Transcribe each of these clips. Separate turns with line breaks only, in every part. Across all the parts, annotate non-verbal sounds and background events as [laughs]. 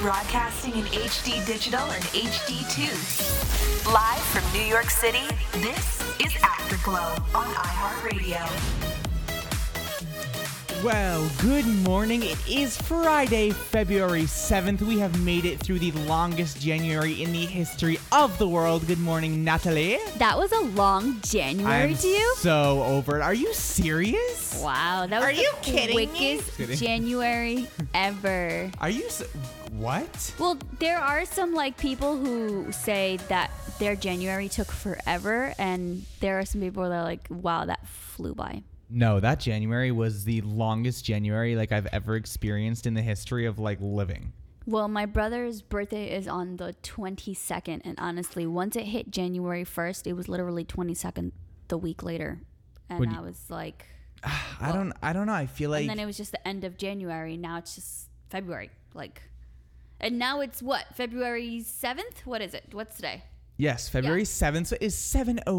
Broadcasting in HD Digital and HD2. Live from New York City, this is Afterglow on iHeartRadio.
Well, good morning. It is Friday, February 7th. We have made it through the longest January in the history of the world. Good morning, Natalie.
That was a long January
I'm
to you.
so over it. Are you serious?
Wow, that was
Are
the
you kidding me?
quickest
Kidding. [laughs]
January ever.
Are you s what?
Well, there are some like people who say that their January took forever, and there are some people that are like, "Wow, that flew by."
No, that January was the longest January like I've ever experienced in the history of like living.
Well, my brother's birthday is on the 22nd, and honestly, once it hit January 1st, it was literally 22nd the week later, and
When
I
you-
was like,
I don't I don't know. I feel like
and then it was just the end of January. Now it's just February, like, and now it's what February seventh. What is it? What's today?
Yes, February 7th. So it is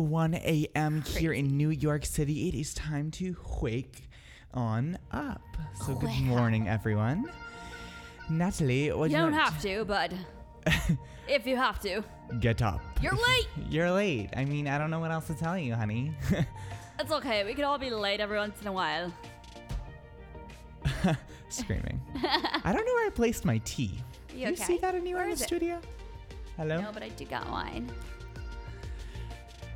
7.01 a.m. here in New York City. It is time to wake on up. So good morning, everyone. Natalie, what
You
do you
don't
want-
have to, but
[laughs]
if you have to,
Get up. [laughs]
you're late.
You're late. I mean, I don't know what else to tell you, honey. [laughs]
It's okay. We can all be late every once in a while. [laughs]
Screaming. I don't know where I placed my tea.
You
Do you see
okay?
that
Where
anywhere in the
is it?
studio? Hello?
No, but I do got wine.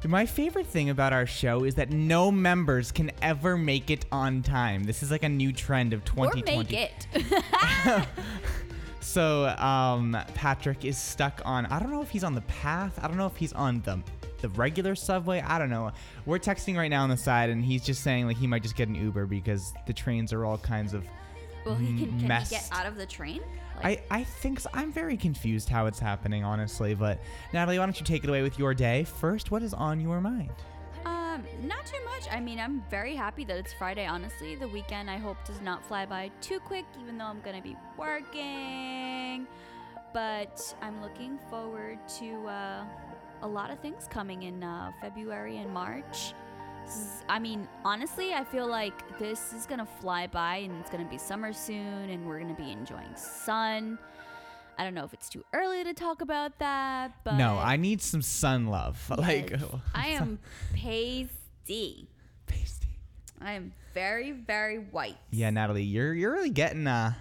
My favorite thing about our show is that no members can ever make it on time. This is like a new trend of
Or
2020.
make it. [laughs]
So um, Patrick is stuck on. I don't know if he's on the path. I don't know if he's on the the regular subway. I don't know. We're texting right now on the side, and he's just saying like he might just get an Uber because the trains are all kinds of.
well, he can, can he get
Messed.
out of the train?
I I think so. I'm very confused how it's happening, honestly. But Natalie, why don't you take it away with your day first? What is on your mind?
Um, not too much. I mean, I'm very happy that it's Friday, honestly. The weekend I hope does not fly by too quick, even though I'm gonna be working. But I'm looking forward to uh, a lot of things coming in uh, February and March. This is- I mean, honestly, I feel like this is gonna fly by and it's gonna be summer soon and we're gonna be enjoying sun. I don't know if it's too early to talk about that, but
no, I need some sun love. [laughs] Like
Yes. I am
[laughs]
pasty. I am very, very white.
Yeah, Natalie, you're you're really getting uh,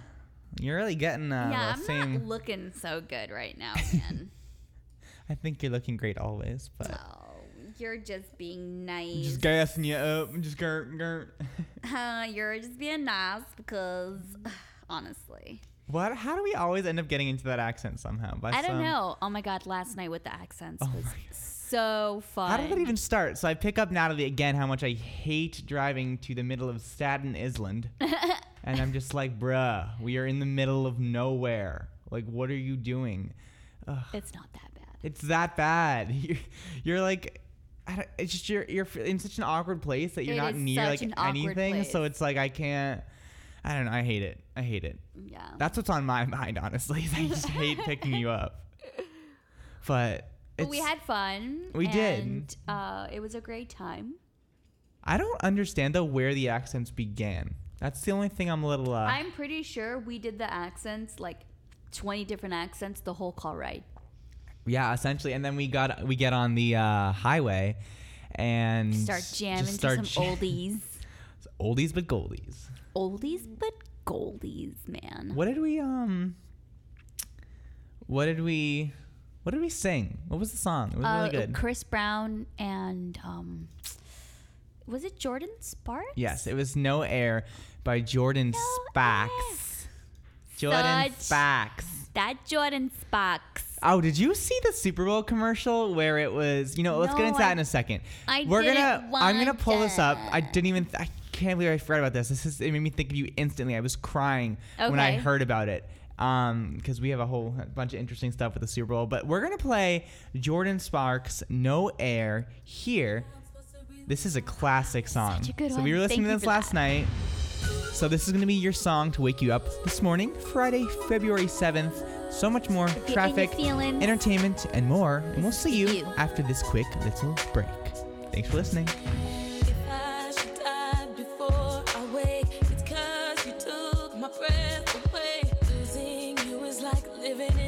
you're really getting uh,
yeah,
the
I'm
same.
not looking so good right
[laughs]
now, man.
I think you're looking great always, but.
oh, you're just being nice.
Just gassing you up. Just gurp, gurp.
Uh, [laughs] you're just being nice because, [sighs] honestly,
[laughs] What? How do we always end up getting into that accent somehow? By
I don't
some-
know. Oh my god, last night with the accents was
um, Oh my God.
so fun.
How did that even start? So I pick up Natalie again how much I hate driving to the middle of
[laughs]
Staten Island. and I'm just like, bruh, we are in the middle of nowhere. Like, what are you doing?
It's not that bad.
It's that bad. [laughs] You're, you're like, I don't, it's just you're, you're in such an awkward place that you're
It
not
is
near
such
like
an awkward
anything. So
place.
it's like, I can't, I don't know. I hate it. I hate it.
Yeah.
That's what's on my [laughs] mind, honestly. is I just hate picking you up. But
But
it's,
we had fun.
We did.
and, Uh, it was a great time.
I don't understand though where the accents began. That's the only thing I'm a little. Uh,
I'm pretty sure we did the accents like 20 different accents the whole car ride.
yeah, essentially. And then we got we get on the uh, highway and
Start jamming
just [laughs]
to some
jam-
oldies.
oldies but goldies.
oldies but goldies, man.
What did we um? What did we? What did we sing? What was the song? It was
Uh,
really good.
Chris Brown and um was it Jordan Sparks?
yes, it was "No Air" by Jordan Sparks. Jordan
Such-
Sparks.
That Jordan Sparks.
Oh, did you see the Super Bowl commercial where it was? You know, let's get
No,
into that
I-
in a second.
I
We're
didn't
gonna. I'm gonna pull this up. I
watch
didn't even. I can't believe I forgot about this. This is. It made me think of you instantly. I was crying when I
Okay.
heard about it. Um, because we have a whole bunch of interesting stuff with the Super Bowl, but we're gonna play Jordan Sparks "No Air" here. This is a classic song.
a good
so
one.
we were listening
Thank
to
you
this
for
last
that.
night. So this is gonna be your song to wake you up this morning, Friday, February seventh. So much more
your
traffic,
feelings.
entertainment, and more. And we'll see you
You.
after this quick little break. Thanks for listening.
I should die before I wake. It's 'cause you took my breath away. Losing you is like living. Oh,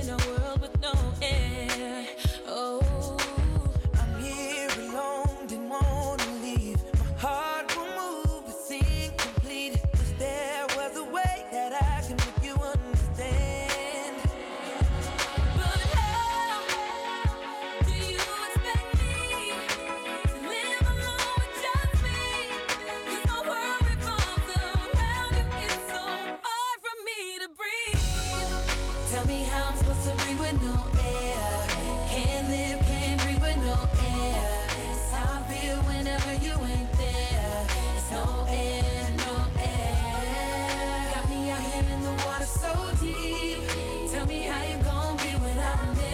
Tell me how I'm supposed to breathe with no air. Can't live, can't breathe with no air. It's how I feel whenever you ain't there. It's no air, no air. Got me out here in the water so deep. Tell me how you gon' be without me.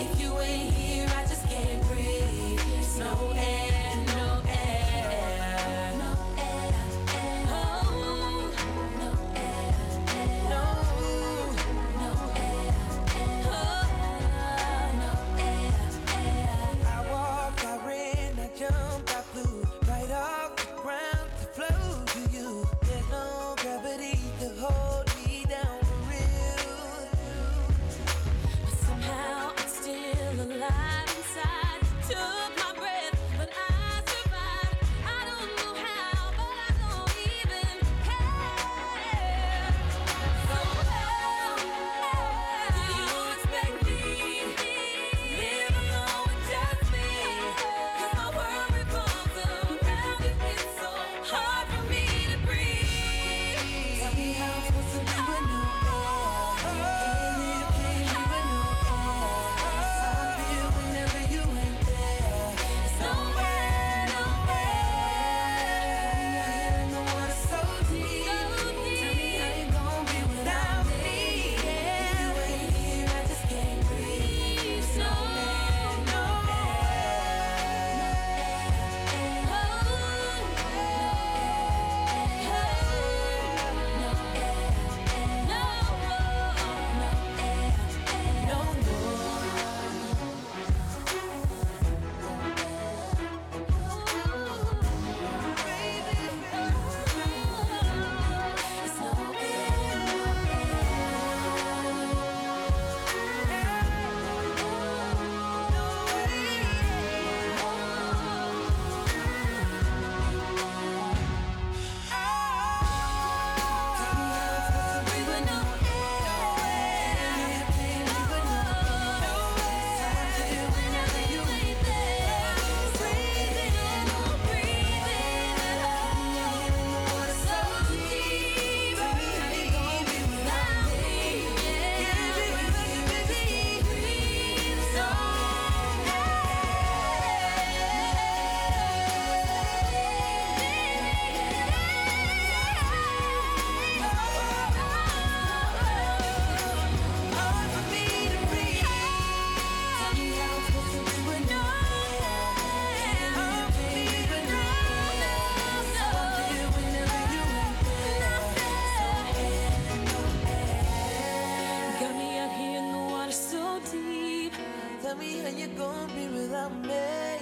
If you ain't here, I just can't breathe. It's no air, no air. No air, air. Oh, no air, air. No, no air, air. Oh, no air, air.
I walked, I ran, I jumped, I flew right off the ground to flow to you. There's no gravity to hold me down for real.
Somehow I'm still alive inside. Took my breath, but I survived. I don't know how, but I don't even care. So how do you expect me to live alone with just me? 'Cause my world revolves around you. It's so hard for me to breathe.
Tell me how I'm supposed to be with no air. Can't live, can't breathe with no air. It's how I feel whenever you ain't there. It's no air, no air. Got me out here in the water so deep. Tell me how you gon' be without me. If you ain't here, I just can't breathe. It's no air, no air.
Got me out here in the water so deep.
Tell me how you gon' be without me.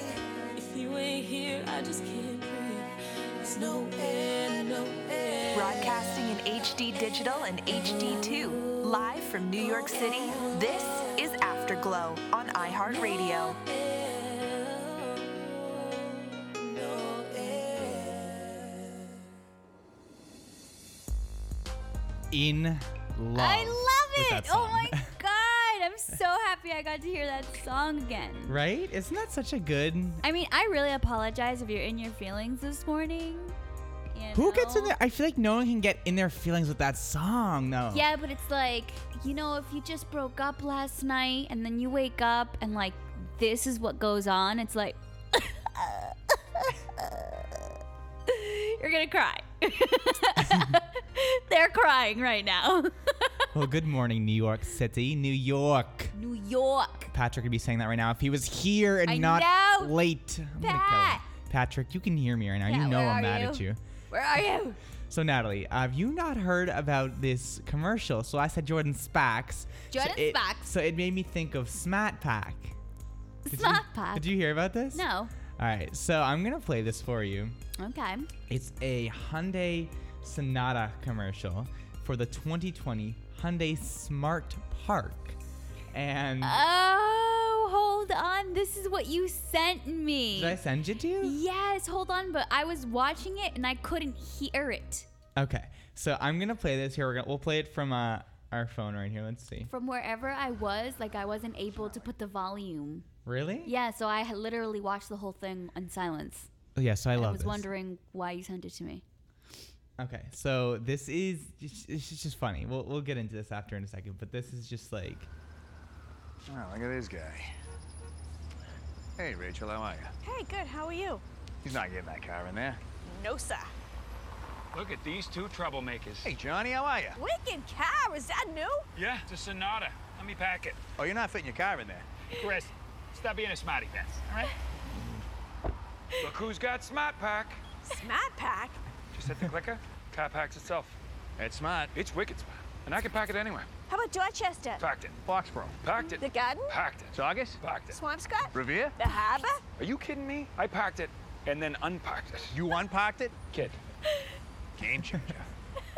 If you ain't here, I just can't breathe. There's no end, no end.
Broadcasting in HD digital and HD2. Live from New York City, this is Afterglow on iHeartRadio.
In love.
I love
with
it.
that
Oh
[laughs] song.
my god. I'm so happy I got to hear that song again.
Right? Isn't that such a good?
I mean, I really apologize if you're in your feelings this morning. you
Who gets in
know?
there? I feel like no one can get in their feelings with that song, though.
Yeah, but it's like, you know, if you just broke up last night and then you wake up and like this is what goes on, it's like [laughs] You're going to cry. [laughs] They're crying right now. [laughs]
Well, Oh, good morning, New York City, New York.
New York.
Patrick would be saying that right now if he was here and
I
not
know.
late. I'm gonna kill him.
Pat.
Patrick, you can hear me right now.
Yeah,
you know
where are
I'm mad
you?
at you.
Where are you?
So Natalie, have you not heard about this commercial? So I said Jordan Spax.
Jordan
so it,
Spax.
So it made me think of Smat Pack. Did you-
Smat Pack?
Did you hear about this?
No.
All right. So I'm gonna play this for you.
Okay.
It's a Hyundai Sonata commercial for the 2020 Hyundai Smart Park. And
Uh, Oh, hold on. This is what you sent me.
did I send you to?
Yes, hold on, but I was watching it and I couldn't hear it
Okay. So I'm gonna play this here. We're gonna we'll play it from uh, our phone right here. Let's see.
from wherever I was. Like I wasn't able to put the volume.
Really?
Yeah, so I had literally watched the whole thing in silence.
Oh, Yeah. So I
I
love
was
this.
wondering why you sent it to me.
Okay, so this is it's it's just funny. We'll we'll get into this after in a second, but this is just like
Oh, look at this guy. Hey, Rachel, how are you?
Hey, good. How are you?
He's not getting that car in there.
No, sir.
Look at these two troublemakers.
Hey, Johnny, how are you?
Wicked car. Is that new?
Yeah, it's a Sonata. Let me pack it.
Oh, you're not fitting your car in there.
Chris, stop being a smarty pants, all right? Look who's got Smart Pack.
Smart pack.
Just hit the clicker, car packs itself.
That's smart.
It's wicked smart. And I can pack it anywhere.
How about Dorchester?
Packed it.
Foxborough.
Packed it.
The garden?
Packed it.
Saugus?
Packed it.
Swampscott?
Revere?
The harbor?
Are you kidding me? I packed it and then unpacked it.
You unparked it?
Kid.
Game changer.
[laughs]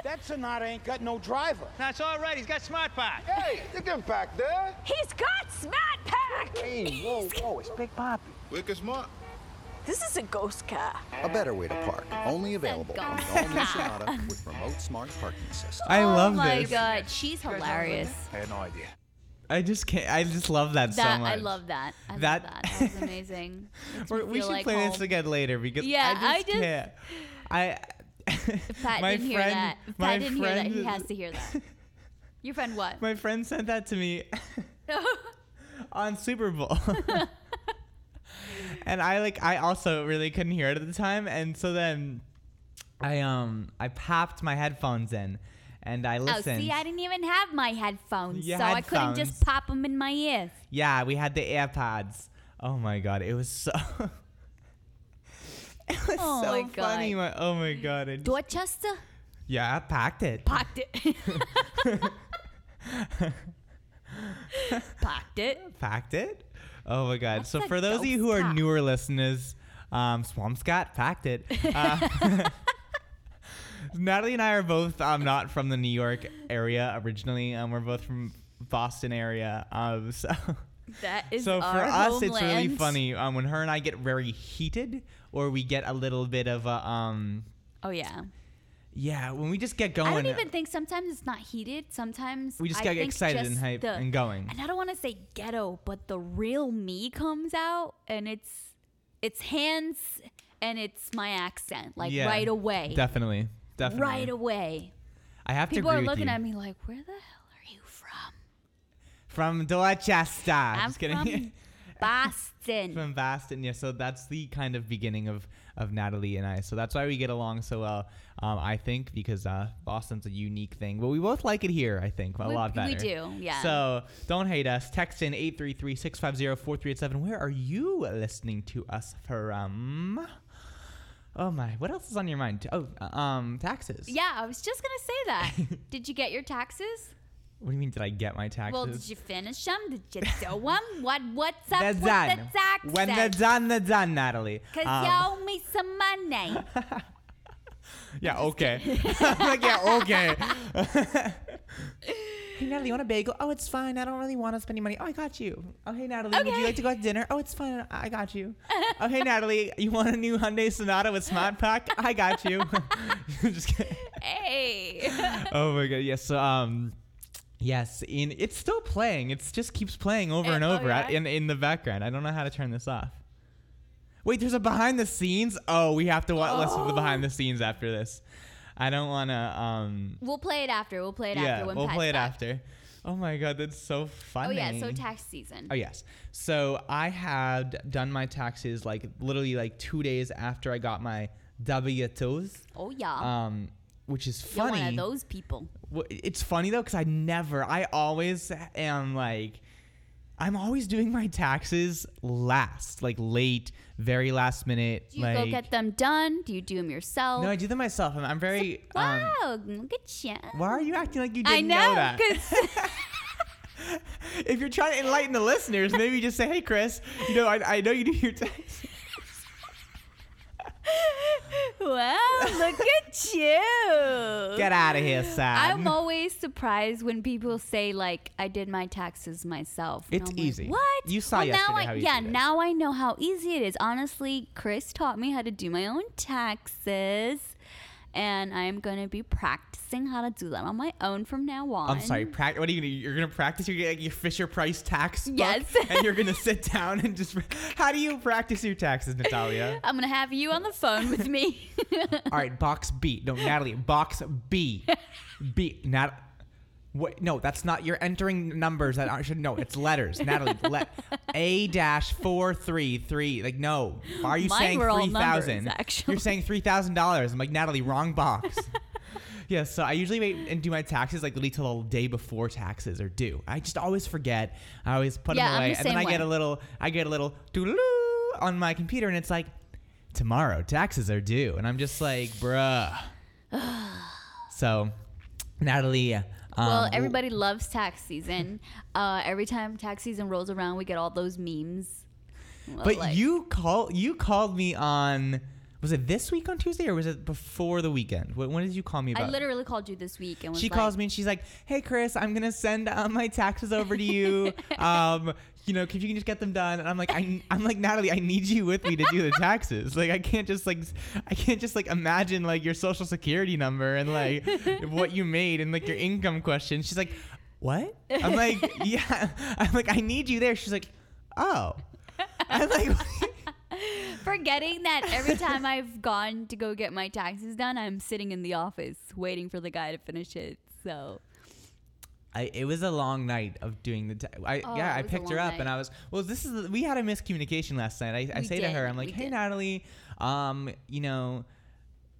That Sonata ain't got no driver.
That's all right. He's got smart park.
Hey, you can back there.
He's got smart pack.
Hey, whoa, whoa, it's Big Poppy.
Wicked smart.
This is a ghost car.
A better way to park, only available on the all-new
[laughs]
Sonata with remote smart parking system.
I love
oh my
this.
god, she's hilarious.
I had no idea.
I just can't. I just love that, so
That
much.
I love that. I
That-
love that. That
[laughs]
was amazing. Makes me
We're, we
feel
should
like
play
home.
this again later because
Yeah,
I
I
just,
just-
can't. I.
Pat
[laughs] my
didn't
friend,
hear that. Pat
my
didn't
friend,
hear that. He has to hear that. Your friend what? [laughs]
[laughs]
Oh,
My friend sent that to me [laughs] on
[laughs]
Super Bowl. and I like I also really couldn't hear it at the time and so then I um I popped my headphones in and I
oh,
listened.
see, I didn't even have my headphones,
Your
so I couldn't
headphones.
just pop them in my ears.
yeah, we had the AirPods. Oh my god, it was so [laughs] It was
Oh
so
my God.
funny. My, oh my god. I just-
Dorchester
yeah, I packed it.
packed
[laughs]
it. packed it.
packed it. Oh my god! so
That's a
for those of you
dope
who are
stack.
newer listeners, um, Swampscott
[laughs]
packed it. Uh, [laughs] Natalie and I are both um, not from the New York area originally. Um, we're both from Boston area. Um, so [laughs]
That is
so for
our
us,
homeland.
it's really funny um, when her and I get very heated, or we get a little bit of a um,
Oh yeah.
yeah, when we just get
I
going.
don't even think sometimes it's not heated. Sometimes
Oh, We just
I
gotta get
think
excited
just
and hype
the-
and going.
And I don't want to say ghetto, but the real me comes out, and it's it's hands and it's my accent, like
Yeah,
right away,
Definitely, definitely.
right away.
I have
People
to
are
agree with
looking
you.
at me like, "Where the hell are you from?"
from Dorchester.
I'm
just kidding. [laughs]
from Boston.
from Boston. Yeah, so that's the kind of beginning of of Natalie and I. So that's why we get along so well, um, I think, because uh, Boston's a unique thing. But we both like it here, I think, a
We-
lot
we
better.
do, yeah.
So don't hate us. Text in 833-650-4387. Where are you listening to us from? Oh my, what else is on your mind? Oh, uh, um, taxes.
yeah, I was just gonna say that.
[laughs]
did you get your taxes?
What do you mean? Did I get my taxes?
Well, did you finish them? Did you do them? What what's up
they're
with
done.
the taxes?
When they're done, they're done, Natalie.
Cause
Um,
you owe me some
[laughs]
money.
Yeah, okay. [laughs] I'm like, yeah, okay. hey, Natalie, you want a bagel? Oh, it's fine. I don't really want to spend any money. Oh, I got you. Oh, hey, Natalie, would you
Okay.
like to go out to dinner? Oh, it's fine. I I got you. oh, hey, Natalie, you want a new Hyundai Sonata with Smart Pack? I got you. [laughs] Just kidding.
hey. [laughs]
Oh, my God. Yes. so, um, yes. In, it's still playing. It just keeps playing over
Eh,
and
oh,
over at-
yeah?
in, in the background. I don't know how to turn this off. Wait, there's a behind the scenes? Oh, we have to wa- listen to the behind the scenes after this. I don't want to. um
We'll play it after. We'll play it
yeah,
after. When
we'll
Pat's
play it
back.
after. Oh my god, that's so
Oh
funny.
yeah, so tax season.
Oh yes. So I had done my taxes like literally like two days after I got my W twos,
Oh yeah.
um, which is
You're
funny.
one of those people.
Wh- It's funny though because I never, I always am like, I'm always doing my taxes last, like late, very last minute.
Do you
like,
go get them done? Do you do them yourself?
No, I do them myself. I'm, I'm very. um,
wow, look at you.
why are you acting like you didn't
I know.
that?
'cause- [laughs]
if you're trying to enlighten the listeners, maybe just say, "Hey, Chris, you know, I, I know you do
[laughs]
your taxes."
wow, look
[laughs]
at you.
Get out of here, Sam.
I'm always surprised when people say like, "I did my taxes myself." And
It's
I'm like,
easy.
what?
You saw
well,
yesterday
now I,
how easy
Yeah,
it is.
now I know how easy it is. Honestly, Chris taught me how to do my own taxes, and I'm going to be practicing how to do that on my own from now on.
I'm sorry. Prac- what are you gonna? You're gonna practice your like, your Fisher Price tax book,
Yes.
and you're gonna sit down and just. [laughs] How do you practice your taxes, Natalia?
I'm going to have you on the phone with
[laughs]
me. [laughs]
All right, box B. No, Natalie, box B. B. Nat. What? No, that's not. You're entering numbers that aren't. should- No, it's letters. Natalie, let A dash four three three. Like no. Why are you
Mine
saying
were all
three thousand?
numbers, actually.
You're saying three thousand dollars. I'm like Natalie, wrong box. Yeah, so I usually wait and do my taxes like literally till the day before taxes are due. I just always forget. I always put
Yeah,
them
I'm
away,
the
and then
same
I get
way.
a little, I get a little doodaloo on my computer, and it's like, tomorrow taxes are due, and I'm just like,
[sighs]
bruh. so, Natalie. Um,
well, everybody loves tax season. Uh, every time tax season rolls around, we get all those memes. Well,
But
like-
you call you called me on was it this week on Tuesday or was it before the weekend? When, when did you call me about?
I literally called you this week and was
she
like,
calls me and she's like, "Hey, Chris, I'm gonna send uh, my taxes over to
[laughs]
you. um, you know, if you can just get them done." And I'm like, I, "I'm like Natalie, I need you with me to do the taxes. Like, I can't just like, s- I can't just like imagine like your social security number
[laughs]
and like what you made and like your income question." She's like, "What?"
[laughs]
I'm like, "Yeah." [laughs] I'm like, "I need you there." She's like, "Oh." I'm like, [laughs]
forgetting that every time I've gone to go get my taxes done, I'm sitting in the office waiting for the guy to finish it. So
I, it was a long night of doing the. ta- I
Oh,
yeah,
it
I
was a
picked her
long
up and
night.
I was. Well, this is we had a miscommunication last night. I, I
We
say to her,
did,
I'm like,
we
hey
did.
Natalie, um, you know,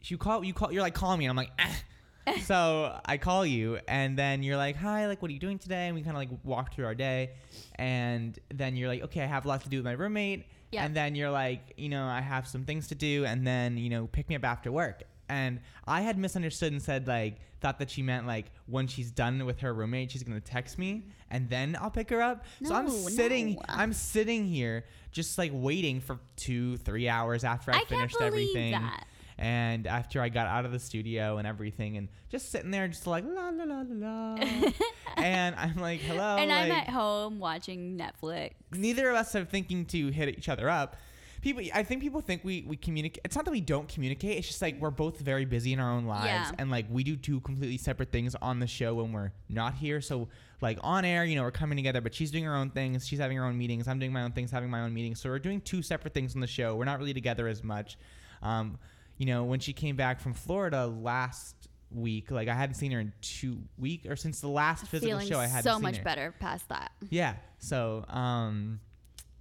you call you call you're like calling me. And I'm like, ah.
[laughs]
so I call you and then you're like, hi, like what are you doing today? And we kind of like walk through our day, and then you're like, okay, I have a lot to do with my roommate.
Yeah.
And then you're like, you know, I have some things to do, and then you know, pick me up after work. And I had misunderstood and said like thought that she meant like when she's done with her roommate, she's gonna text me and then I'll pick her up. so I'm
No,
sitting,
no.
I'm sitting here just like waiting for two, three hours after I,
I can't
finished
believe
everything.
that.
And after I got out of the studio and everything, and just sitting there, just like la la la
[laughs]
la la, and I'm like, "Hello."
and I'm
Oh, like-
at home watching Netflix.
neither of us are thinking to hit each other up. People, I think people think we we communicate. It's not that we don't communicate. It's just like we're both very busy in our own lives,
Yeah.
and like we do two completely separate things on the show when we're not here. So like on air, you know, we're coming together, but she's doing her own things. She's having her own meetings. I'm doing my own things, having my own meetings. So we're doing two separate things on the show. We're not really together as much. Um, you know, when she came back from Florida last week, like I hadn't seen her in two weeks or since the last physical
Feeling
show. I had
so much
her.
better past that.
Yeah. So, um,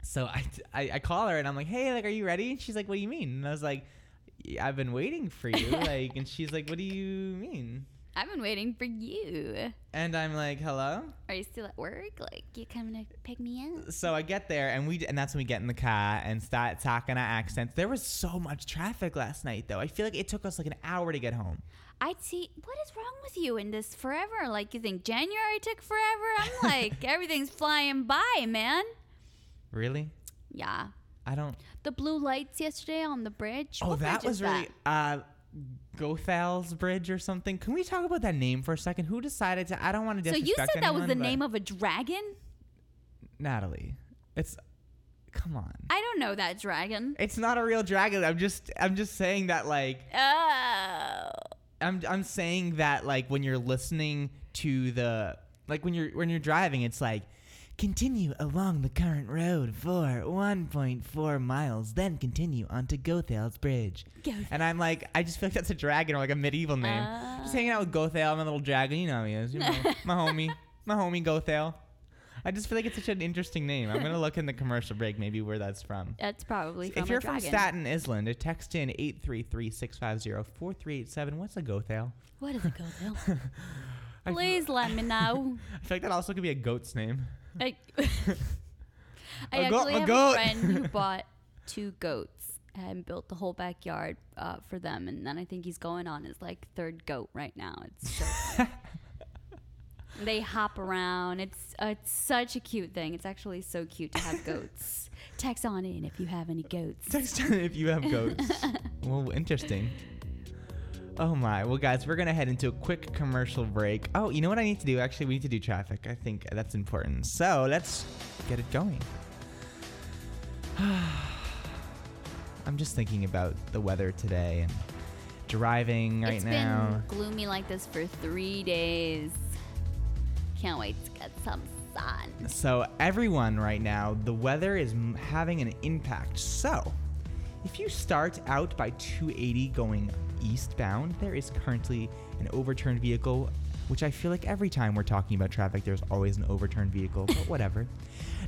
so I, I, I call her and I'm like, hey, like, are you ready? And she's like, what do you mean? And I was like, "Yeah, I've been waiting for
[laughs]
you. Like, and she's like, what do you mean?
I've been waiting for you.
And I'm like, hello.
Are you still at work? Like you coming to pick me up?
So I get there and we, and that's when we get in the car and start talking our accents. There was so much traffic last night though. I feel like it took us like an hour to get home.
I'd see what is wrong with you in this forever? Like you think January took forever?
[laughs]
I'm like everything's flying by, man.
Really?
Yeah.
I don't.
The blue lights yesterday on the bridge.
Oh,
What
that
bridge
was
is
really uh Gothal's Bridge or something. Can we talk about that name for a second? Who decided to? I don't want to
So
disrespect
you said that was
anyone,
the
but-
name of a dragon?
Natalie. It's come on.
I don't know that dragon.
It's not a real dragon. I'm just I'm just saying that like
Oh.
I'm I'm saying that like when you're listening to the like when you're when you're driving it's like continue along the current road for 1.4 miles then continue onto Gothal's Bridge.
Gothel.
And I'm like I just feel like that's a dragon or like a medieval name.
Ah.
Just hanging out with Gothal, my little dragon, you know how he
[laughs]
is, you know, my homie, my homie Gothal. I just feel like it's such an interesting name. I'm gonna look in the commercial break, maybe where that's from.
That's probably from
If you're
a dragon.
from Staten Island, text in 833-650-4387. What's a Gothal?
what is it called?
[laughs] I feel,
[laughs] Please let me
[laughs]
know.
I feel like that also could be a goat's [laughs] name.
I, I
A goat-
actually
a
have
goat.
a friend who
[laughs]
bought two goats and built the whole backyard uh, for them, and then I think he's going on his like third goat right now. It's so
[laughs]
funny. they hop around. It's uh, it's such a cute thing. It's actually so cute to
[laughs]
have goats. Text on in if you have any goats.
Text in if you have goats. [laughs] well, interesting. Oh my. Well, guys, we're gonna head into a quick commercial break. Oh, you know what I need to do? Actually, we need to do traffic. I think that's important. So let's get it going. [sighs] I'm just thinking about the weather today and driving right
It's
now.
been gloomy like this for three days. Can't wait to get some sun.
So, everyone right now, the weather is m- having an impact. So, if you start out by 280 going eastbound, there is currently an overturned vehicle, which I feel like every time we're talking about traffic, there's always an overturned vehicle, but whatever.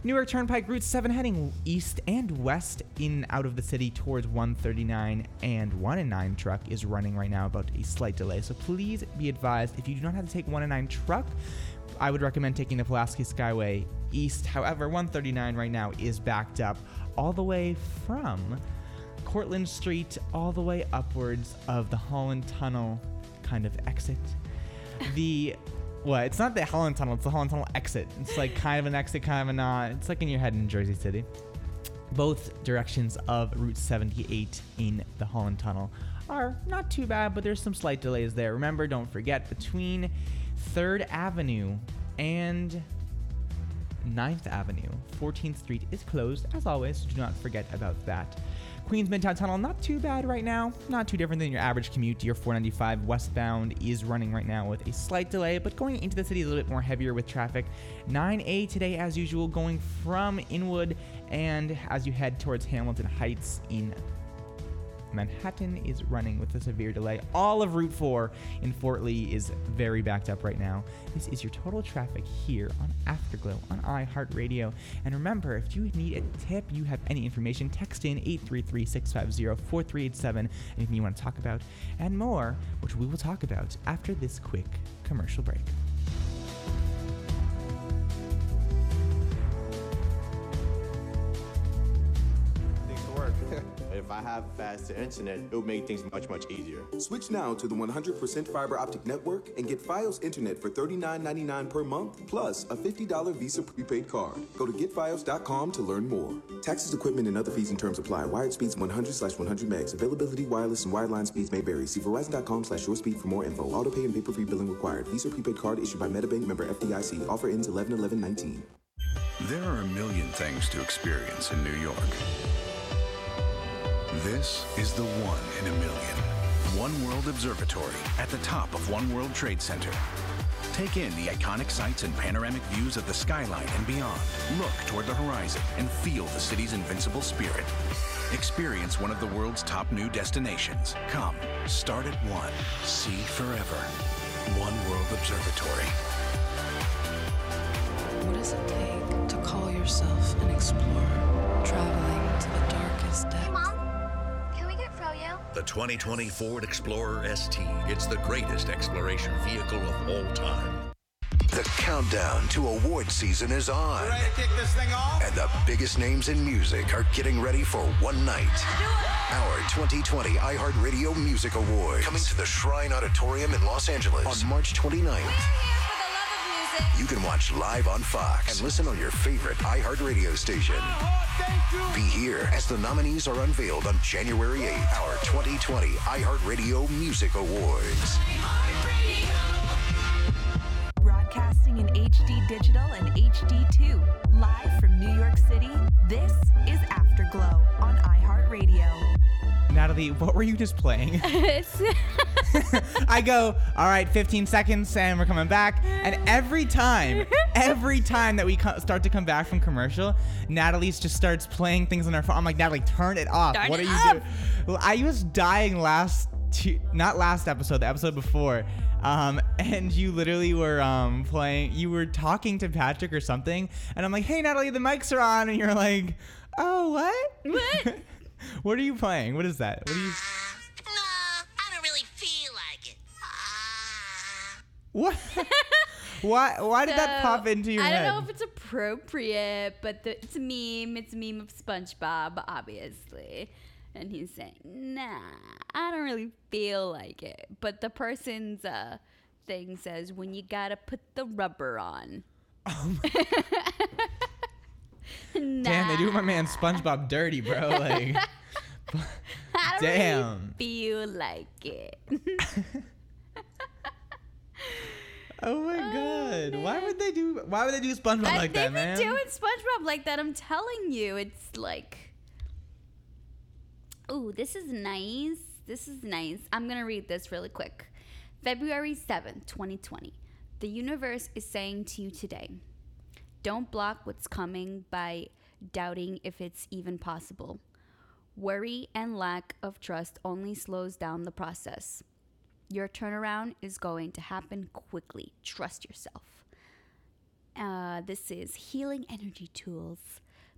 Newark Turnpike Route 7 heading east and west in out of the city towards 139 and 1 and 9 truck is running right now about a slight delay. So please be advised if you do not have to take 1 and 9 truck, I would recommend taking the Pulaski Skyway east. However, 139 right now is backed up all the way from Cortland Street all the way upwards of the Holland Tunnel kind of exit. The well, it's not the Holland Tunnel, it's the Holland Tunnel exit. It's like kind of an exit, kind of a not. It's like in your head in Jersey City. Both directions of Route 78 in the Holland Tunnel are not too bad, but there's some slight delays there. Remember, don't forget, between 3rd Avenue and 9th Avenue. 14th Street is closed, as always, so do not forget about that. Queens Midtown Tunnel, not too bad right now. Not too different than your average commute. Your 495 westbound is running right now with a slight delay, but going into the city a little bit more heavier with traffic. 9A today, as usual, going from Inwood and as you head towards Hamilton Heights in Manhattan is running with a severe delay. All of Route 4 in Fort Lee is very backed up right now. This is your total traffic here on Afterglow on iHeartRadio. And remember, if you need a tip, you have any information, text in 833 650 4387, anything you want to talk about, and more, which we will talk about after this quick commercial break.
things to
[laughs]
work. if I have faster internet, it would make things much, much easier.
Switch now to the 100% fiber optic network and get Fios internet for $39.99 per month plus a $50 Visa prepaid card. Go to getfios.com to learn more. Taxes, equipment, and other fees and terms apply. Wired speeds 100 slash 100 megs. Availability, wireless, and wireline speeds may vary. See verizon.com slash your speed for more info. Auto pay and paper free billing required. Visa prepaid card issued by MetaBank member FDIC. Offer ends 11 11 19.
There are a million things to experience in New York. This is the one in a million. One World Observatory at the top of One World Trade Center. Take in the iconic sights and panoramic views of the skyline and beyond. Look toward the horizon and feel the city's invincible spirit. Experience one of the world's top new destinations. Come, start at one, see forever. One World Observatory.
What does it take to call yourself an explorer, traveling to the darkest depths?
Can we get Froyo?
The 2020 Ford Explorer ST. It's the greatest exploration vehicle of all time.
The countdown to award season is on.
Ready to kick this thing off?
And the biggest names in music are getting ready for one night. Our 2020 iHeartRadio Music Awards. Coming to the Shrine Auditorium in Los Angeles on March 29th. You can watch live on Fox and listen on your favorite iHeartRadio station. Be here as the nominees are unveiled on January 8th, our 2020 iHeartRadio Music Awards.
Broadcasting in HD digital and HD2. Live from New York City, this is Afterglow on iHeartRadio.
Natalie, what were you just playing? I go, all right, 15 seconds, and we're coming back. And every time, every time that we co- start to come back from commercial, Natalie's just starts playing things on her phone. I'm like, Natalie, turn it off.
Turn
what
it
are you doing? Well, I was dying last, two, not last episode, the episode before. Um, and you literally were um, playing, you were talking to Patrick or something. And I'm like, hey, Natalie, the mics are on. And you're like, oh, what? What? [laughs] what are you playing? What is that? What are you.
[laughs]
What? why? Why did that
So,
pop into your
I
head?
don't know if it's appropriate, but the, it's a meme. It's a meme of SpongeBob, obviously. And he's saying, nah, I don't really feel like it. But the person's uh, thing says, when you gotta put the rubber on.
Oh
[laughs]
Damn, they do my man SpongeBob dirty, bro.
[laughs]
Like,
I don't
Damn.
really feel like it.
oh my god, why would they do? Why would they do SpongeBob
I-
like
they've
that, man?
been doing SpongeBob like that. I'm telling you, it's like, oh, this is nice.
This is nice. I'm going to read this really quick. February 7th, 2020. The universe is saying to you today don't block what's coming by doubting if it's even possible. Worry and lack of trust only slows down the process. Your turnaround is going to happen quickly. Trust yourself. Uh, this is Healing Energy Tools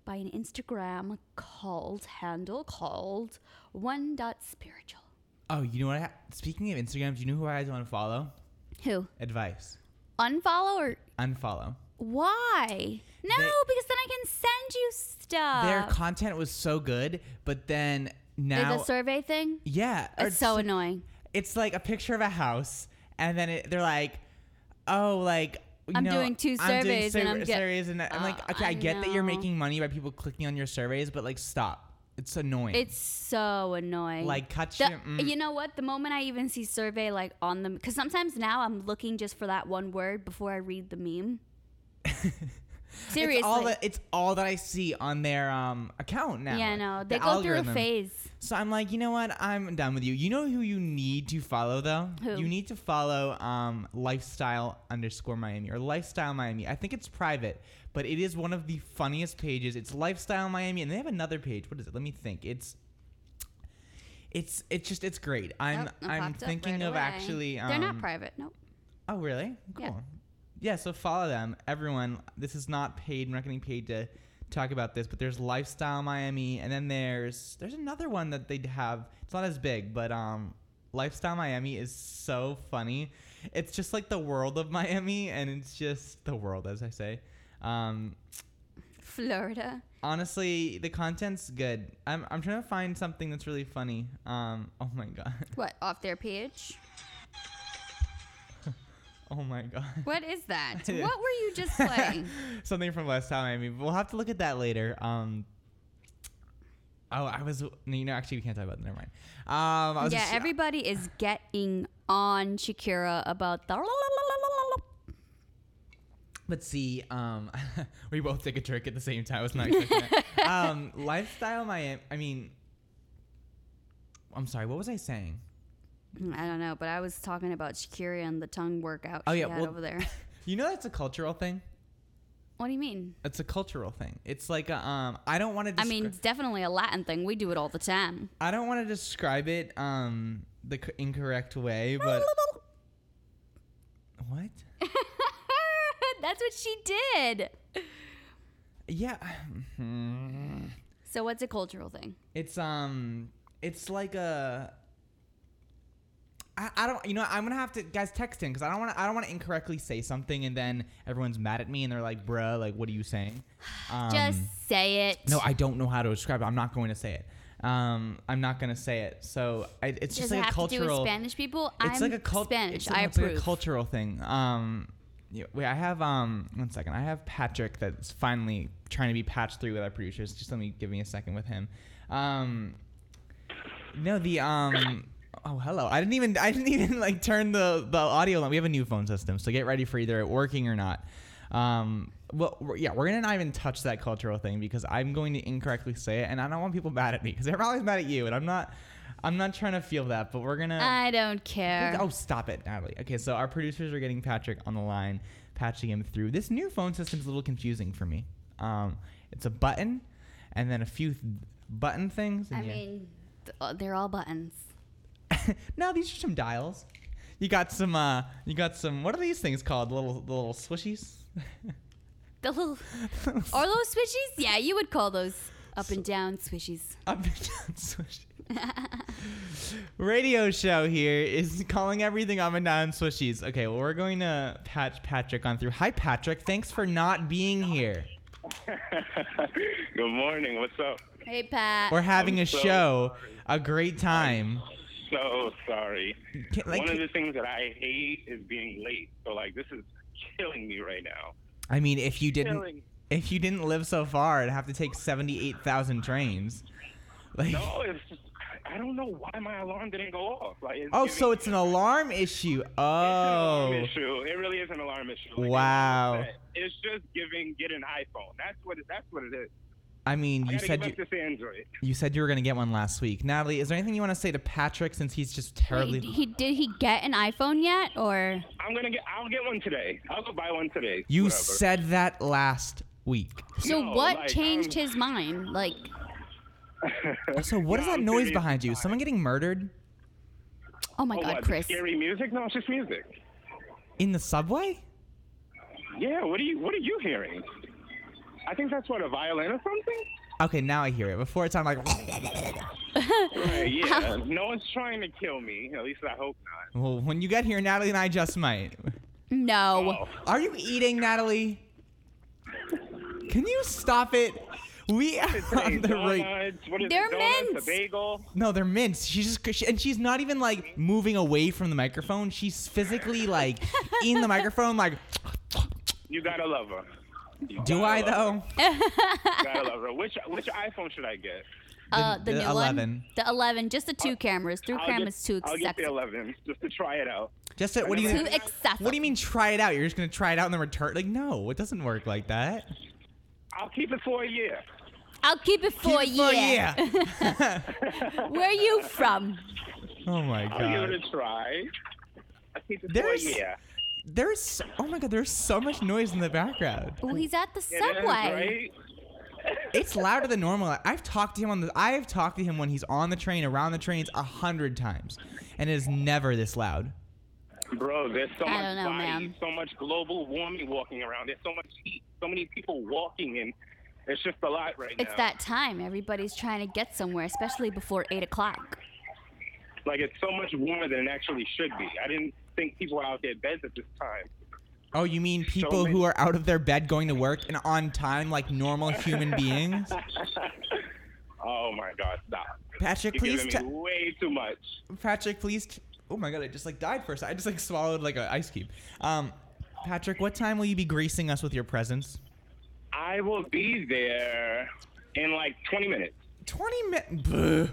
by an Instagram called handle called One Dot Spiritual.
Oh, you know what? I ha- Speaking of Instagram, do you know who I want to follow?
Who?
Advice.
Unfollow or
Unfollow.
why? No, because then I can send you stuff.
Uh,
Their content was so good, but then now
There's a survey thing.
Yeah,
It's so annoying.
It's like a picture of a house, and then it, they're like, "Oh, like you
I'm
know,
doing two surveys and
sur-
I'm get- Uh,
surveys," and I'm like, "Okay, I, get that you're making money by people clicking on your surveys, but like, stop. It's annoying.
It's so annoying.
Like, cut
The-
your- mm.
You know what? The moment I even see survey like on them, because sometimes now I'm looking just for that one word before I read the
[laughs]
meme. Seriously.
It's all that it's all that I see on their um account now.
Yeah, I know. They
The
go through a
algorithm.
phase.
So I'm like, you know what? I'm done with you. You know who you need to follow though?
Who?
You need to follow um lifestyle underscore Miami or lifestyle Miami. I think it's private, but it is one of the funniest pages. It's lifestyle Miami, and they have another page. What is it? Let me think. It's it's it's just it's great. I'm
Nope, it
I'm
popped up
thinking
right
of
away.
actually. Um,
They're not private. Nope.
Oh really? Cool.
Yeah.
Yeah, so follow them, everyone. This is not paid. We're not getting paid to talk about this, but there's Lifestyle Miami, and then there's there's another one that they have. It's not as big, but um, Lifestyle Miami is so funny. It's just like the world of [laughs] Miami, and it's just the world, as I say. Um,
Florida.
honestly, the content's good. I'm I'm trying to find something that's really funny. Um, oh my [laughs] god,
What? Off their page?
oh my god.
What is
[laughs]
that? what were you just playing?
something from last time, Miami. We'll have to look at that later. Um, oh, I was. You know, actually, we can't talk about that. Never mind. Um, [laughs] I was
yeah,
just-
everybody is getting on Shakira about the.
but see, um, [laughs] we both took a drink at the same time. I was not expecting
[laughs]
that. Um, lifestyle Miami. I mean, I'm sorry. What was I saying?
I don't know, but I was talking about Shakira and the tongue workout
Oh,
she
yeah,
had
well-
over
[laughs]
there.
You know, that's a cultural thing.
What do you mean?
It's a cultural thing. It's like a, um, I don't want to.
I mean, it's definitely a Latin thing. We do it all the time.
I don't want to describe it um the c-
[laughs]
incorrect way, but what?
That's what she did.
Yeah.
So what's a cultural thing?
It's um, it's like a. I, I don't, you know, I'm gonna have to guys text in because I don't want to, I don't want to incorrectly say something and then everyone's mad at me and they're like, bruh, like what are you saying? Um,
Just say it.
No, I don't know how to describe it. I'm not going to say it. Um, I'm not gonna say it. So I, it's
Does
just
it
like
have
a
to do
cultural.
with Spanish people?
It's
I'm
like a cult-
Spanish.
It's,
I
it's like
approve.
a cultural thing. Um, yeah, wait, I have um one second. I have Patrick that's finally trying to be patched through with our producers. Just let me give me a second with him. Um, no, the um. Oh hello! I didn't even I didn't [laughs] even like turn the the audio on. We have a new phone system, so get ready for either it working or not. Um, well, we're- yeah, we're gonna not even touch that cultural thing because I'm going to incorrectly say it, and I don't want people mad at me because they're always mad at you, and I'm not. I'm not trying to feel that, but we're gonna.
I don't care.
Oh, stop it, Natalie. Okay, so our producers are getting Patrick on the line, patching him through. This new phone system's a little confusing for me. Um, it's a button, and then a few th- button things. And
I
yeah.
mean, th- uh, they're all buttons.
no, these are some dials. You got some. Uh, you got some. What are these things called? Little little swishies. [laughs]
The little are those swishies? Yeah, you would call those up and down swishies.
Up and down swishies.
[laughs]
radio show here is calling everything up and down swishies. Okay, well we're going to patch Patrick on through. Hi Patrick, thanks for not being here.
Good morning. What's up?
Hey Pat.
We're having a
so
show, a great time.
So sorry.
Can- like-
One of the things that I hate is being late. So like this is killing me right now.
I mean, if you didn't
Killing.
if you didn't live so far and have to take 78,000 trains. Like
no, it's just, I don't know why my alarm didn't go off. Like it's
Oh,
giving-
so it's an alarm issue.
alarm
Oh.
issue. It really is an alarm issue. Like,
Wow.
It's just giving get an iPhone. That's what it, that's what it is.
I mean, you
gotta
said
give
you,
up this Android.
you said you were gonna get one last week. Natalie, is there anything you want to say to Patrick since he's just terribly?
He did he get an iPhone yet or?
I'm gonna get. I'll get one today. I'll go buy one today.
you
whatever.
said that last week.
[laughs]
So
No,
what
like, um,
changed his mind? Like
So what is that noise behind you? Someone getting murdered
oh my
Oh,
god,
what,
Chris.
Scary music? No, it's just music.
in the subway?
Yeah. What are you What are you hearing? I think that's what a
[laughs]
violin or something.
Okay, now I hear it. Before it sounded like. [laughs]
right, yeah. No one's trying to kill me. At least I hope not.
Well, when you get here, Natalie and I just might.
No.
Oh.
Are you eating, Natalie? Can you stop it? We are on the right.
What is
They're
it, donuts,
mints.
A bagel.
No, they're mints. She's just she, and she's not even like moving away from the microphone. She's physically like in the microphone. Like,
You gotta love her. You
do
gotta
I
love
though?
her. You
[laughs]
gotta love her. Which Which iPhone should I get?
uh, the,
the
new
11.
one. The 11, just the two cameras. 3
I'll
cameras
get,
too
I'll get the
excessive.
11 just to try it out.
Just what do you?
Too excessive.
What do you mean try it out? You're just gonna try it out and then return? Like, no, it doesn't work like that.
I'll keep it for a year.
I'll keep it for
Keep it
a
for a
year. Where are you from?
Oh my
I'll give
god.
it a try. I'll keep it
There's
for a year.
there's oh my god. There's so much noise in the background.
Well, he's at the
It is,
subway.
right?
It's louder than normal. I've talked to him on the. I have talked to him when he's on the train, around the trains, a hundred times, and it is never this loud.
Bro, there's so
I
much
don't know,
bodies,
ma'am.
so much global warming walking around. There's so much heat, so many people walking, and it's just a lot right now.
It's that time. Everybody's trying to get somewhere, especially before 8 o'clock.
Like it's so much warmer than it actually should be. I didn't think people were out their beds at this time.
Oh, you mean people who are out of their bed going to work and on time like normal
[laughs]
human beings?
Oh my God, stop.
Patrick,
You're
please
giving me
te-
way too much.
Patrick, please. T- oh my god, I just like died for a second. I just like swallowed like an ice cube. Um, Patrick, what time will you be greasing us with your presence?
I will be there in like 20 minutes.
20 [laughs] minutes?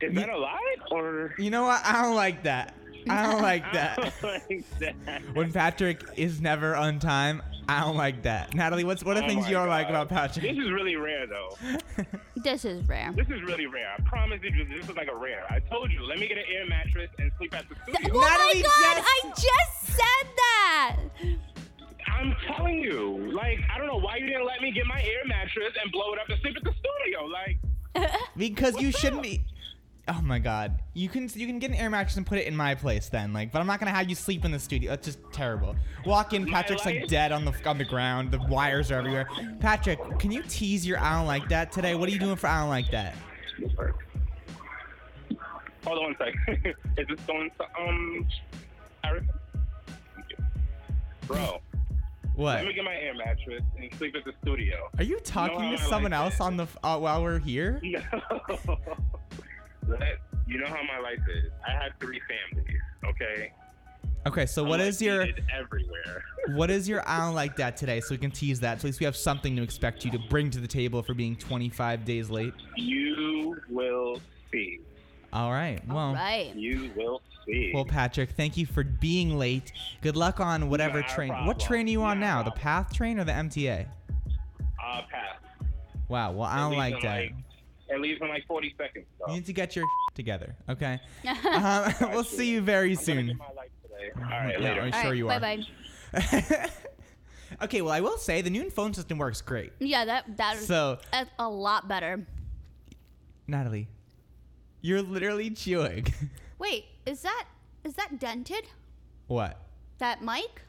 Is that a lot? Or
You know what? I don't like that. I don't
[laughs]
like [laughs] that.
like that.
when Patrick is never on time, I don't like that. Natalie, what's what are
Oh
things
my
you don't like
God.
about
This
Patrick?
is really rare, though.
This is rare.
This is really rare. I promise you, this is like a rare. I told you, let me get an air mattress and sleep at the
Th-
studio.
oh my god, I just said that!
I'm telling you, like, I don't know why you didn't let me get my air mattress and blow it up and sleep at the studio. Like,
Because you shouldn't be. Oh my God! You can you can get an air mattress and put it in my place then, like. But I'm not gonna have you sleep in the studio. That's just terrible. Walk in, Patrick's like
life-
dead on the on the ground. The wires are everywhere. Patrick, can you tease your I don't like that today? What are you doing for I don't like that?
hold on one second. [laughs] is this going to, um, Eric? Bro,
What?
let me get my air mattress and sleep at the studio.
Are you talking
how I
to
like
someone else on the f- uh, while we're
[laughs]
here?
No. Let- you know how my life is. I have three families, okay?
Okay, so what is your
Needed everywhere.
what is your I don't like that today? So we can tease that. So at least we have something to expect you to bring to the table for being 25 days late.
You will see.
All right. Well.
Right.
You will see.
Well, Patrick, thank you for being late. Good luck on whatever
Not a
train. What train are you on now? The PATH train or the MTA?
Uh, pass.
Wow. Well, I
It
don't
leaves
like
in,
that.
it leaves in like 40 seconds. So.
You need to get your [laughs] together. [laughs] Okay.
[laughs]
Um, [laughs] we'll see you very soon.
All right,
Yeah,
later.
I'm sure you are.
Bye bye.
[laughs] Okay. Well, I will say the Newton phone system works great.
Yeah, that that is
So-
that's a lot better.
Natalie, you're literally chewing. [laughs]
Wait, is that is that dented?
what?
That mic?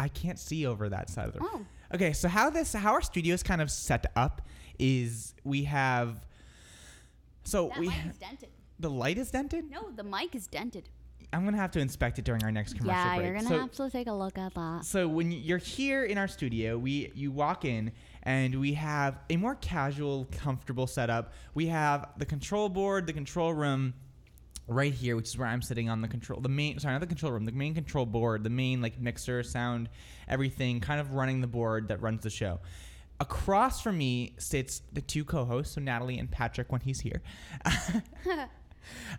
I can't see over that side of the room.
Oh.
Okay, so how this how our studio is kind of set up is we have so
That
we
mic is dented.
the light is dented.
No, the mic is dented.
I'm gonna have to inspect it during our next commercial
yeah,
break.
you're gonna
so,
have to take a look at that.
so when you're here in our studio, we you walk in and we have a more casual, comfortable setup. We have the control board, the control room right here, which is where I'm sitting on the control the main sorry, not the control room, the main control board, the main like mixer, sound, everything, kind of running the board that runs the show. Across from me sits the two co-hosts, so Natalie and Patrick when he's here. [laughs]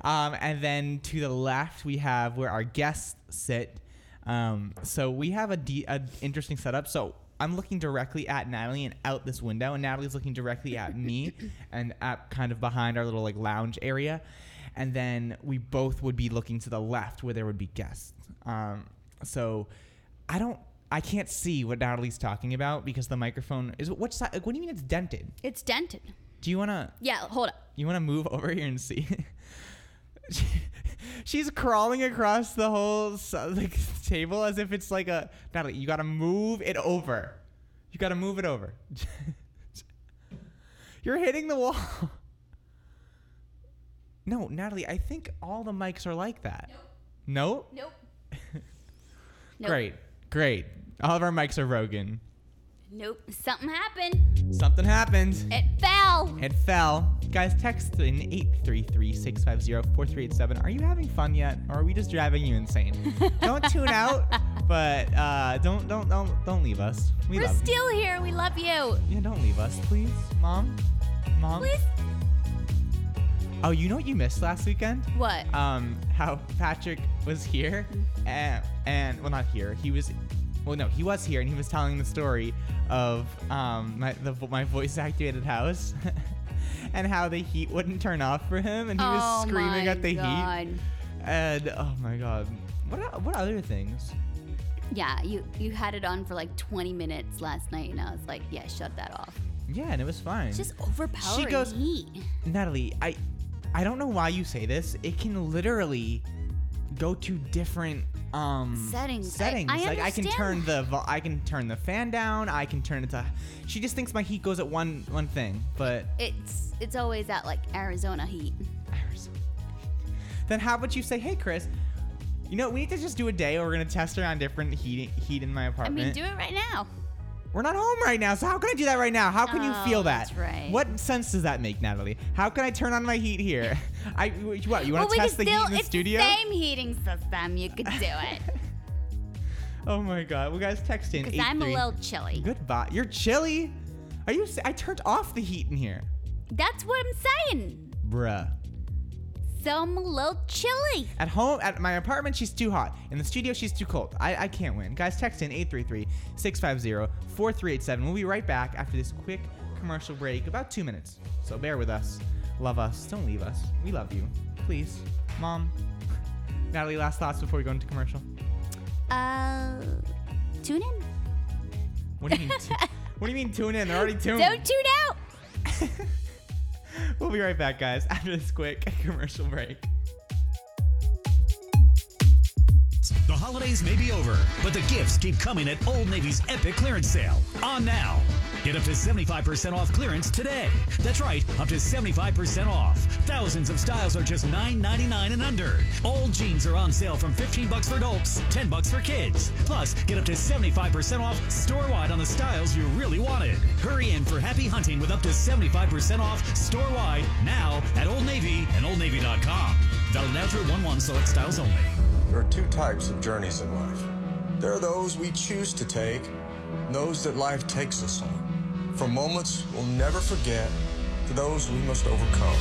Um, and then to the left, we have where our guests sit. Um, so we have a, de- a interesting setup. So I'm looking directly at Natalie and out this window, and Natalie's looking directly at me and up kind of behind our little like lounge area. And then we both would be looking to the left where there would be guests. Um, so I don't, I can't see what Natalie's talking about because the microphone is what side? Like, what do you mean it's dented?
It's dented.
Do you wanna?
Yeah, hold up.
You wanna move [laughs] over here and see? She's crawling across the whole s- like [laughs] table as if it's like a Natalie. You gotta move it over. You gotta move it over. [laughs] You're hitting the wall. [laughs] No, Natalie. I think all the mics are like that. Nope. [laughs]
Nope. Nope.
Great. Great. All of our mics are broken.
Nope. Something happened.
Something happened.
It fell.
It fell. Guys, text in 833 650 4387. Are you having fun yet? Or are we just driving you
[laughs]
insane? don't tune out, but uh, don't, don't, don't, don't leave us. We
We're
love you.
still here. We love you.
Yeah, don't leave us, please. Mom? Mom?
Please.
Oh, you know what you missed last weekend?
What?
Um, how Patrick was here
Mm-hmm.
and, and well, not here. He was, well, no, he was here and he was telling the story of um my the vo- my voice activated house. [laughs] And how the heat wouldn't turn off for him, and he was
Oh
screaming
my
at the
God.
heat. And oh my god, what o- what other things?
Yeah, you you had it on for like 20 minutes last night, and I was like, yeah, shut that off.
Yeah, and it was fine.
It's just overpowering
She goes,
heat.
Natalie, I, I don't know why you say this. It can literally go to different um
Settings. I-
Settings.
I
like I can turn
understand
the vo- I can turn the fan down. I can turn it to. She just thinks my heat goes at one one thing, but
It's it's always that like Arizona heat.
Arizona. then how about you say, hey, Chris. You know, we need to just do a day where we're gonna test her on different heat heat in my
I
apartment.
mean, do it right now.
We're not home right now, so how can I do that right now? How can you
Oh,
feel that?
that's right.
What sense does that make, Natalie? How can I turn on my heat here? [laughs] I what? You want
well,
to
we
test the
can
heat
still,
in the
it's
studio?
same heating system. You could do
[laughs]
it.
Oh my god! Well, guys, text in.
Because I'm a
83.
little chilly.
Goodbye. You're chilly. Are you? se- I turned off the heat in here,
That's what I'm saying.
bruh.
So I'm a little chilly.
At home, at my apartment, she's too hot. In the studio, she's too cold. I, I can't win. Guys, text in 833-650-4387. We'll be right back after this quick commercial break, about two minutes. So bear with us. Love us. Don't leave us. We love you. Please. Mom. Natalie, last thoughts before we go into commercial.
Uh, tune in.
What do you mean? tu- what do you mean tune in? They're already tuned.
Don't tune out.
We'll be right back, guys, after this quick [laughs] commercial break.
The holidays may be over, but the gifts keep coming at Old Navy's epic clearance sale. On now. Get up to 75% off clearance today. That's right, up to 75% off. Thousands of styles are just $9.99 and under. All jeans are on sale from 15 bucks for adults, 10 bucks for kids. Plus, get up to 75% off store-wide on the styles you really wanted. Hurry in for happy hunting with up to 75% off store-wide now at Old Navy and oldnavy.com. Valid now through 1-1 select styles only.
There are two types of journeys in life. There are those we choose to take, and those that life takes us on. From moments we'll never forget to those we must overcome.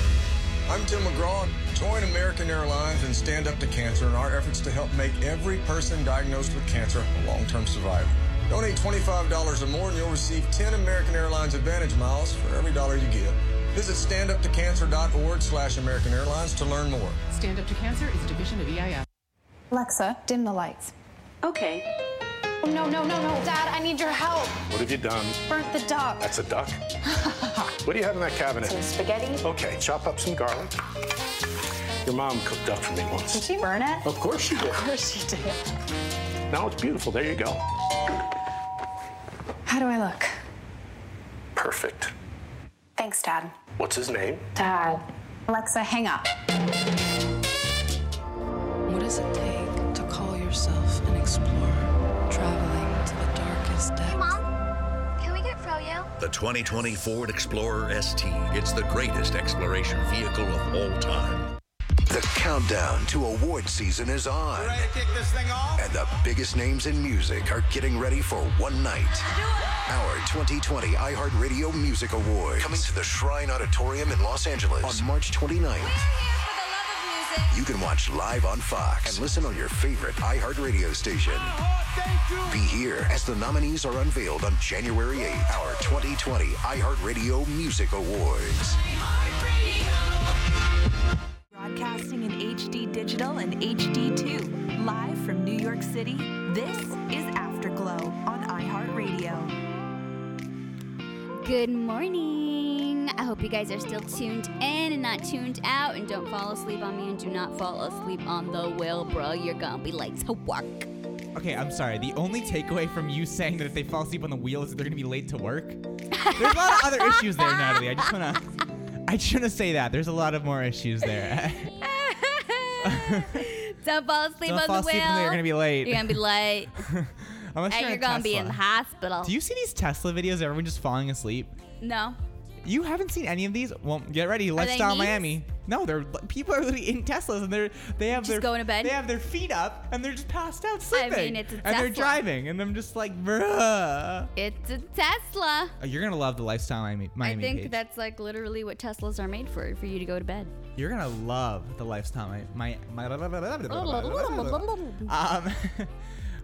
I'm Tim McGraw. Join American Airlines and Stand Up to Cancer in our efforts to help make every person diagnosed with cancer a long term survivor. Donate $25 or more and you'll receive 10 American Airlines Advantage miles for every dollar you give. Visit standuptocancer.org slash American Airlines to learn more.
Stand Up to Cancer is a division of EIF.
Alexa, dim the lights. Okay. Oh, no, no, no, no, Dad, I need your help.
What have you done?
Burnt the duck.
That's a duck. what do you have in that cabinet?
Some spaghetti.
Okay, chop up some garlic. Your mom cooked duck for me
Did
once.
she burn it?
Of course she did.
Of course she did.
Now it's beautiful. There you go.
How do I look?
Perfect.
Thanks, Dad.
What's his name?
Dad. Alexa, hang up.
What does it take to call yourself an explorer, traveling to the darkest depths?
Mom, can we get Froyo?
The 2020 Ford Explorer ST. It's the greatest exploration vehicle of all time.
The countdown to award season is on. And the biggest names in music are getting ready for one night. Our 2020 iHeartRadio Music Awards. Coming to the Shrine Auditorium in Los Angeles on March 29th. You can watch live on Fox and listen on your favorite iHeartRadio station. Be here as the nominees are unveiled on January 8, our 2020 iHeartRadio Music Awards.
Broadcasting in HD Digital and HD2. Live from New York City, this is Afterglow on iHeartRadio.
Good morning. I hope you guys are still tuned in and not tuned out. And don't fall asleep on me and do not fall asleep on the wheel, bro. You're gonna be late to
[laughs]
work. [laughs]
Okay, I'm sorry. The only takeaway from you saying that if they fall asleep on the wheel is that they're gonna be late to work. There's a lot of
[laughs]
other issues there, Natalie. I just wanna, I just wanna say that there's a lot of more issues there.
Don't fall
[laughs]
asleep
Don't
on
fall
the
asleep
wheel.
on the- you're gonna be late.
You're gonna be [laughs]
[laughs]
late. and
Unless you're, in a
you're gonna be in the
Tesla.
hospital.
Do you see these Tesla videos? Of everyone just falling asleep.
No.
You haven't seen any of these? Well, get ready.
they
Lifestyle
knees?
Miami. No, they're people are literally in Teslas and they're they have their
going to bed?
They have their feet up and they're just passed out
I
sleeping.
mean, it's a
and they're
Tesla.
driving and I'm just like, bruh.
It's a Tesla.
Oh, you're gonna love the Lifestyle Miami. Miami
I think
page.
that's like literally what Teslas are made for, for you to go to bed.
you're gonna love the Lifestyle Miami. My, my, [laughs] um,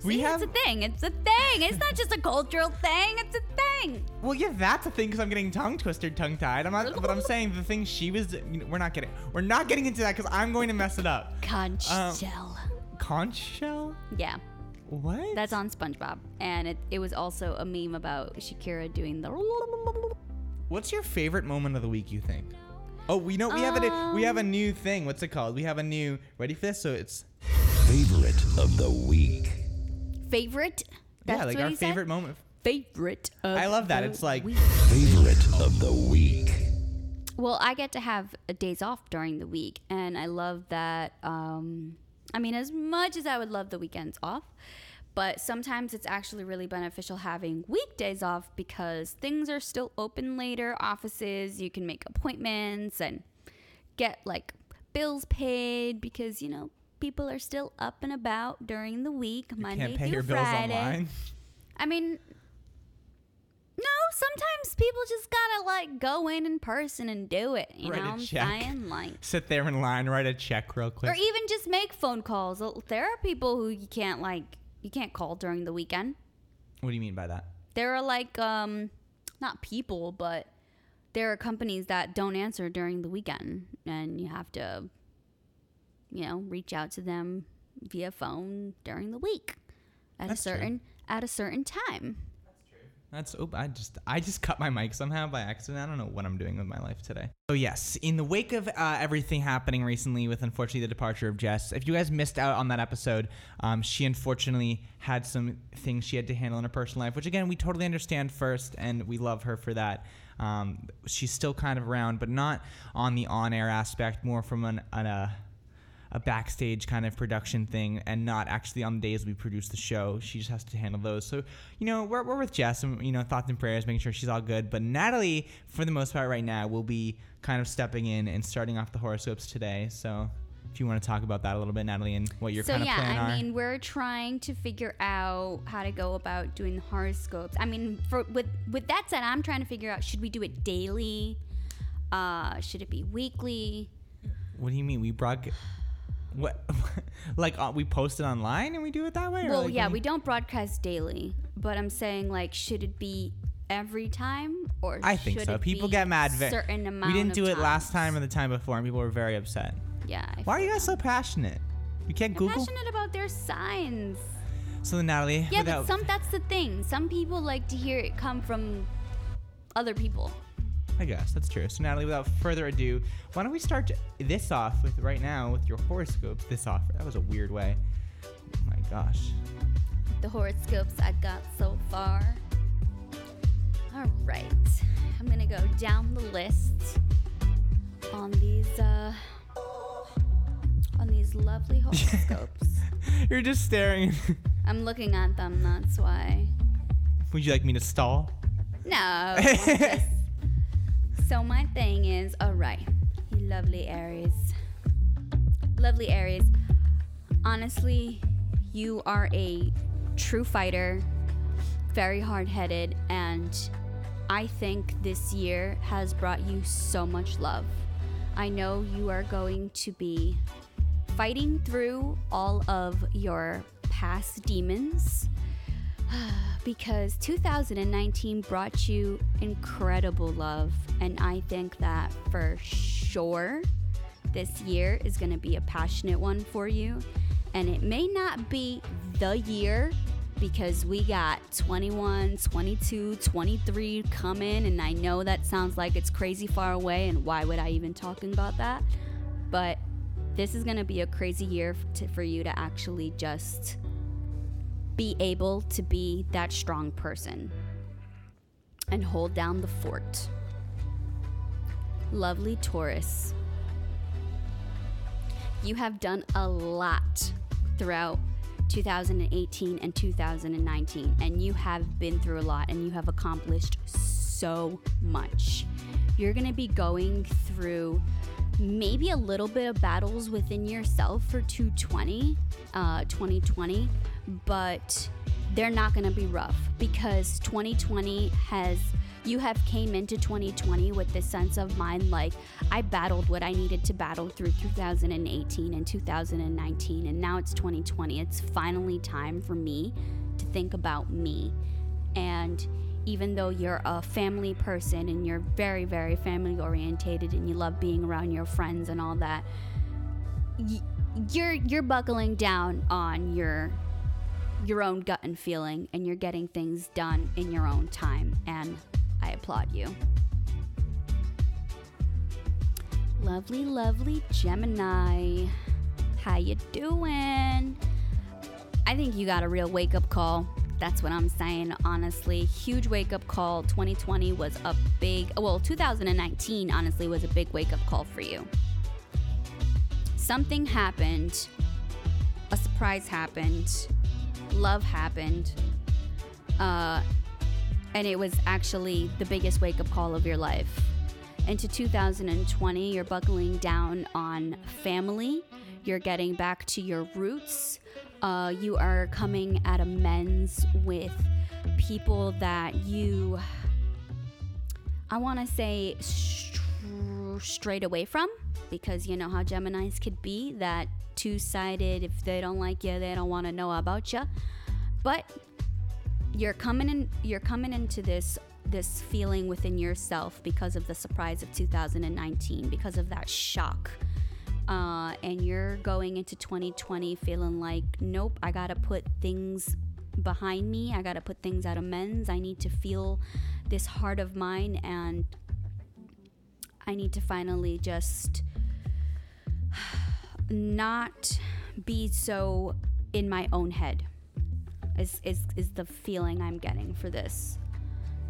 we
See,
have
it's a thing. It's a thing. It's not just a cultural thing. It's a thing.
well, yeah, that's a thing because I'm getting tongue twisted, tongue tied. I'm not, but I'm saying the thing she was. We're not getting. We're not getting into that because I'm going to mess it up.
Conch
Um,
shell.
Conch shell.
Yeah.
What?
That's on SpongeBob, and it, it was also a meme about Shakira doing the.
What's your favorite moment of the week? You think? Oh, we know we have a we have
Um,
a new thing. What's it called? We have a new. Ready for this? So it's
Favorite of the week.
Favorite. That's
yeah, like
what
our
he said?
favorite moment.
Favorite. Of
I love that. It's like
Favorite of the week.
Well, I get to have uh, days off during the week, and I love that. Um, I mean, as much as I would love the weekends off, but sometimes it's actually really beneficial having weekdays off because things are still open later, offices, you can make appointments and get like bills paid because, you know, people are still up and about during the week, Monday
can't pay
through
your bills
Friday.
online.
I mean, no, sometimes people just gotta like go in in person and do it. You
Write
know,
a
I'm
check.
saying
[laughs]
like,
Sit there in line, write a check real quick.
or e- even just make phone calls. L- There are people who you can't like, you can't call during the weekend.
what do you mean by that?
There are like, um, not people, but there are companies that don't answer during the weekend, and you have to, you know, reach out to them via phone during the week at
That's
a
true.
certain at a certain time.
That's oh, I just I just cut my mic somehow by accident. I don't know what I'm doing with my life today. So yes, in the wake of uh, everything happening recently with unfortunately the departure of Jess, if you guys missed out on that episode, um, she unfortunately had some things she had to handle in her personal life, which again we totally understand first, and we love her for that. Um, she's still kind of around, but not on the on-air aspect, more from an, an uh, a backstage kind of production thing and not actually on the days we produce the show. She just has to handle those. So, you know, we're, we're with Jess and, you know, thoughts and prayers, making sure she's all good. But Natalie, for the most part right now, will be kind of stepping in and starting off the horoscopes today. So if you want to talk about that a little bit, Natalie, and what your
so
kind of
yeah,
plan
I
are.
mean, we're trying to figure out how to go about doing the horoscopes. I mean, for with with that said, I'm trying to figure out should we do it daily? Uh, should it be weekly?
what do you mean? We broad... What? [laughs] like, uh, we post it online and we do it that way? Or,
Well,
like,
yeah,
what
we
do
don't broadcast daily, but I'm saying like, should it be every time or
you- I think
should
so.
it
People
be
get mad. ve-
Certain amount.
we didn't
of
do it
time?
last time or the time before, and people were very upset.
Yeah. I
Why are you guys so passionate? You can't
feel
Google.
passionate about their signs.
So then Natalie,
Yeah, but
without,
some that's the thing. Some people like to hear it come from other people.
I guess that's true. So Natalie, without further ado, why don't we start this off with right now with your horoscopes? This off that was a weird way. Oh my gosh.
the horoscopes I got so far. All right, I'm gonna go down the list on these uh, on these lovely horoscopes.
[laughs] You're just staring. [laughs]
I'm looking at them. That's why.
Would you like me to stall?
No. I'm just- so my thing is, all right, you lovely Aries. Lovely Aries. Honestly, you are a true fighter, very hard headed, and I think this year has brought you so much love. I know you are going to be fighting through all of your past demons because 2019 brought you incredible love. And I think that for sure this year is going to be a passionate one for you. And it may not be the year because we got 21, 22, 23 coming. And I know that sounds like it's crazy far away. And why would I even talking about that? But this is going to be a crazy year f- to, for you to actually just be able to be that strong person and hold down the fort. Lovely Taurus, you have done a lot throughout 2018 and 2019, and you have been through a lot and you have accomplished so much. You're gonna be going through maybe a little bit of battles within yourself for 220, uh, 2020, but they're not going to be rough because 2020 has you have came into 2020 with this sense of mind like I battled what I needed to battle through 2018 and 2019 and now it's 2020. It's finally time for me to think about me. And even though you're a family person and you're very very family orientated and you love being around your friends and all that, y- you're you're buckling down on your your own gut and feeling and you're getting things done in your own time and i applaud you lovely lovely gemini how you doing i think you got a real wake-up call that's what i'm saying honestly huge wake-up call 2020 was a big well 2019 honestly was a big wake-up call for you something happened a surprise happened love happened uh, and it was actually the biggest wake-up call of your life into 2020 you're buckling down on family you're getting back to your roots uh, you are coming at amends with people that you I want to say str- straight away from because you know how Geminis could be that two sided. If they don't like you, they don't want to know about you. But you're coming in. You're coming into this this feeling within yourself because of the surprise of 2019, because of that shock. Uh, and you're going into 2020 feeling like, nope, I gotta put things behind me. I gotta put things out of men's. I need to feel this heart of mine and I need to finally just [sighs] not be so in my own head is, is, is the feeling I'm getting for this.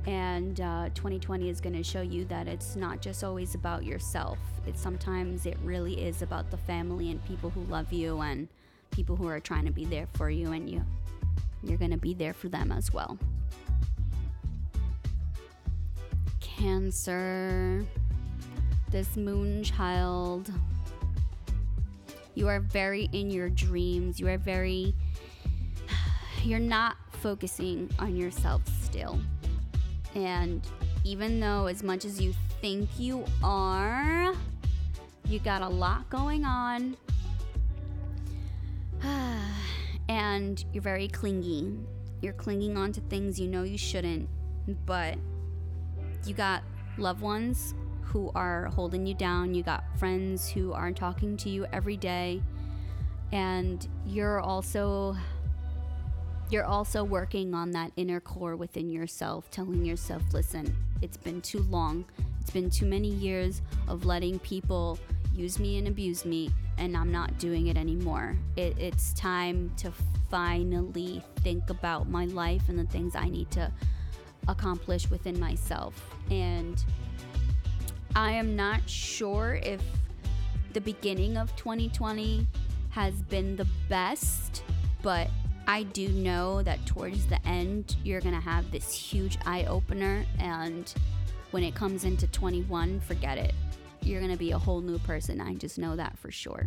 And uh, 2020 is going to show you that it's not just always about yourself. It's sometimes it really is about the family and people who love you and people who are trying to be there for you, and you you're going to be there for them as well. Cancer, this moon child. You are very in your dreams. You are very, you're not focusing on yourself still. And even though, as much as you think you are, you got a lot going on. [sighs] and you're very clingy. You're clinging on to things you know you shouldn't, but you got loved ones who are holding you down, you got friends who are talking to you every day, and you're also you're also working on that inner core within yourself, telling yourself, "Listen, it's been too long. It's been too many years of letting people use me and abuse me, and I'm not doing it anymore. It, it's time to finally think about my life and the things I need to accomplish within myself. And I am not sure if the beginning of 2020 has been the best, but I do know that towards the end, you're going to have this huge eye opener. And when it comes into 21, forget it. You're going to be a whole new person. I just know that for sure.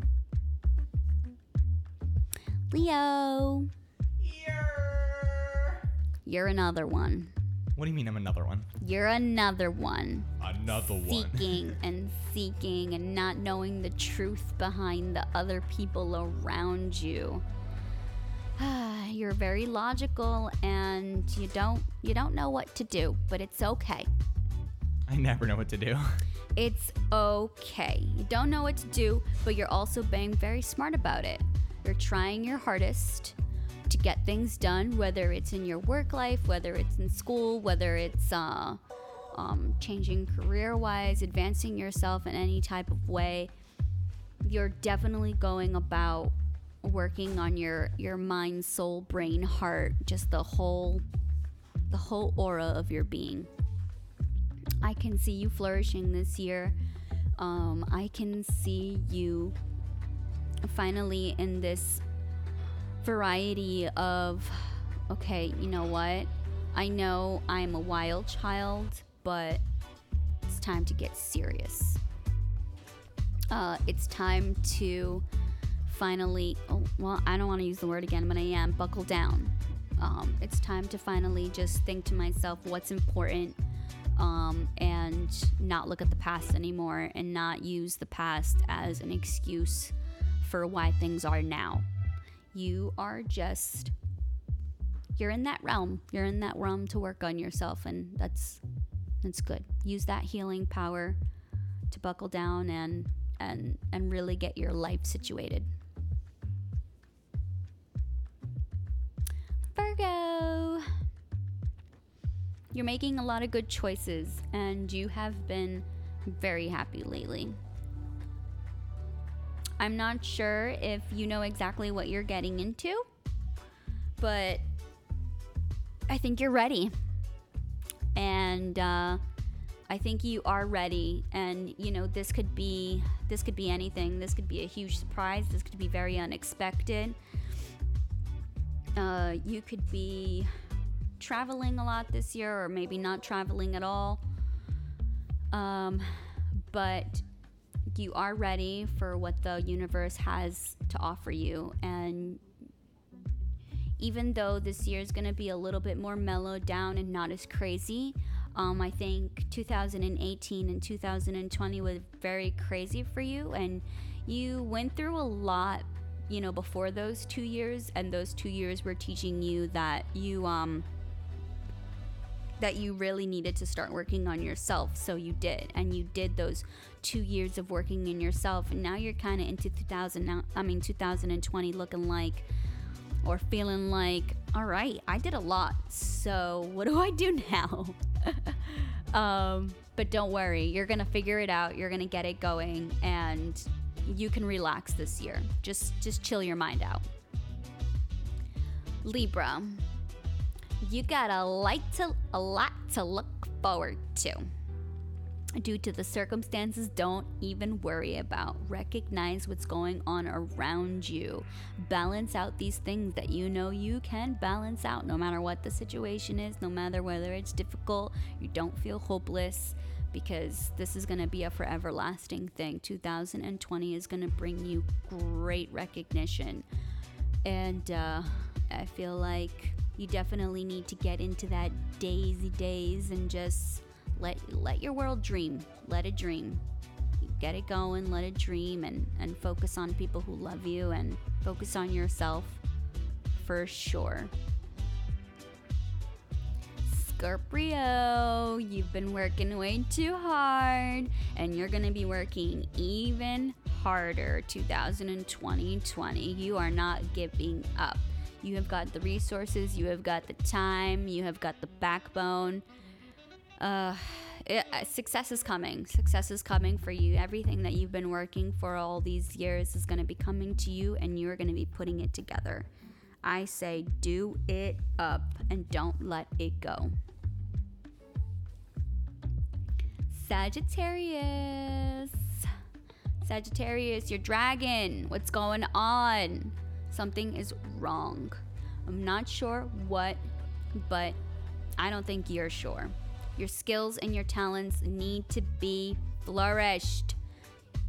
Leo. You're another one.
What do you mean I'm another one?
You're another one.
Another [laughs]
Seeking and seeking and not knowing the truth behind the other people around you. [sighs] You're very logical and you don't you don't know what to do, but it's okay.
I never know what to do. [laughs]
It's okay. You don't know what to do, but you're also being very smart about it. You're trying your hardest to get things done, whether it's in your work life, whether it's in school, whether it's uh, um, changing career wise, advancing yourself in any type of way. You're definitely going about working on your your mind, soul, brain, heart, just the whole the whole aura of your being. I can see you flourishing this year. Um, I can see you finally in this variety of okay, you know what? I know I'm a wild child, but it's time to get serious. Uh, it's time to finally, oh, well, I don't want to use the word again, but I am, buckle down. Um, it's time to finally just think to myself what's important um, and not look at the past anymore and not use the past as an excuse for why things are now. You are just, you're in that realm. You're in that realm to work on yourself, and that's that's good. Use that healing power to buckle down and and and really get your life situated. Virgo. You're making a lot of good choices, and you have been very happy lately. I'm not sure if you know exactly what you're getting into, but I think you're ready. And uh, I think you are ready. And you know, this could be this could be anything. This could be a huge surprise. This could be very unexpected. Uh, you could be traveling a lot this year, or maybe not traveling at all. Um, but you are ready for what the universe has to offer you. And even though this year is going to be a little bit more mellowed down and not as crazy, um, I think 2018 and 2020 was very crazy for you. And you went through a lot, you know, before those two years. And those two years were teaching you that you, um, that you really needed to start working on yourself. So you did, and you did those two years of working in yourself. And now you're kind of into 2000. Now, I mean 2020, looking like or feeling like, all right, I did a lot. So what [laughs] do I do now? um, but don't worry, you're gonna figure it out. You're gonna get it going, and you can relax this year. Just just chill your mind out. Libra, you got a light to a lot to look forward to. Due to the circumstances, don't even worry about. Recognize what's going on around you. Balance out these things that you know you can balance out no matter what the situation is, no matter whether it's difficult, you don't feel hopeless because this is going to be a forever lasting thing. 2020 is going to bring you great recognition. And uh, I feel like you definitely need to get into that daisy days and just let let your world dream. Let it dream. Get it going, let it dream and, and focus on people who love you and focus on yourself for sure. Scorpio, you've been working way too hard and you're going to be working even harder 2020 20. You are not giving up. You have got the resources, you have got the time, you have got the backbone. Uh, it, uh, success is coming. Success is coming for you. Everything that you've been working for all these years is going to be coming to you, and you're going to be putting it together. I say, do it up and don't let it go. Sagittarius. Sagittarius, your dragon. What's going on? Something is wrong. I'm not sure what, but I don't think you're sure. Your skills and your talents need to be flourished.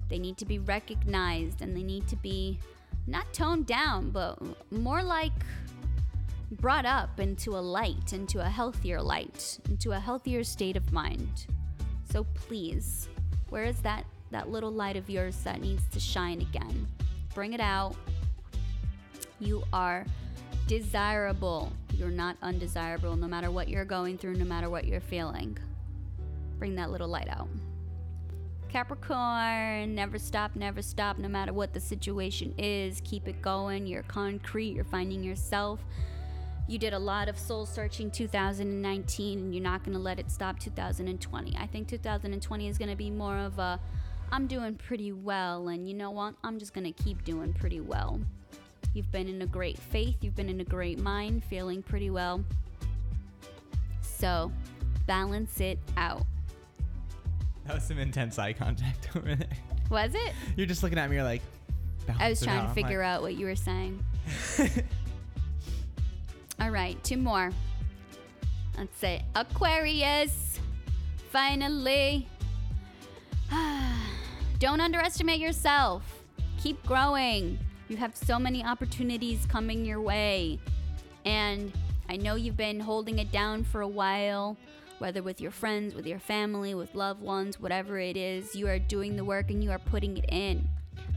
They need to be recognized and they need to be not toned down, but more like brought up into a light, into a healthier light, into a healthier state of mind. So please, where is that that little light of yours that needs to shine again? Bring it out. You are desirable. You're not undesirable no matter what you're going through, no matter what you're feeling. Bring that little light out. Capricorn, never stop, never stop, no matter what the situation is. Keep it going. You're concrete, you're finding yourself. You did a lot of soul searching 2019, and you're not going to let it stop 2020. I think 2020 is going to be more of a I'm doing pretty well, and you know what? I'm just going to keep doing pretty well. You've been in a great faith, you've been in a great mind, feeling pretty well. So balance it out.
That was some intense eye contact [laughs] over there.
Was it?
You're just looking at me. You're like,
I was
"Balance it
trying
out."
to
I'm
figure
like,
out what you were
[laughs]
saying. All right, two more. Let's say Aquarius. Finally. [sighs] Don't underestimate yourself. Keep growing. You have so many opportunities coming your way. And I know you've been holding it down for a while, whether with your friends, with your family, with loved ones, whatever it is, you are doing the work and you are putting it in.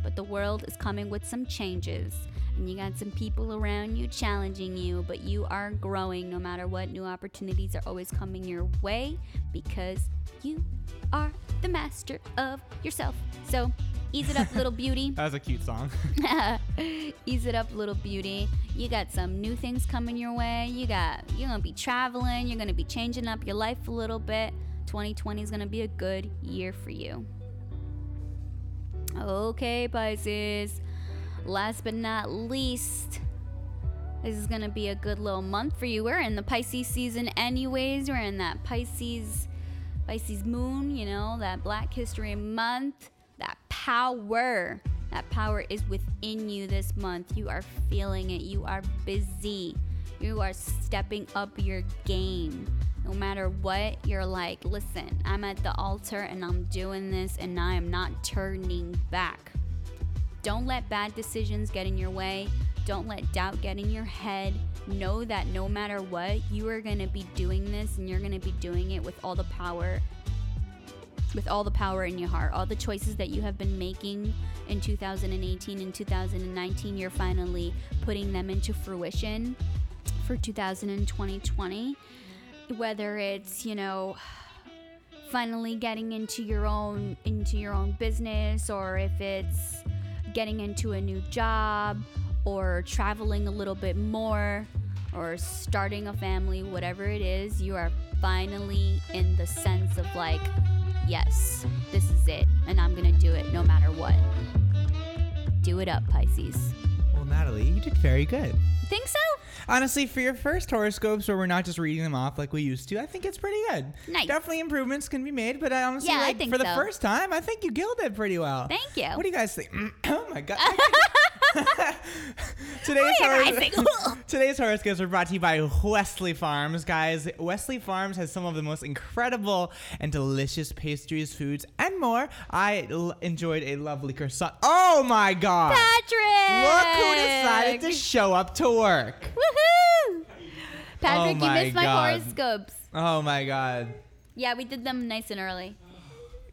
But the world is coming with some changes, and you got some people around you challenging you, but you are growing no matter what. New opportunities are always coming your way because you are the master of yourself. So, ease it up, little beauty.
That was a
[laughs]
cute song.
Ease it up, little beauty. You got some new things coming your way. You got you're gonna be traveling. You're gonna be changing up your life a little bit. 2020 is gonna be a good year for you. Okay, Pisces. Last but not least, this is gonna be a good little month for you. We're in the Pisces season, anyways. We're in that Pisces, Pisces moon. You know that Black History Month. That power, that power is within you this month. You are feeling it. You are busy. You are stepping up your game. No matter what, you're like, listen, I'm at the altar and I'm doing this and I am not turning back. Don't let bad decisions get in your way. Don't let doubt get in your head. Know that no matter what, you are going to be doing this and you're going to be doing it with all the power with all the power in your heart. All the choices that you have been making in 2018 and 2019, you're finally putting them into fruition for 2020. Whether it's, you know, finally getting into your own into your own business or if it's getting into a new job or traveling a little bit more or starting a family whatever it is you are finally in the sense of like yes this is it and i'm gonna do it no matter what do it up pisces
Well, Natalie, you did very good.
think so
Honestly, for your first horoscopes where we're not just reading them off like we used to, I think it's pretty good.
Nice.
Definitely improvements can be made, but I honestly,
Yeah, I
like,
think
for the
so.
first time, I think you killed it pretty well.
Thank you.
What do you guys think? [clears throat] oh
[laughs]
my god. [laughs] today's,
What do you [laughs]
horos-
guys
today's horoscopes are brought to you by Wesley Farms, guys. Wesley Farms has some of the most incredible and delicious pastries, foods, and more. I l- enjoyed a lovely croissant. Oh my god. Look who decided to show up to work.
Woohoo!
Oh
Patrick, you
my
missed my
God.
horoscopes.
Oh my God.
Yeah, we did them nice and early.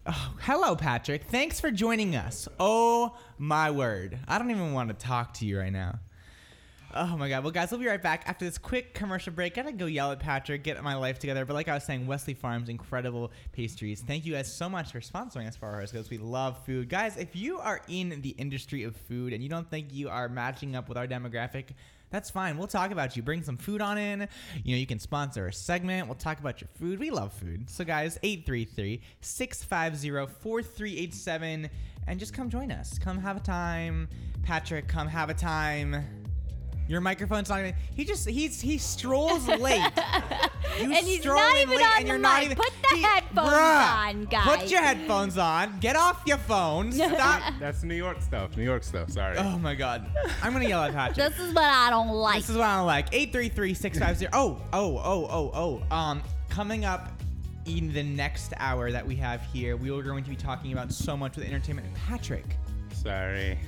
Hello, Patrick. Thanks for joining us. Oh my word. I don't even want to talk to you right now. Oh my God. Well, guys, we'll be right back after this quick commercial break. Gotta go yell at Patrick, get my life together. But like I was saying, Wesley Farms, incredible pastries. Thank you guys so much for sponsoring us for our horoscopes. We love food. Guys, if you are in the industry of food and you don't think you are matching up with our demographic, that's fine. We'll talk about you. Bring some food on in. You know, you can sponsor a segment. We'll talk about your food. We love food. So, guys, 833 650 4387. And just come join us. Come have a time. Patrick, come have a time. Your microphone's not even. He just he's
[laughs]
he strolls late. You
and he's
stroll
not
in
even
late
on
and
the
you're
mic.
not even-
Put the headphones
Bruh,
on, guys.
Put your headphones on. Get off your
[laughs]
phone. Stop.
That's New York stuff. New York stuff. Sorry.
Oh my God. I'm gonna yell at Patrick.
This is what I don't like.
This is what I don't like. 833-650. Oh, oh, oh, oh, oh. Um, coming up in the next hour that we have here, we are going to be talking about so much with entertainment. Patrick.
Sorry.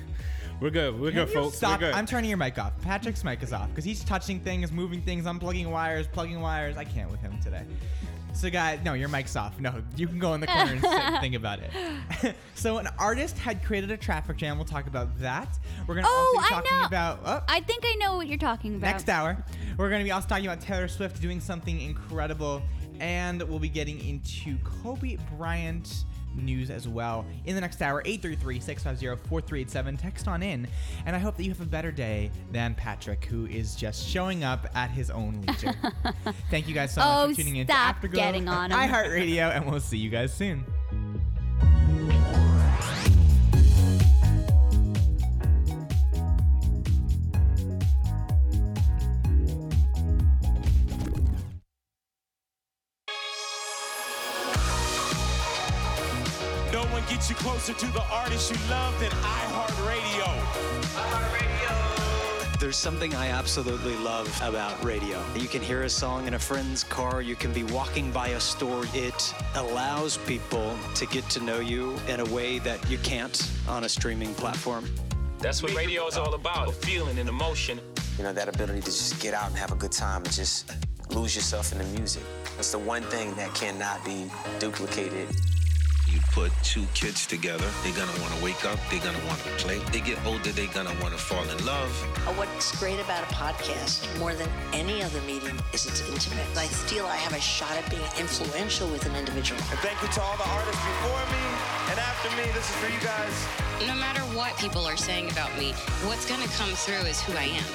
We're good. We're
Can
good,
you
folks.
Stop.
We're good.
I'm turning your mic off. Patrick's mic is off because he's touching things, moving things, unplugging wires, plugging wires. I can't with him today. So, guys, no, your mic's off. No, you can go in the corner and sit and think about it. [laughs] so, an artist had created a traffic jam. We'll talk about that. We're going to
Oh,
also be
I
talking
know.
about. Oh,
I think I know what you're talking about.
Next hour, we're going to be also talking about Taylor Swift doing something incredible, and we'll be getting into Kobe Bryant news as well in the next hour 833-650-4387 text on in and i hope that you have a better day than patrick who is just showing up at his own
[laughs]
leisure thank you guys so much
Oh,
for tuning in to
stop
afterglow
getting
[laughs]
on him.
iheartradio and we'll see you guys soon
No one gets you closer to the artist you love than iHeartRadio. iHeartRadio.
There's something I absolutely love about radio. You can hear a song in a friend's car, you can be walking by a store. It allows people to get to know you in a way that you can't on a streaming platform.
That's what radio is all about feeling and emotion.
You know, that ability to just get out and have a good time and just lose yourself in the music. That's the one thing that cannot be duplicated.
You put two kids together, they're gonna wanna wake up, they're gonna wanna play. They get older, they're gonna wanna fall in love.
Uh, What's great about a podcast more than any other medium is it's intimate. I feel I have a shot at being influential with an individual.
And thank you to all the artists before me and after me. This is for you guys.
No matter what people are saying about me, what's going to come through is who I am.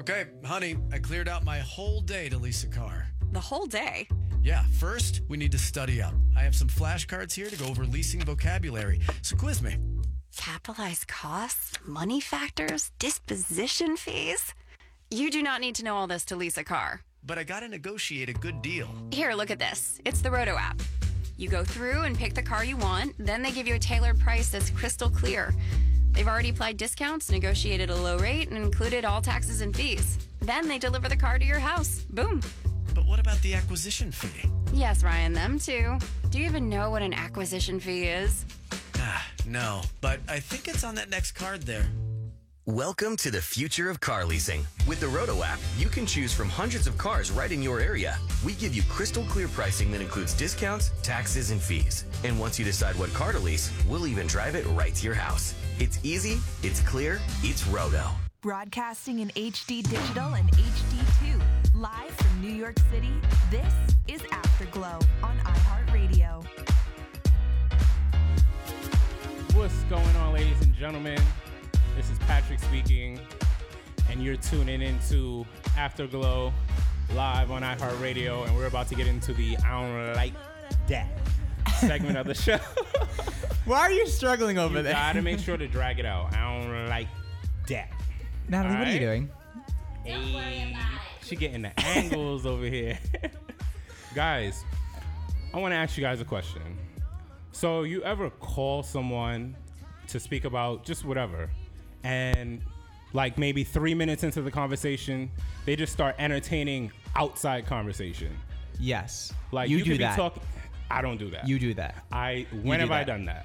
Okay, honey, I cleared out my whole day to lease a car.
The whole day.
Yeah, first, we need to study up. I have some flashcards here to go over leasing vocabulary. So quiz me.
Capitalized costs, money factors, disposition fees. You do not need to know all this to lease a car.
But I gotta negotiate a good deal.
Here, look at this. It's the Roto app. You go through and pick the car you want, then they give you a tailored price that's crystal clear. They've already applied discounts, negotiated a low rate, and included all taxes and fees. Then they deliver the car to your house. Boom.
But what about the acquisition fee?
Yes, Ryan, them too. Do you even know what an acquisition fee is?
Ah, no, but I think it's on that next card there.
Welcome to the future of car leasing. With the Roto app, you can choose from hundreds of cars right in your area. We give you crystal clear pricing that includes discounts, taxes, and fees. And once you decide what car to lease, we'll even drive it right to your house. It's easy, it's clear, it's Roto.
Broadcasting in HD Digital and HD2. Live from New York City, this is Afterglow on iHeartRadio.
What's going on, ladies and gentlemen? This is Patrick speaking, and you're tuning into Afterglow live on iHeartRadio, and we're about to get into the I don't like that segment of
[laughs]
the show.
Why are you struggling over
you
there?
Gotta make sure to drag it out. I don't like that.
[laughs] natalie what are you
Alright?
doing
Hey, she getting the angles over here. [laughs] guys, I want to ask you guys a question. So, you ever call someone to speak about just whatever, and like maybe three minutes into the conversation, they just start entertaining outside conversation?
Yes.
Like
You
you,
do
could
that.
be talking. I don't do that.
You do that.
I
You
when
do
have I
that.
done that?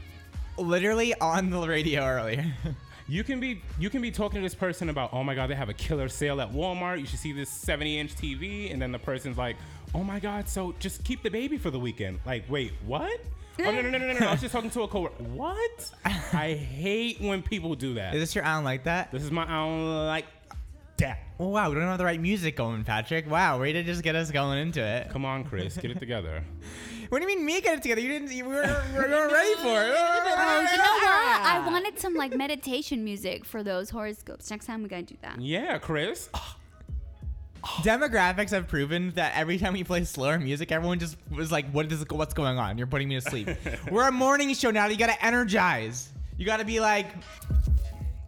literally on the radio earlier. [laughs]
You can be you can be talking to this person about oh my god they have a killer sale at Walmart you should see this 70 inch TV and then the person's like oh my god so just keep the baby for the weekend like wait what oh no no no no no I was just talking to a coworker
[laughs]
what I hate when people do that
Is this your I don't like that?
This is my I don't like that.
Oh, wow, we don't have the right music going, Patrick. Wow, way to just get us going into it.
Come on, Chris, get it
[laughs]
together.
what do you mean me get it together? You didn't. You, we were,
[laughs]
we were ready for it.
Oh, you know what? I wanted some like meditation music for those horoscopes. Next time we gotta do that.
yeah, Chris.
Demographics have proven that every time we play slower music, everyone just was like, "What is what's going on? You're putting me
[laughs]
to sleep." We're a morning show now. You gotta energize. You gotta be like,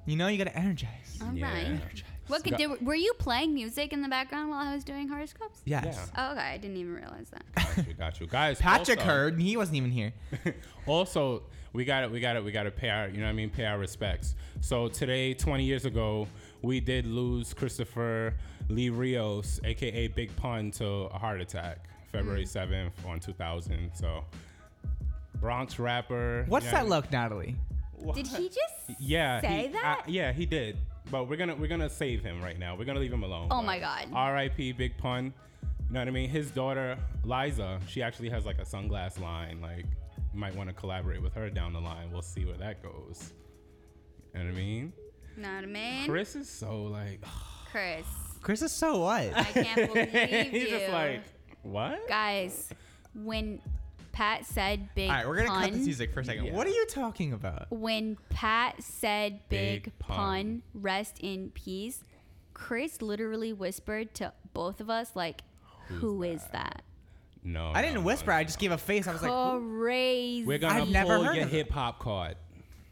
you know, you gotta energize.
All right. What could, did, were you playing music in the background while I was doing horoscopes?
Yes.
Oh, okay. I didn't even realize
[laughs]
that.
Got you, got you. guys.
Patrick
also-
heard, and he wasn't even here.
[laughs] also, we got it. We got it. We got to pay our, you know, what I mean, pay our respects. So today, 20 years ago, we did lose Christopher Lee Rios, aka Big Pun, to a heart attack.
Hmm.
February 7th on 2000. So, Bronx rapper.
What's
yeah.
that look, Natalie?
Did he just
Yeah.
say
he- I-
that?
yeah, he did. But we're gonna we're gonna save him right now. We're gonna leave him alone.
Oh
But
my God.
R.I.P. Big Pun. You know what I mean? His daughter Liza, she actually has like a sunglass line. Like, you might want to collaborate with her down the line. We'll see where that goes. You know what I mean?
Know what I mean?
Chris is so like. [laughs]
Chris.
Chris is so what?
I can't believe
[laughs] He's just
you.
like, what?
Guys, when Pat said big
All right, we're gonna cut
pun-
this music for a second.
Yeah.
What are you talking about?
When Pat said big,
Big
pun, rest in peace, Chris literally whispered to both of us, like,
Who's
who is that?
No.
I didn't whisper. I just gave a face. I was like, who-
Crazy.
We're gonna
I've never
pull
heard
your
of it.
hip hop card.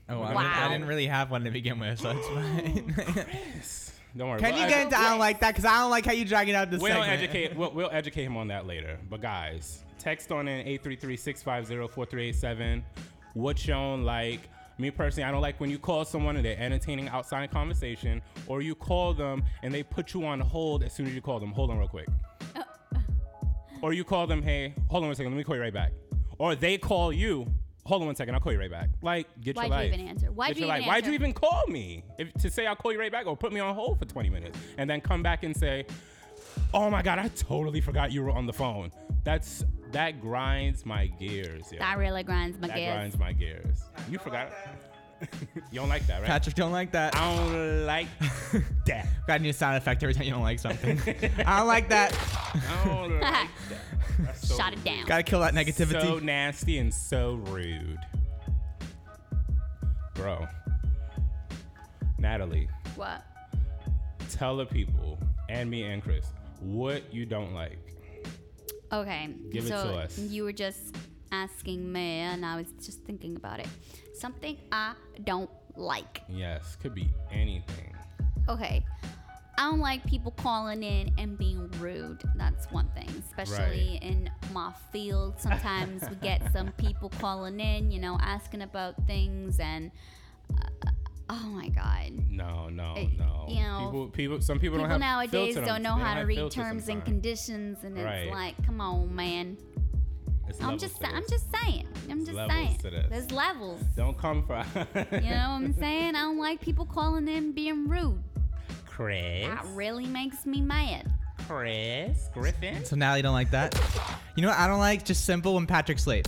Oh, I,
We're
mean,
gonna-
I didn't really have one to begin with, so
[gasps]
it's fine.
Don't worry.
Can
we'll
you
edu-
get into I don't like that? Because I don't like how you drag it out this
We'll
segment.
educate. We'll, we'll educate him on that later. But guys, text on in 833-650-4387. What y'all like? Me personally, I don't like when you call someone and they're entertaining outside conversation, or you call them and they put you on hold as soon as you call them. Hold on, real quick.
Uh.
or you call them, hey, hold on one second, let me call you right back. Or they call you, hold on one second, I'll call you right back. Like, get
Why'd
your
you
life.
even answer? Why'd
Get
you
your
even
life. Why'd you
answer?
even call me if, to say I'll call you right back or put me on hold for 20 minutes and then come back and say, oh my God, I totally forgot you were on the phone. That's that grinds my gears. yo.
That really grinds my
That
gears.
grinds my gears. You forgot. [laughs] you don't like that, right?
Patrick, don't like that. [laughs]
I don't like that.
Got a new sound effect every time you don't like [laughs] something. I don't like that.
[laughs]
I don't like that. That's so
Shot it down.
Gotta kill that negativity.
So nasty and so rude. Bro. Natalie,
What?
tell the people and me and Chris what you don't like.
Okay.
Give it
so
to us.
You were just asking me, and I was just thinking about it. Something I don't like.
Yes, could be anything.
Okay. I don't like people calling in and being rude. That's one thing, especially in my field. Sometimes we
[laughs]
get some people calling in, you know, asking about things, and uh, oh my God.
No, no,
It-
no.
Eh, you know,
people, people, some people,
People
don't have
nowadays
filter them.
don't know
They
how to
have
read
filter
terms and
sometimes.
conditions, and
Right.
it's like, come on, man.
It's
I'm
levels
just,
to
I'm
this.
just saying. I'm
It's
just
levels
saying.
to this.
There's levels.
Don't come for.
[laughs]
[laughs]
You know what I'm saying? I don't like people calling in being rude.
Chris.
That really makes me mad.
Chris
[laughs]
Griffin. [laughs]
So now you don't like that. You know what I don't like? Just simple when Patrick's late.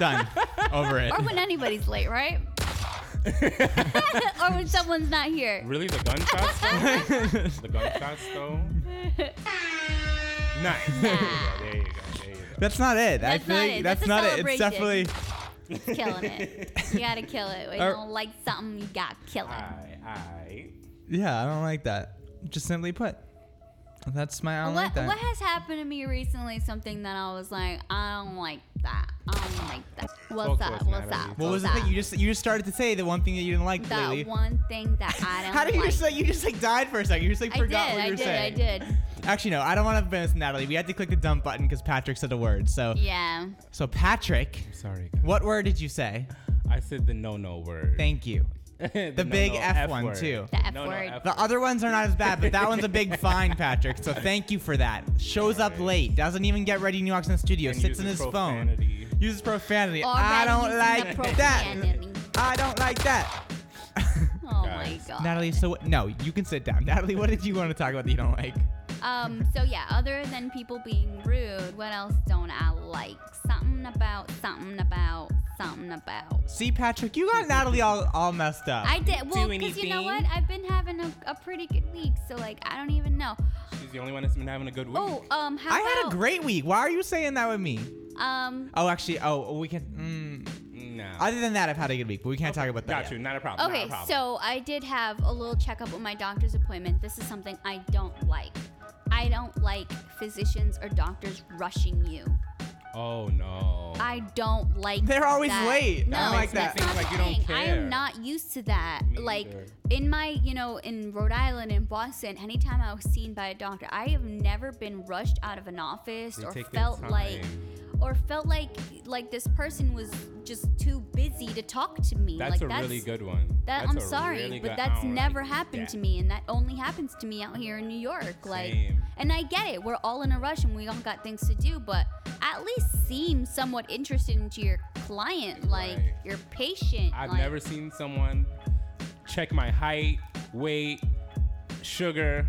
Done. [laughs] Over it.
Or when anybody's late, right? [laughs] or when someone's not here.
Really, the gunshots?
[laughs]
though? the gunshots, though. Nice. Ah. Yeah, there you go. There you go.
That's not it. I
That's
feel
not
like
it.
that's,
That's a
not it. It's
celebration.
definitely
Killing it. You gotta kill it. When you
Or-
don't like something, you gotta kill it.
[laughs] I.
Yeah, I don't like that. Just simply put. That's my I don't
what,
like that.
what has happened to me recently? Something that I was like, I don't like that. I don't like that. What's up? What's up?
What was the thing you just you just started to say the one thing that you didn't like
That
lately?
one thing
[laughs]
that I don't
How did you
like.
just like you just like died for a second? You just like
I did.
forgot what
I
you were
did.
saying.
I did.
Actually, no, I don't want to miss Natalie. We had to click the dump button because Patrick said a word. So
Yeah.
So Patrick,
sorry.
What word did you say?
I said the no-no word. [laughs]
Thank you. the,
no,
big
no,
F,
F
one
word.
too.
The F No, no, word. F
The other ones are not as bad, but that one's a big fine, Patrick. So thank you for that. Shows up late, doesn't even get ready. New walks in the studio, sits in his phone, uses profanity. I
Already
don't
using
like
the
that. I don't like that.
Oh my god.
Natalie, so what- no, you can sit down. Natalie, what did you want to talk about that you don't like?
Um, so yeah, other than people being rude, what else don't I like? Something about, something about, something about.
See, Patrick, you got Natalie all, all messed up.
I did well because you know what? I've been having a, a pretty good week, so like I don't even know.
She's the only one that's been having a good week.
Oh, um, how
I had a
about
great week. Why are you saying that with me?
um?
Oh, actually, oh, we can.
Mm.
Other than that, I've had a good week, but we can't talk about that.
Got you. Not a problem.
Okay, so I did have a little checkup with my doctor's appointment. This is something I don't like. I don't like physicians or doctors rushing you.
Oh no.
I don't like.
They're always
that.
late. I
No,
don't like
that's
that.
not
Like,
the
you don't
thing. I am
care.
not used to that. like
either.
in my, you know, in Rhode Island in Boston, anytime I was seen by a doctor, I have never been rushed out of an office
They
or
take their
felt like,
time.
or felt like like this person was just too busy to talk to me. like
That's a really good one.
That
That's
I'm
a
sorry,
really
but
good- I
that's
don't
never
like
happened
that.
to me, and that only happens to me out here in New York. Like,
Same.
and I get it. We're all in a rush and we all got things to do, but at least seem somewhat interested into your client. Like,
Right.
you're patient.
I've
like,
never seen someone check my height, weight, sugar,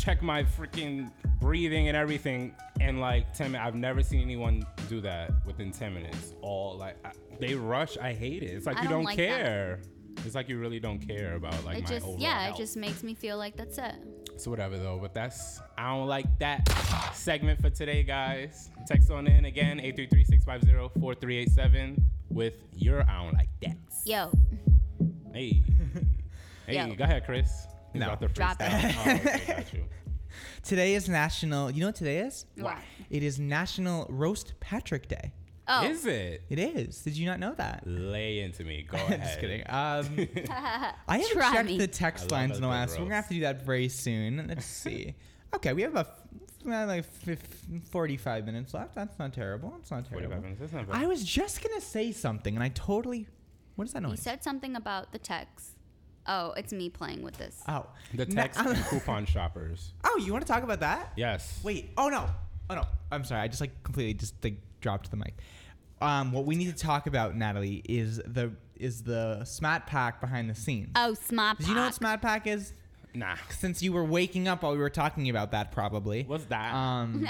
check my freaking breathing and everything in like 10 minutes. I've never seen anyone do that within 10 minutes. All like I, they rush. I hate it. It's like
I
you
don't
don't,
like that.
care. It's like you really don't care about like
it
my
just
overall
yeah,
health.
it just makes me feel like that's it.
So whatever though, but that's I don't like that segment for today, guys. Text on in again 833-650-4387 with your I don't like that.
Yo,
[laughs]
Hey. Hey,
Yo.
go ahead, Chris. He's
No.
about to
Drop it.
freestyle. Oh, okay, got
[laughs]
you.
Today is national. You know what today is?
What?
It is National Roast Patrick Day.
Oh.
Is it?
It is. Did you not know that?
Lay into me.
[laughs]
Go
Just
ahead.
kidding.
[laughs]
Um, I haven't
Try
checked
me.
the
I
text
love
lines in a
a
while,
good
so we're gonna have to do that very soon.
[laughs]
Let's see. Okay, we have about f- uh, like fif- 45 minutes left. That's not terrible. It's not
45
terrible.
minutes, that's not bad.
I was just gonna say something, and I totally. What is that
you
noise?
said something about the text. Oh, it's me playing with this.
Oh,
The
Nah, [laughs]
text and coupon shoppers.
oh, you want to talk about that?
Yes.
Wait. Oh no. Oh no. I'm sorry. I just like completely just like dropped the mic. Um, what we need to talk about, Natalie, is the is the smat pack behind the scenes.
Oh, smart.
Do you know what smat pack is?
Nah.
Since you were waking up while we were talking about that, probably.
What's that?
Um,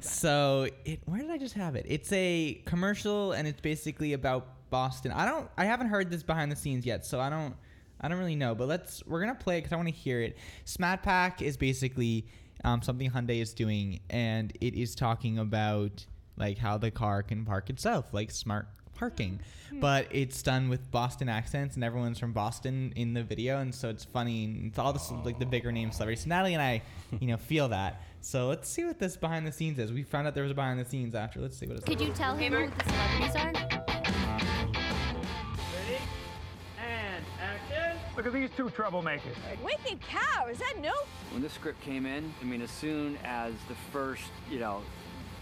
so it, where did I just have it? It's a commercial, and it's basically about Boston. I don't, I haven't heard this behind the scenes yet, so I don't, I don't really know. But let's, we're gonna play it because I want to hear it. Smat Pack is basically um, something Hyundai is doing, and it is talking about like how the car can park itself, like smart parking. But it's done with Boston accents, and everyone's from Boston in the video, and so it's funny. And it's all this like the bigger name celebrities. So Natalie and I, you know, feel that. So let's see what this behind the scenes is. We found out there was a behind the scenes after. Let's see what it's.
Could you tell him who the celebrities are?
Ready? And action. Look at these two troublemakers.
Wicked cow, is that new?
When this script came in, I mean, as soon as the first, you know,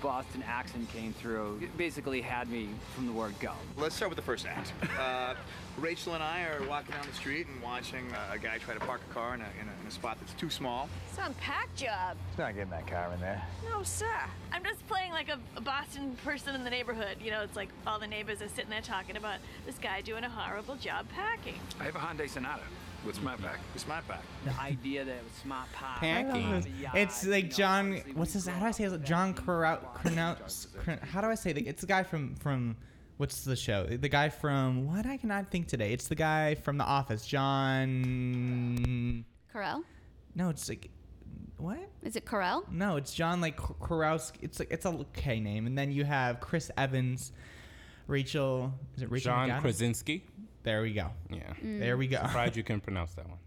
Boston accent came through, it basically had me from the word go.
Let's start with the first act. Uh, Rachel and I are walking down the street and watching uh, a guy try to park a car in a, in a, in a spot that's too small.
It's on pack job.
It's not getting that car in there.
No, sir. I'm just playing like a, a Boston person in the neighborhood. You know, it's like all the neighbors are sitting there talking about this guy doing a horrible job packing.
I have a Hyundai Sonata with smart pack. With smart pack. The idea that it was smart pack.
It's like John. What's his? How do I say? His, John Crow. How do I say? The, it's the guy from from. What's the show? The guy from what I cannot think today. It's the guy from The Office. John.
Carell?
No, it's like what?
Is it Carell?
No, it's John like Kor- Korowski. It's like it's a K name, and then you have Chris Evans, Rachel. Is it Rachel?
John
McAdams?
Krasinski.
There we go.
Yeah.
Mm. There we go.
[laughs]
[laughs]
Surprised you can pronounce that one.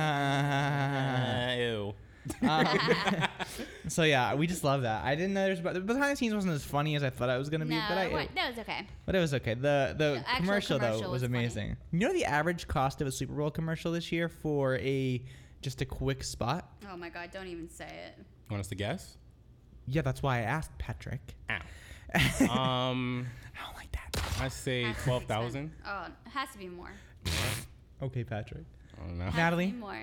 Um, Uh,
Ew.
[laughs] so yeah, we just love that. I didn't know there's but the behind the scenes wasn't as funny as I thought it was gonna be,
No,
but I
it wa- no, it's okay.
but it was okay. The the,
actual
commercial, though
commercial
was
was funny.
amazing. You know the average cost of a Super Bowl commercial this year for a just a quick spot?
Oh my god, don't even say it.
Want us to
[laughs]
guess?
Yeah, that's why I asked Patrick.
um,
I don't like that.
I
[laughs]
say twelve thousand. Oh,
Oh, it has to be more.
Okay, Patrick.
I don't know.
Has to be more.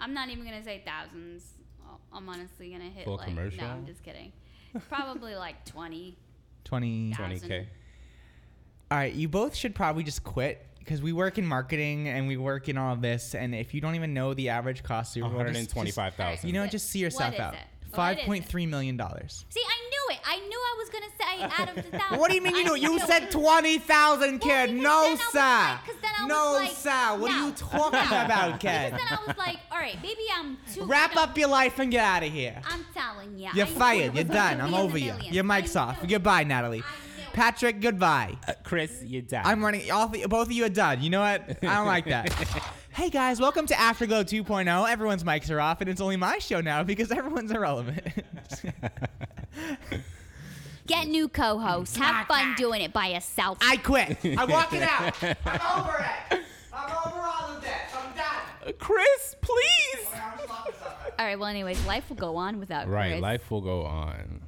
I'm not even gonna say thousands. I'll- I'm honestly gonna hit
For a
like
commercial?
no. I'm just kidding. Probably like 20.
20
20K.
All right, you both should probably just quit because we work in marketing and we work in all of this. And if you don't even know the average cost, you're
One hundred and twenty-five thousand.
You know, just see yourself
is
out.
it? What
Five
is
point three million dollars.
See, I knew it. I knew I was gonna say
[laughs]
out of the thousand.
What do you mean you
I
know? You
knew
said
it.
twenty thousand, kid. No,
was
sir.
like- 'cause then I was
No,
like,
sir. What are you
no,
talking
no.
about, kid?
Because then I was like, all right, maybe I'm too.
Wrap up your life and get out of here.
I'm telling ya.
You're
I knew it
fired. You're
was
done.
gonna be
I'm
in the
over you.
millions.
Your mic's off. Goodbye, Natalie. Patrick, goodbye.
Uh, Chris, you're done.
I'm running. All th- both of you are done. You know what? I don't
[laughs]
like that. hey guys, welcome to Afterglow 2.0. Everyone's mics are off, and it's only my show now because everyone's irrelevant. [laughs]
Get new co-hosts. Have fun doing it by yourself.
I quit. I'm walking out. I'm over it.
I'm over all of this. I'm done.
Chris, please.
I'm
All right. Well, anyways, life will go on without
Right,
Chris.
life will go on.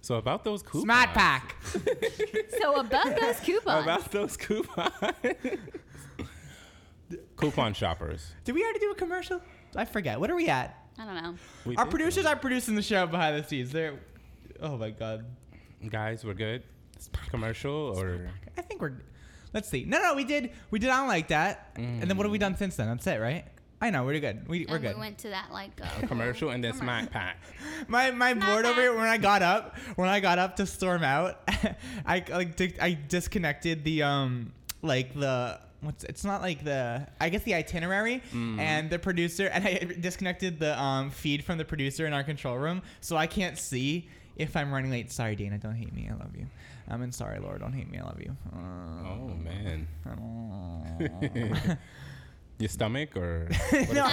So about those coupons.
Smart pack. so about
[laughs]
those coupons.
About those coupons. [laughs] coupon shoppers.
[laughs] Did we already do a commercial? I forget. What are we at?
I don't know.
We
Our
did.
producers are producing the show behind the scenes. They're, oh my god.
Guys, we're good. Commercial or
I think we're. Let's see. No, no, we did. We did on like that,
Mm.
and then what have we done since then? That's it, right? I know we're good. We, we're
and
good.
we went to that
[laughs]
like uh,
a commercial and then smack pack.
my my board over here when I got up when I got up to storm out, [laughs] I like di- I disconnected the um like the what's it's not like the I guess the itinerary
Mm.
and the producer and I disconnected the um feed from the producer in our control room so I can't see if I'm running late. Sorry, Dana, don't hate me. I love you. I'm in sorry, Laura, don't hate me. I love you. oh
man.
Oh.
Your stomach
[laughs]
or [laughs]
no.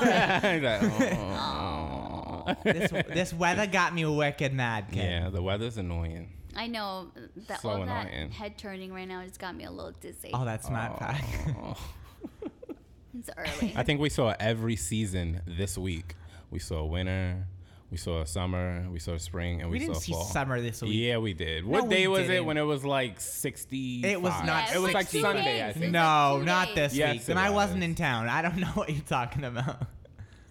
oh. I know.
[laughs] this this weather got me wicked mad. Kid.
Yeah, the weather's annoying.
[laughs]
I know that
So
all that
annoying.
head turning right now just got me a little dizzy.
Oh, that's smart pack.
It's
[laughs]
early.
I think we saw every season this week. We saw winter, we saw summer, we saw spring, and
[laughs] We
we,
didn't
saw
see
fall.
summer this week.
Yeah, we did.
No,
What day
we
was it
didn't.
when it was like sixty?
It was not.
It was like Sunday, I think.
No, not this
Yes,
week.
it
And I
was.
wasn't in town. I don't [laughs] know what you're talking about.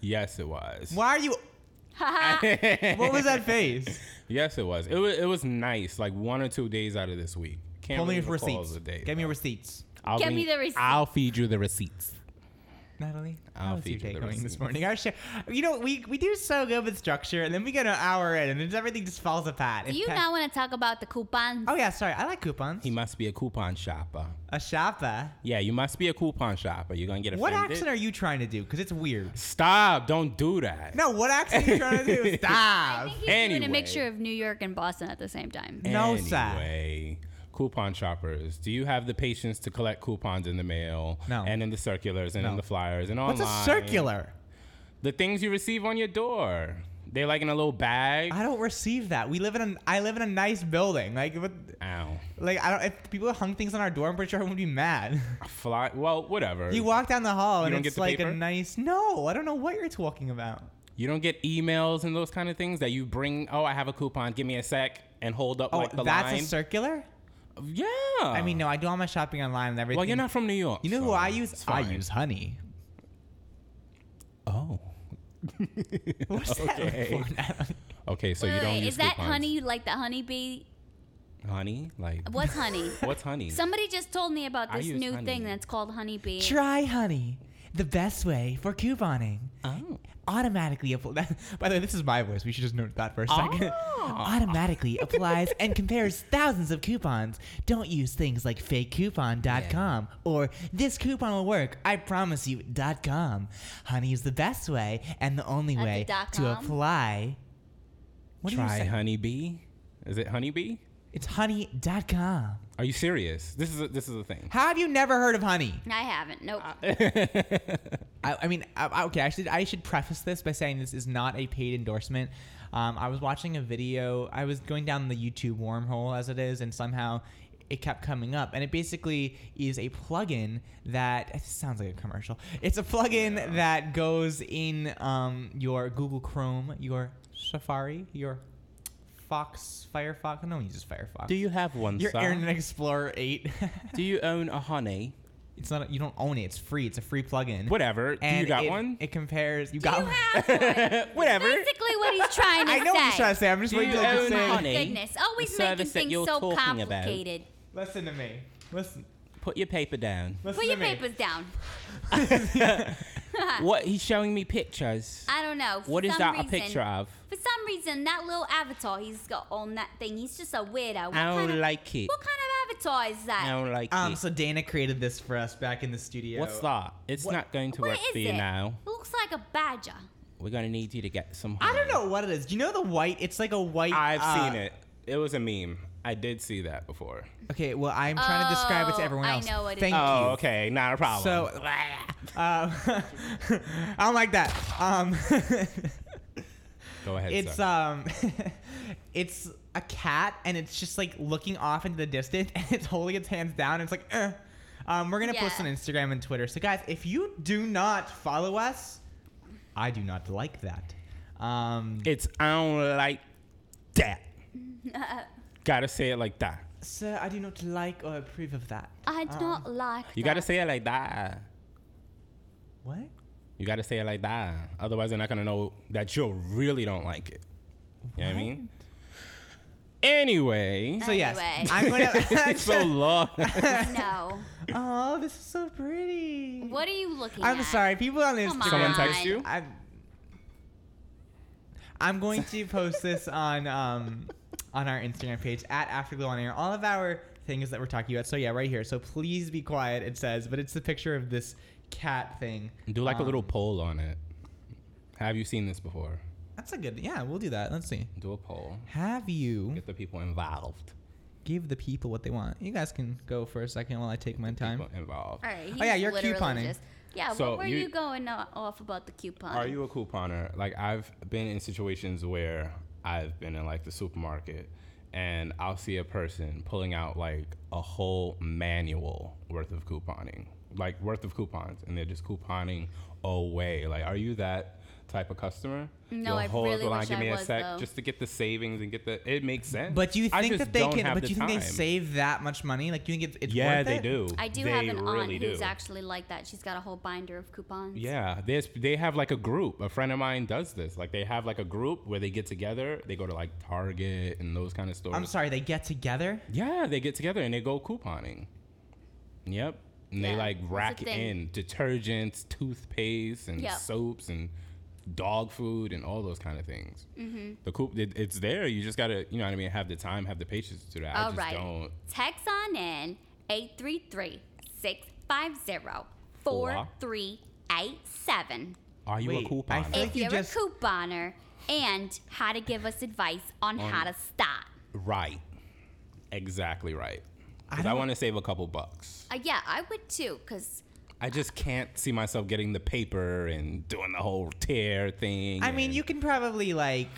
Yes, it was.
Why are you? [laughs] what was that face?
[laughs] Yes, it was. It was. It was nice. Like one or two days out of this week. Can't
Pull me
really
your
recall
receipts.
the date.
Get me receipts.
I'll
Get
be-
me the receipts.
I'll feed you the receipts.
Natalie,
I'll
how was your
feed you
day
the
going this
receipts.
morning? Our show, you know, we we do so good with structure, and then we get an hour in, and then everything just falls apart.
Do you
It's-
not want to talk about the coupons?
Oh yeah, sorry. I like coupons.
He must be a coupon shopper.
A shopper.
Yeah, you must be a coupon shopper. You're gonna get
What
offended.
accent are you trying to do? Because it's weird.
Stop! Don't do that.
No, what accent are you trying
[laughs]
to do? Stop.
He's doing a mixture of New York and Boston at the same time.
anyway, coupon shoppers. Do you have the patience to collect coupons in the mail? No. And in the circulars and in
No.
the flyers and online.
What's a circular?
The things you receive on your door. They're like in a little bag.
I don't receive that. We live in a I live in a nice building. Like what?
Ow.
Like I don't. If people hung things on our door, I'm pretty sure I would be mad. [laughs]
Fly. Well, whatever.
You walk down the hall
You
and
don't get
it's
the
like a
paper?
nice. No, I don't know what you're talking about.
You don't get emails and those kind of things that you bring. Oh, I have a coupon. Give me a sec and hold up
Oh,
like the
that's
line.
a circular.
Yeah.
I mean, no, I do all my shopping online and everything.
Well, you're not from New York.
You know who
so
I use?
it's
I
fine.
use Honey.
Oh.
[laughs] What's [laughs]
[laughs]
that
okay.
for,
okay, so
Wait,
you
wait,
don't
wait,
use
is that
coupons.
honey like the honeybee?
Honey, like
What's honey?
What's [laughs] honey?
Somebody just told me about
I
this
use
new
honey.
thing that's called honeybee.
Try Honey, the best way for couponing.
Oh.
Automatically [laughs] applies. By the way, this is my voice. We should just note that for a second. Automatically applies and compares thousands of coupons. Don't use things like fakecoupon.com or this coupon will work, I promise you, dot .com. Honey is the best way and the only
Not the
way
dot
to
com?
apply. What do you
Try
say?
honeybee. Is it honeybee?
It's honey.com.
Are you serious? This is a, this is a thing. [laughs]
How have you never heard of honey?
I haven't. Nope.
Uh,
I, I mean, I, I- okay. I should I should preface this by saying this is not a paid endorsement. Um, I was watching a video. I was going down the YouTube wormhole as it is, and somehow it kept coming up. And it basically is a plugin that it sounds like a commercial. It's a plugin that goes in um, your Google Chrome, your Safari, your Fox, Firefox. No one uses Firefox.
Do you have one,
Your
sir?
Internet Explorer Eight. [laughs]
Do you own a honey?
It's not. You don't own it. It's free. It's a free plugin.
Whatever. Do you
And
got [laughs]
it-
one?
It compares. You got one.
[laughs] Whatever.
Basically, what he's
[laughs]
trying to
I
say.
know what he's trying to say. I'm just
Do
waiting
you
till you
own
say.
My
honey?
goodness, always
The
making
service that
things
you're
so
talking about.
complicated.
Listen to me. Listen.
Put your paper [laughs] down.
Put your papers down.
What he's showing me pictures.
I don't know.
What
for
is
some
that
reason,
a picture of?
For some reason, that little avatar he's got on that thing, he's just a weirdo. What
I don't
kind of,
like it.
What kind of avatar is that?
like
um,
it.
So Dana created this for us back in the studio.
What's that? It's not going to
What
work
is
for you
it?
now.
It looks like a badger.
We're gonna need you to get some.
I don't know what it is. Do you know the white? It's like a white.
I've
uh,
seen it. It was a meme. I did see that before.
Okay, well, I'm trying to describe it to
Oh,
everyone
I
else.
know what it
Thank
is.
you.
Oh, okay, not a problem.
So,
[laughs]
um, [laughs] I don't like that. Um, [laughs]
Go ahead.
it's
sir.
um, [laughs] it's a cat, and it's just like looking off into the distance, [laughs] and it's holding its hands down. And it's like, eh. um, we're gonna post
Yeah.
on Instagram and Twitter. So guys, if you do not follow us, I do not like that. Um,
it's I don't like that. Gotta say it like that.
Sir, I do not like or approve of that.
I do
Um,
not like.
You
that.
gotta say it like that.
What?
You gotta say it like that. Otherwise, they're not gonna know that you really don't like it. You know what I mean? Anyway.
So yes,
Anyway.
I'm gonna.
[laughs]
[laughs]
it's so long. [laughs]
no.
Oh, this is so pretty.
What are you looking at?
I'm sorry, people on
Come
Instagram.
Someone text you?
I'm, I'm going to post this on um on our Instagram page at Afterglow on air. All of our things that we're talking about. So yeah, right here. So please be quiet. It says, but it's the picture of this cat thing.
Do like a
Um,
little poll on it. Have you seen this before?
That's a good. Yeah, we'll do that. Let's see.
Do a poll.
Have you
get the people involved?
Give the people what they want. You guys can go for a second while I take my time.
involved.
All right.
oh yeah,
he's
you're
literally
couponing.
just- yeah.
So
what were you,
you-
going o- off about the coupon?
Are you a couponer? Like I've been in situations where I've been in like the supermarket and I'll see a person pulling out like a whole manual worth of couponing. Like worth of coupons and they're just couponing away. Like are you that type of customer?
No,
You'll
I
hold up
really
the line,
wish
give
I
me a
was,
sec
though.
just to get the savings and get the it makes sense.
But you
I
think
just
that they
don't
can?
have
But
the
you think they
time.
save that much money? Like you think it's, it's
Yeah,
worth
they
it?
do.
I do have
They
an
really
aunt
do.
who's actually like that. She's got a whole binder of coupons.
Yeah, there's they have like a group. A friend of mine does this. Like they have like a group where they get together. They go to like Target and those kind of stores.
I'm sorry, they get together.
Yeah, they get together and they go couponing. Yep. And they like rack
thing.
in detergents, toothpaste, and
Yep.
soaps and dog food and all those kind of things.
Mm-hmm.
The coup it, it's there. You just gotta, you know what I mean. Have the time, have the patience to do that. I
All
just
right.
don't.
Text on in 833-650-4387.
Are you
Wait,
a
I
couponer?
feel
If
you
you're
just-
a couponer and how to give us advice on,
On-
how to stop.
Right. Exactly right. 'Cause I
don't-
want to save a couple bucks.
Uh, yeah, I would too, because
I just can't see myself getting the paper and doing the whole tear thing.
I mean, you can probably like.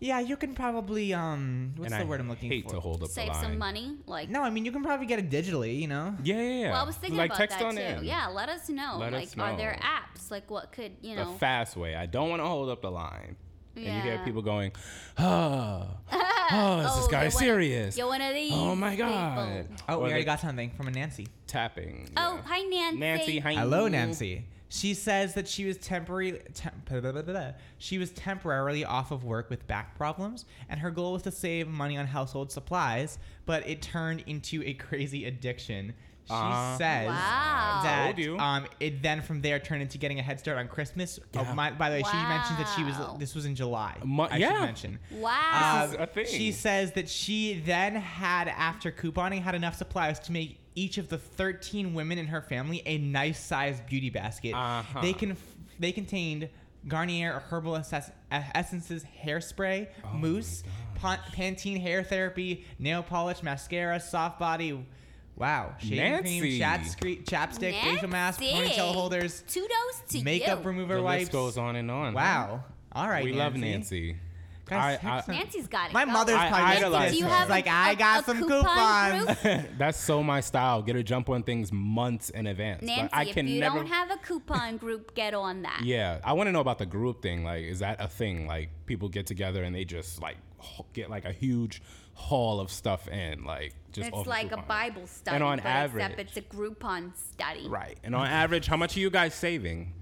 Yeah, you can probably um. What's the word I'm looking
hate
for?
to hold up
save
the line.
some money. Like
No, I mean you can probably get it digitally. You know. Oh,
Yeah, yeah, yeah.
Well, I was thinking
like
about
text
that
on
too.
in.
Yeah, let us know.
Let
like,
us
are there
know.
apps? Like, what could you know?
The fast way. I don't want to hold up the line. And you hear
Yeah.
people going, oh,
[laughs]
oh is this
Oh,
guy
you're one-
serious?
you're one of these
Oh my
people.
god.
Oh,
Or
we
the
already got something from a Nancy.
tapping.
Oh, hi Nancy.
Hello, Nancy. She says that she was temporary. Tem- blah, blah, blah, blah. [laughs] She was temporarily off of work with back problems, and her goal was to save money on household supplies, but it turned into a crazy addiction. She
Uh-huh.
says
Wow.
that
Told you.
um, it then from there turned into getting a head start on Christmas. Oh, my, by the way, she mentioned that she was this was in July. I
yeah.
should mention.
Wow.
Uh,
Um, She says that she then had, after couponing, had enough supplies to make each of the 13 women in her family a nice-sized beauty basket.
Uh-huh.
They can they contained Garnier herbal assess- uh, essences, hairspray,
Oh
mousse, pan- Pantene hair therapy, nail polish, mascara, soft body. Wow, shaving
Nancy.
cream, chat scre- chapstick, facial mask, ponytail holders,
Kudos to
makeup
you.
remover
the
wipes.
list goes on and on.
Wow. All right,
We love
Nancy.
Nancy.
Guys,
I- I-
text them.
Nancy's got it.
My
going.
mother's I- probably I listening to idolize this.
Do you
her.
have
She's like,
a-
"I
a-
got
a
some
coupon
coupons."
group?
That's so my style. Get a jump on things months in advance. Like,
Nancy,
I can
if you
never
don't have a coupon group, get on that.
Yeah, I want to know about the group thing. Like, is that a thing? Like, people get together and they just like h- get like a huge haul of stuff in, like just off
it's
of
like a
coupon.
Bible study,
And on
but except
average,
it's a Groupon study.
right? And on average, how much are you guys
[laughs]
saving?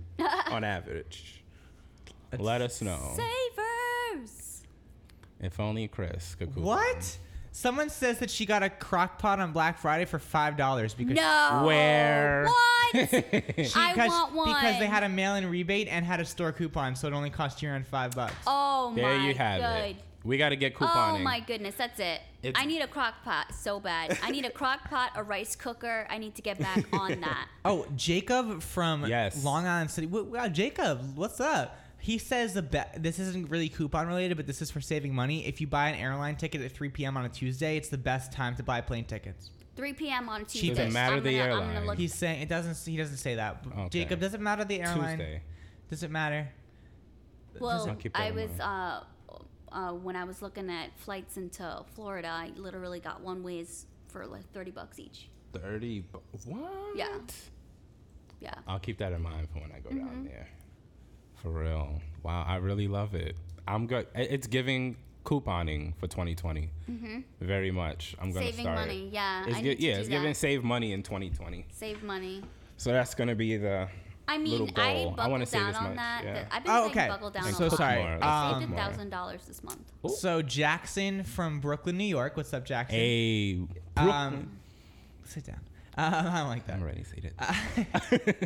on average, let us know.
Savers.
If only Chris could. [laughs] coupon.
[laughs] What? Someone says that she got a crock pot on Black Friday for five dollars because
No.
Where? [laughs]
What?
She-
I
'cause-
want one.
because they had a mail-in rebate and had a store coupon, so it only cost you around five bucks.
Oh
There
my
you have
good.
it. We got to get
Oh
couponing.
my goodness, that's it.
It's-
I need a crock pot so bad. I
[laughs]
need a crock pot, a rice cooker. I need to get back on that.
Oh, Jacob from Long Island City. Wh- Wow, Jacob, what's up? He says the be- this isn't really coupon related, but this is for saving money. If you buy an airline ticket at 3 p.m. on a Tuesday, it's the best time to buy plane tickets.
3 p.m. on Tuesday.
Cheapest.
I'm gonna, I'm gonna look.
He's saying it doesn't. He doesn't say that. Jacob, does it matter the airline?
Tuesday.
Does it matter?
Well,
I'll keep that
I
in
was uh, uh, when I was looking at flights into Florida, I literally got one ways for like 30 bucks each.
Thirty. bu- What?
Yeah. Yeah.
I'm I'll keep that in mind for when I go
Mm-hmm.
down there. For real. Wow, I really love it. I'm good. It's giving couponing for 2020.
Mm-hmm.
Very much. I'm gonna
Saving
start.
money, yeah,
It's
I
gi-
need to
yeah.
do
it's giving
that.
save money in 2020.
Save money.
So that's gonna be the.
I mean,
little
I
goal. I
buckled
wanna save
down
this
on
much,
that.
yeah.
that- I've been
Oh,
saying
okay.
buckle down
Thanks.
on
So
that.
sorry,
I
um,
saved a thousand dollars this month.
So Jackson from Brooklyn, New York. What's up, Jackson?
Hey,
Um, sit down. [laughs] Um, I don't like that. [laughs] I'm
ready. Sit
uh,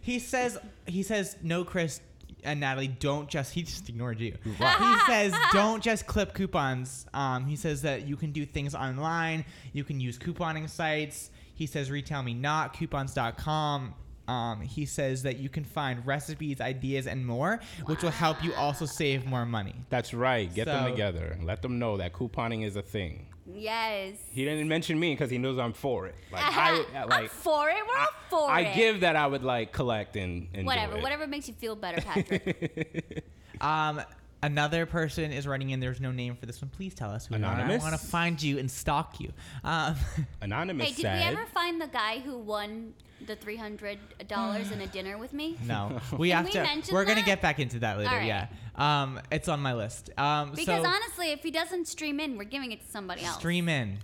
he says. He says no, Chris and Natalie. Don't just. He just ignored you. he says [laughs] don't just clip coupons. Um, he says that you can do things online. You can use couponing sites. He says retail me not coupons.com. Um, he says that you can find recipes, ideas, and more, which will help you also save more money.
That's right. Get them
So-
together. Let them know that couponing is a thing.
Yes.
He didn't mention me because he knows I'm for it.
[laughs]
Like I I- like
For it, we're all for
I
it.
give that I would like collect and, and do
whatever,
it.
whatever makes you feel
[laughs]
better, Patrick.
Um, another person is writing in. There's no name for this one. Please tell us who you are.
Anonymous?
I want to find you and stalk you. Um, [laughs]
Anonymous
hey, did we ever find the guy who won the three hundred dollars in a dinner with me?
no, [laughs] we
Did
have
we
to.
mention
We're gonna
that?
get back into that later.
All right.
Yeah. Um, it's on my list. Um,
Because
so
honestly, if he doesn't stream in, we're giving it to somebody else.
stream in.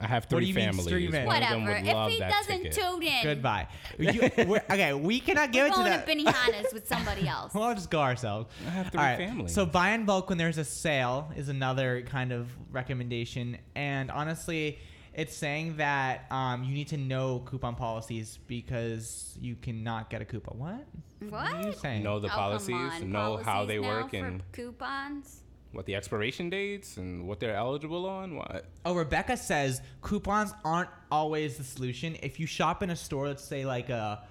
I have
what do
three
you mean
families.
stream in?
One of them
Whatever.
would
If
love
he
that
doesn't
ticket.
tune in,
Goodbye. You,
[laughs]
we're, okay, we cannot give
we're
it to
going
that.
to Benihana's with somebody
[laughs]
else.
We'll just go ourselves. I have
three families.
So buy in bulk when there's a sale is another kind of recommendation. And honestly, it's saying that um, you need to know coupon policies because you cannot get a coupon. What?
What?
are you saying?
Know the
Oh, come
policies,
on.
know how
Policies
they
now
work,
for
and
coupons.
what the expiration dates and what they're eligible on. What?
Oh, Rebecca says coupons aren't always the solution. If you shop in a store, let's say like a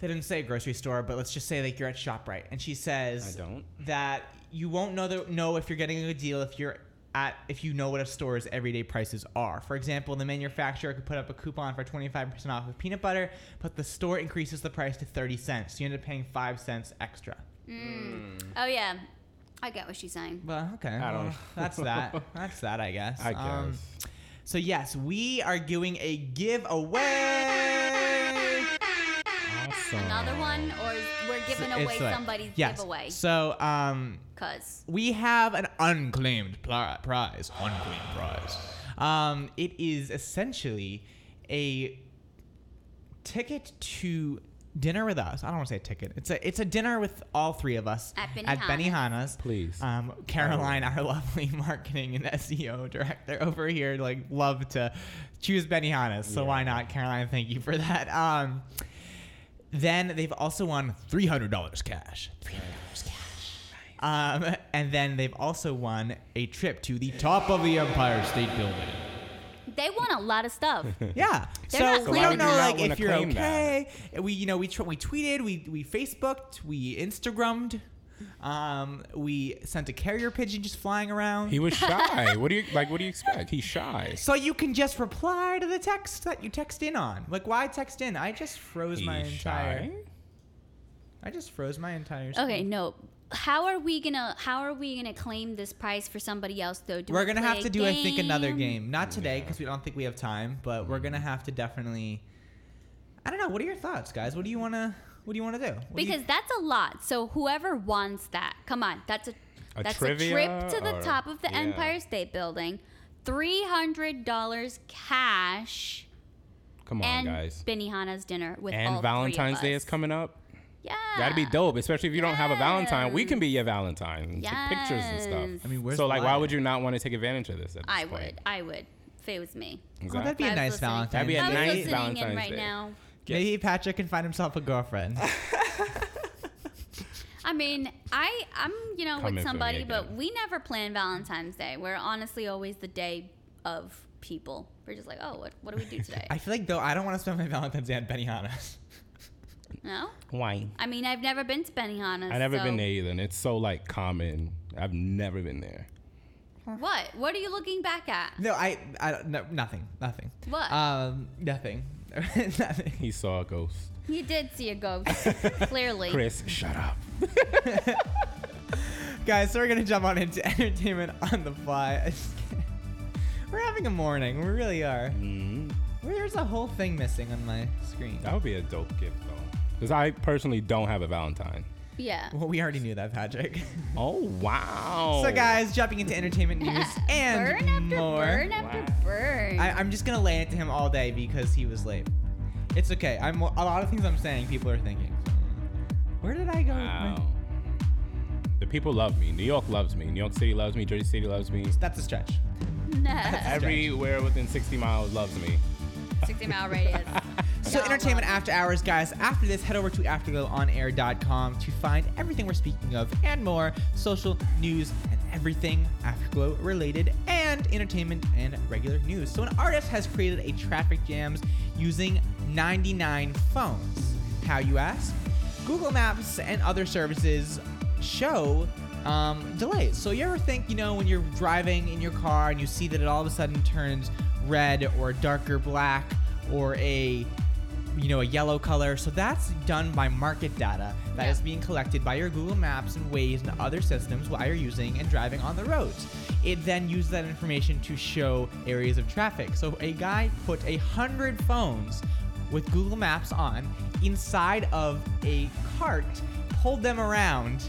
they didn't say a grocery store, but let's just say like you're at ShopRite and she says
I don't.
that you won't know the, know if you're getting a good deal if you're at if you know what a store's everyday prices are. For example, the manufacturer could put up a coupon for 25% off of peanut butter, but the store increases the price to 30 cents. So you end up paying 5 cents extra.
Mm. Oh yeah, I get what she's saying.
Well, okay.
I don't-
well, That's that. That's that, I guess.
[laughs] I
Um, so yes, we are doing
[laughs]
a giveaway.
Awesome.
Another one, or we're giving away somebody's
yes.
giveaway.
So um,
Cause
we have an unclaimed pli- prize. Unclaimed prize. Um, it is essentially a ticket to dinner with us. I don't want to say ticket. It's a it's a dinner with all three of us
At
at
Benihana's.
Benihana's. Please, um, Caroline, our [laughs] lovely marketing and SEO director over here, like love to choose Benihana's. So why not, Caroline? Thank you for that. Um, then they've also won three hundred dollars cash. Three hundred dollars cash. Um, and then they've also won a trip to the top of the Empire State [laughs] Building.
they want a lot of
[laughs]
stuff.
Yeah.
They're not
so we
claiming
don't know
that.
like
Why would
if
you
you're
not wanna claim
okay. We you know we tr- we tweeted, we we Facebooked, we Instagrammed, um, we sent a carrier pigeon just flying around.
He was shy. what do you like? What do you expect? He's shy.
So you can just reply to the text that you text in on. Like why text in? I just froze my
He's
entire.
shy?
I just froze my entire. screen.
Okay, no. How are we gonna How are we gonna claim this prize for somebody else though? Do
we're
we
gonna
play
have
a
to do, I think, another game. Not today because we don't think we have time, but we're gonna
Mm-hmm.
have to definitely. I don't know. What are your thoughts, guys? What do you wanna? What do you wanna do? What do you-
Because that's a lot. So whoever wants that, come on, that's a,
A
that's
trivia
a trip to the
or-
top of the
yeah.
Empire State Building, three hundred dollars cash.
Come on,
and
guys.
Benihana's dinner with all
and
three of
Valentine's Day
us. Ah.
is coming up.
Yeah.
That'd be dope, especially if you don't have a Valentine. We can be your Valentine and take pictures and
Yes.
stuff.
I mean,
where's
so like,
the
why
line?
would you not want to take advantage of this? At this
I
point?
would. I would. If it was me.
Exactly.
Oh, that'd be a
If I was
nice
listening-
Valentine's
That'd be a
if I was
nice
listening in
Valentine's
right
Day.
now.
Maybe Patrick can find himself a girlfriend.
I mean, I I'm you know with
Coming for me
somebody, but we never plan Valentine's Day. We're honestly always the day of people. We're just like, oh, what what do we do today?
I feel like though I don't want to spend my Valentine's Day at Benihana's.
no.
Why?
I mean, I've never been to Benihana's.
I never
so-
been there either, and it's so like common. I've never been there.
What? What are you looking back at?
[laughs] No, I, I don't- no, nothing, nothing.
What?
Um, nothing, [laughs] nothing.
He saw a ghost.
You did see a ghost, clearly.
Chris, shut up.
Guys, so we're gonna jump on into [laughs] entertainment [laughs] on the fly. I just can't- we're having a morning. We really are. We're there's a whole thing missing on my screen.
Mm-hmm. That would be a dope gift though. Because I personally don't have a Valentine.
Yeah.
Well, we already knew that, Patrick. [laughs]
Oh wow.
So, guys, jumping
[laughs]
into entertainment news and
burn after
more.
burn after burn. [laughs]
I, I'm just gonna lay it to him all day because he was late. It's okay. I'm a lot of things I'm saying. People are thinking, where did I go? with my-"
Wow. The people love me. New York loves me. New York City loves me. Jersey City loves me.
That's a stretch.
Everywhere within 60 miles loves me.
60 mile radius.
So, entertainment after hours, guys. After this, head over to afterglowonair.com to find everything we're speaking of and more social news and everything Afterglow related and entertainment and regular news. So, an artist has created a traffic jams using 99 phones. How you ask? Google Maps and other services show um, delays. So you ever think, you know, when you're driving in your car and you see that it all of a sudden turns red or darker black or a you know a yellow color so that's done by market data that is being collected by your google maps and ways and other systems while you're using and driving on the roads it then uses that information to show areas of traffic so a guy put a hundred phones with google maps on inside of a cart pulled them around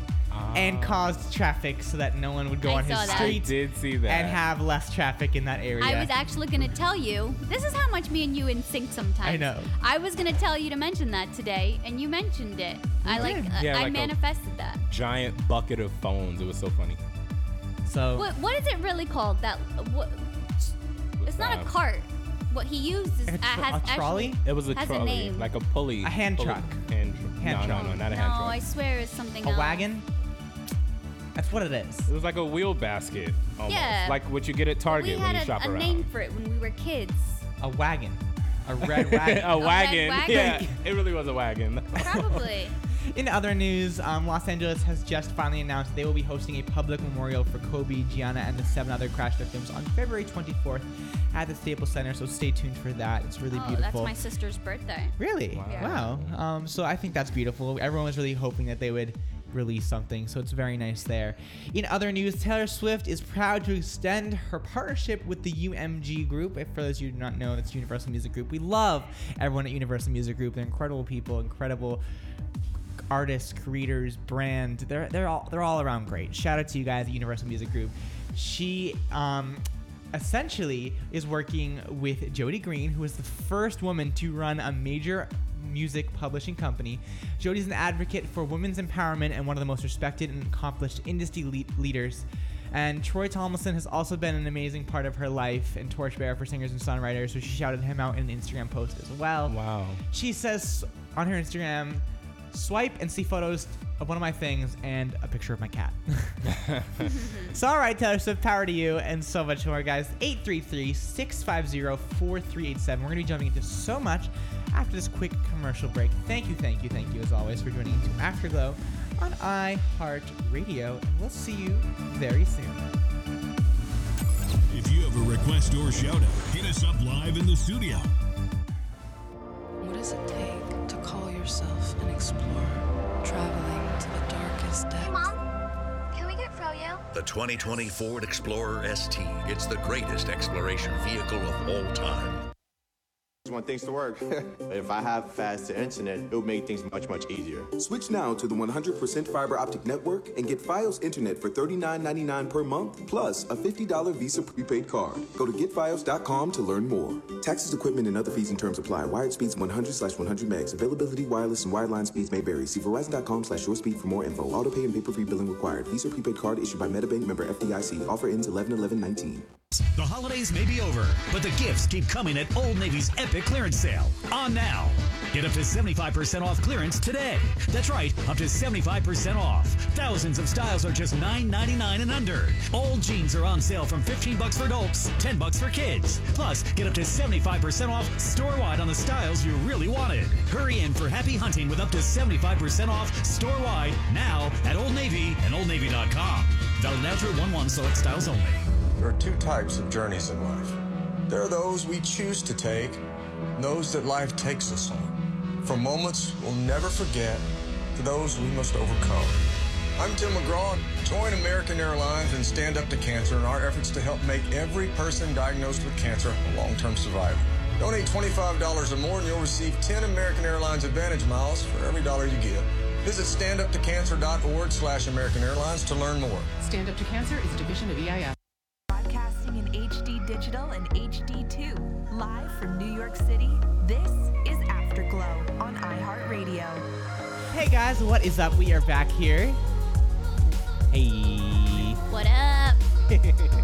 and caused traffic so that no one would go
I
on his
saw that. I
street
Ah. did see that.
and have less traffic in that area
I was actually going to tell you. This is how much me and you in sync sometimes.
I know.
I was going to tell you to mention that today, and you mentioned it. I like. uh,
Yeah. Yeah,
I
like a-
manifested that.
Giant bucket of phones. It was so funny.
So
What, what is it really called? That. What, it's not a
that?
cart. What he used is,
A
uh, has actually
It was a
has
trolley,
a name.
like a pulley.
A hand
pulley.
truck.
Hand, tr-
Hand
no,
truck.
no, no, not a
no,
hand truck.
I swear it's something
a
else.
wagon that's what it is
It was like a wheel basket, almost.
Yeah.
like what you get at
We
Target when you
had
shop
a, a
around.
name for it when we were
[laughs]
kids.
a wagon
[laughs]
a red
[laughs]
wagon
a wagon.
wagon.
[laughs] Yeah, it really was a wagon. [laughs]
Probably.
In other news, um, Los Angeles has just finally announced they will be hosting a public memorial for Kobe, Gianna, and the seven other crash victims on February 24th at the Staples Center. So stay tuned for that. It's really
oh, that's
beautiful.
my sister's birthday.
really?
Yeah.
Wow. Um, so I think that's beautiful. Everyone was really hoping that they would release something. So it's very nice there. In other news, Taylor Swift is proud to extend her partnership with the UMG Group. If for those of you who do not know, that's Universal Music Group. We love everyone at Universal Music Group. They're incredible people, incredible artists, creators, brand. They're they're all they're all around great. Shout out to you guys at Universal Music Group. She um essentially is working with Jody Green, who is the first woman to run a major music publishing company. Jody's an advocate for women's empowerment and one of the most respected and accomplished industry le- leaders. And Troy Tomlinson has also been an amazing part of her life and torchbearer for singers and songwriters, so she shouted him out in an Instagram post as well.
Wow.
She says on her Instagram, swipe and see photos of one of my things and a picture of my cat. so, all right, Taylor Swift, power to you and so much more, guys. 833 650 4387. We're going to be jumping into so much after this quick commercial break. Thank you, thank you, thank you, as always, for joining into Afterglow on iHeartRadio. And we'll see you very soon.
If you have a request or shout out, hit us up live in the studio.
What does it take to call yourself an explorer, traveling to the darkest depths? Mom, can we get Froyo?
The 2020 Ford Explorer ST. It's the greatest exploration vehicle of all time.
I want things to work. if I have faster internet, it would make things much, much easier.
Switch now to the 100% fiber optic network and get Fios internet for $39.99 per month plus a $50 Visa prepaid card. Go to getfios.com to learn more. Taxes, equipment, and other fees and terms apply. Wired speeds 100 slash 100 megs. Availability, wireless, and wireline speeds may vary. See verizon.com slash your speed for more info. Auto pay and paper free billing required. Visa prepaid card issued by MetaBank member FDIC. Offer ends 11 11 19.
The holidays may be over, but the gifts keep coming at Old Navy's epic clearance sale. On now. Get up to 75% off clearance today. That's right, up to 75% off. Thousands of styles are just $9.99 and under. Old jeans are on sale from 15 bucks for adults, 10 bucks for kids. Plus, get up to 75% off store-wide on the styles you really wanted. Hurry in for happy hunting with up to 75% off store-wide now at Old Navy and oldnavy.com. Valid now through 1-1 select styles only.
There are two types of journeys in life. There are those we choose to take, and those that life takes us on. From moments we'll never forget to those we must overcome. I'm Tim McGraw. Join American Airlines and Stand Up to Cancer in our efforts to help make every person diagnosed with cancer a long term survivor.
Donate $25 or more and you'll receive 10 American Airlines Advantage miles for every dollar you give. Visit standuptocancer.org slash American Airlines to learn more.
Stand Up to Cancer is a division of EIF. Broadcasting in HD Digital and HD2. Live from New York City, this is Afterglow on iHeartRadio.
Hey guys, what is up? We are back here. Hey.
What up?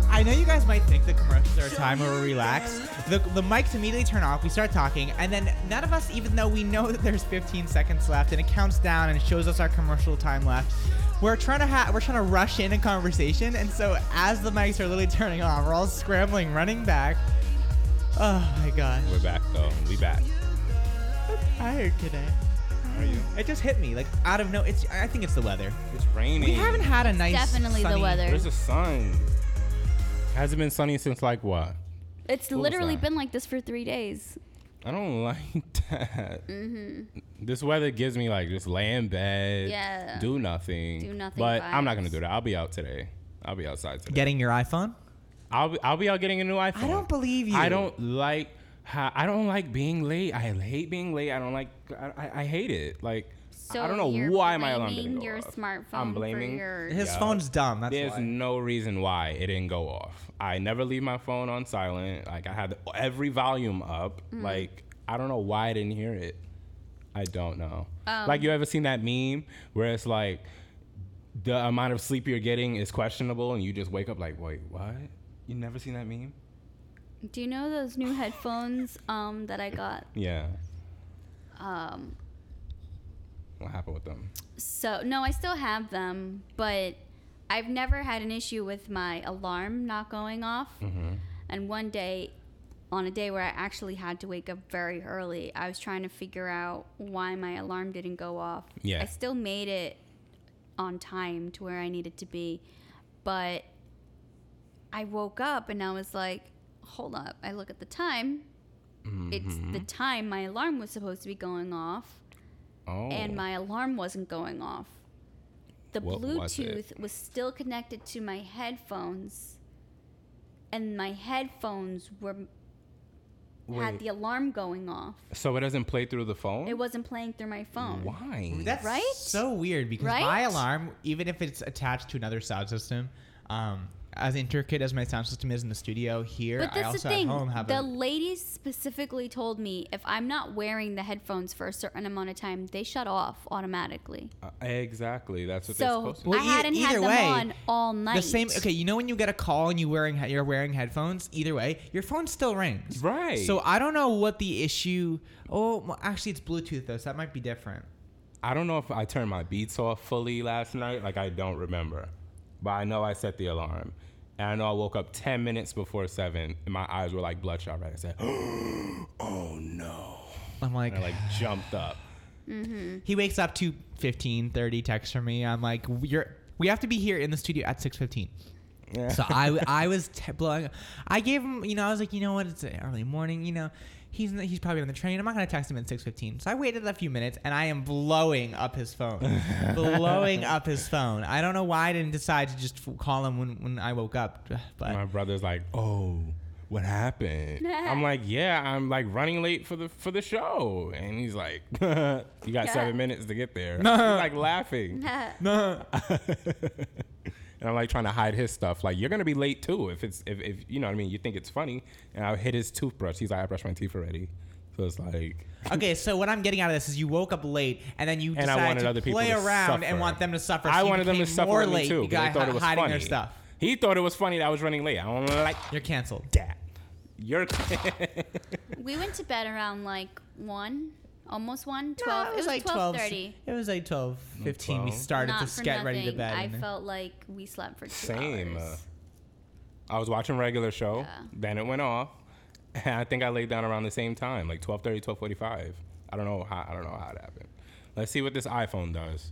I know you guys might think the commercials are a time where we relax. The, the mics immediately turn off, we start talking, and then none of us, even though we know that there's 15 seconds left and it counts down and shows us our commercial time left, we're trying to ha- we're trying to rush in a conversation, and so as the mics are literally turning on, we're all scrambling, running back. Oh my gosh.
We're back though. We back.
Tired today.
Are you?
It just hit me like out of no. It's I think it's the weather.
It's raining.
We haven't had a nice. sunny-
There's the sun. Hasn't been sunny since like what?
It's
What was
literally
that?
been like this for three days.
I don't [laughs] like that.
hmm
This weather gives me like just lay in bed,
Yeah.
do nothing,
Do nothing
But I'm not
vibes.
gonna do that. I'll be out today. I'll be outside today.
Getting your iPhone.
I'll be, I'll be out getting a new iPhone. I don't
believe you.
I don't like how, I don't like being late. I hate being late. I don't like I, I, I hate it. Like
So
I don't know
you're
why my alarm
blaming
didn't go
your
off.
smartphone
I'm
for
blaming
your-
His phone's dumb, that's
There's
why.
no reason why it didn't go off. I never leave my phone on silent. Like I had every volume up.
Mhm.
Like I don't know why I didn't hear it. I don't know.
Um,
like you ever seen that meme where it's like the amount of sleep you're getting is questionable, and you just wake up like, wait, what? You never seen that meme?
Do you know those new headphones um, that I got?
Yeah.
Um,
What happened with them?
so no, I still have them, but I've never had an issue with my alarm not going off.
Mhm.
And one day, on a day where I actually had to wake up very early, I was trying to figure out why my alarm didn't go off.
Yeah.
I still made it on time to where I needed to be, but I woke up and I was like, hold up. I look at the time. It's the
Mhm.
time my alarm was supposed to be going off,
Oh.
and my alarm wasn't going off. The
What was
Bluetooth
it?
was, still connected to my headphones, and my headphones were had
Wait.
the alarm going off.
So it doesn't play through the phone.
It wasn't playing through my phone.
Why?
That's
right?
so weird because
Right?
my alarm, even if it's attached to another sound system, um, as intricate as my sound system is in the studio here,
But
I
that's
also
the thing.
at home have
the
a.
ladies specifically told me if I'm not wearing the headphones for a certain amount of time, they shut off automatically.
Uh, exactly. That's what they're
So
supposed to.
I hadn't had them on all night.
The same.
[laughs]
Okay, you know when you get a call and you wearing he- you're wearing headphones. Either way, your phone still rings.
Right.
So I don't know what the issue. Oh, well, actually, it's Bluetooth though, so that might be different.
I don't know if I turned my beats off fully last night. Like I don't remember, but I know I set the alarm, and I know I woke up ten minutes before seven, and my eyes were like bloodshot red. I said, [gasps] "Oh no!"
I'm like,
and I like jumped up.
Mm-hmm.
He wakes up to 15, 30 texts from me. I'm like, you're. We have to be here in the studio at six fifteen.
Yeah.
So I, I was t- blowing. I gave him, you know, I was like, you know what, it's an early morning, you know, he's in the- he's probably on the train. I'm not gonna text him at six fifteen. So I waited a few minutes, and I am blowing up
[laughs]
his phone, blowing up his phone. I don't know why I didn't decide to just f- call him when, when I woke up, uh, but
my brother's like, "Oh, what happened?" I'm like, "Yeah, I'm like running late for the for the show," and he's like, [laughs] "You got seven minutes to get there." He's like laughing,
no.
and I'm like trying to hide his stuff. Like, you're gonna be late too if it's if, if you know what I mean. You think it's funny, and I hit his toothbrush. He's like, "I brushed my teeth already," so it's like,
[laughs] okay. So what I'm getting out of this is you woke up late, and then you
And I wanted
decided to
other people
play
to
around
suffer.
and want them to suffer.
I
so you
wanted them to
became
suffer
more
with me
late.
too.
You
but
got
they thought it was
hiding
funny.
their stuff.
He thought it was funny that I was running late. I don't like
You're canceled.
that. You're. [laughs]
We went to bed around like one, almost one,
No,
12.
it
it
was
was,
like
12
12.
30.
It was like 12, 15. We started
Not
to
for
get ready to
nothing,
bed.
I
and-
felt like we slept for two
Same.
hours.
I was watching regular show. Then it went off. [laughs] And I think I laid down around the same time, like 12:30, 12:45. I don't know how. I don't know how it happened. Let's see what this iPhone does.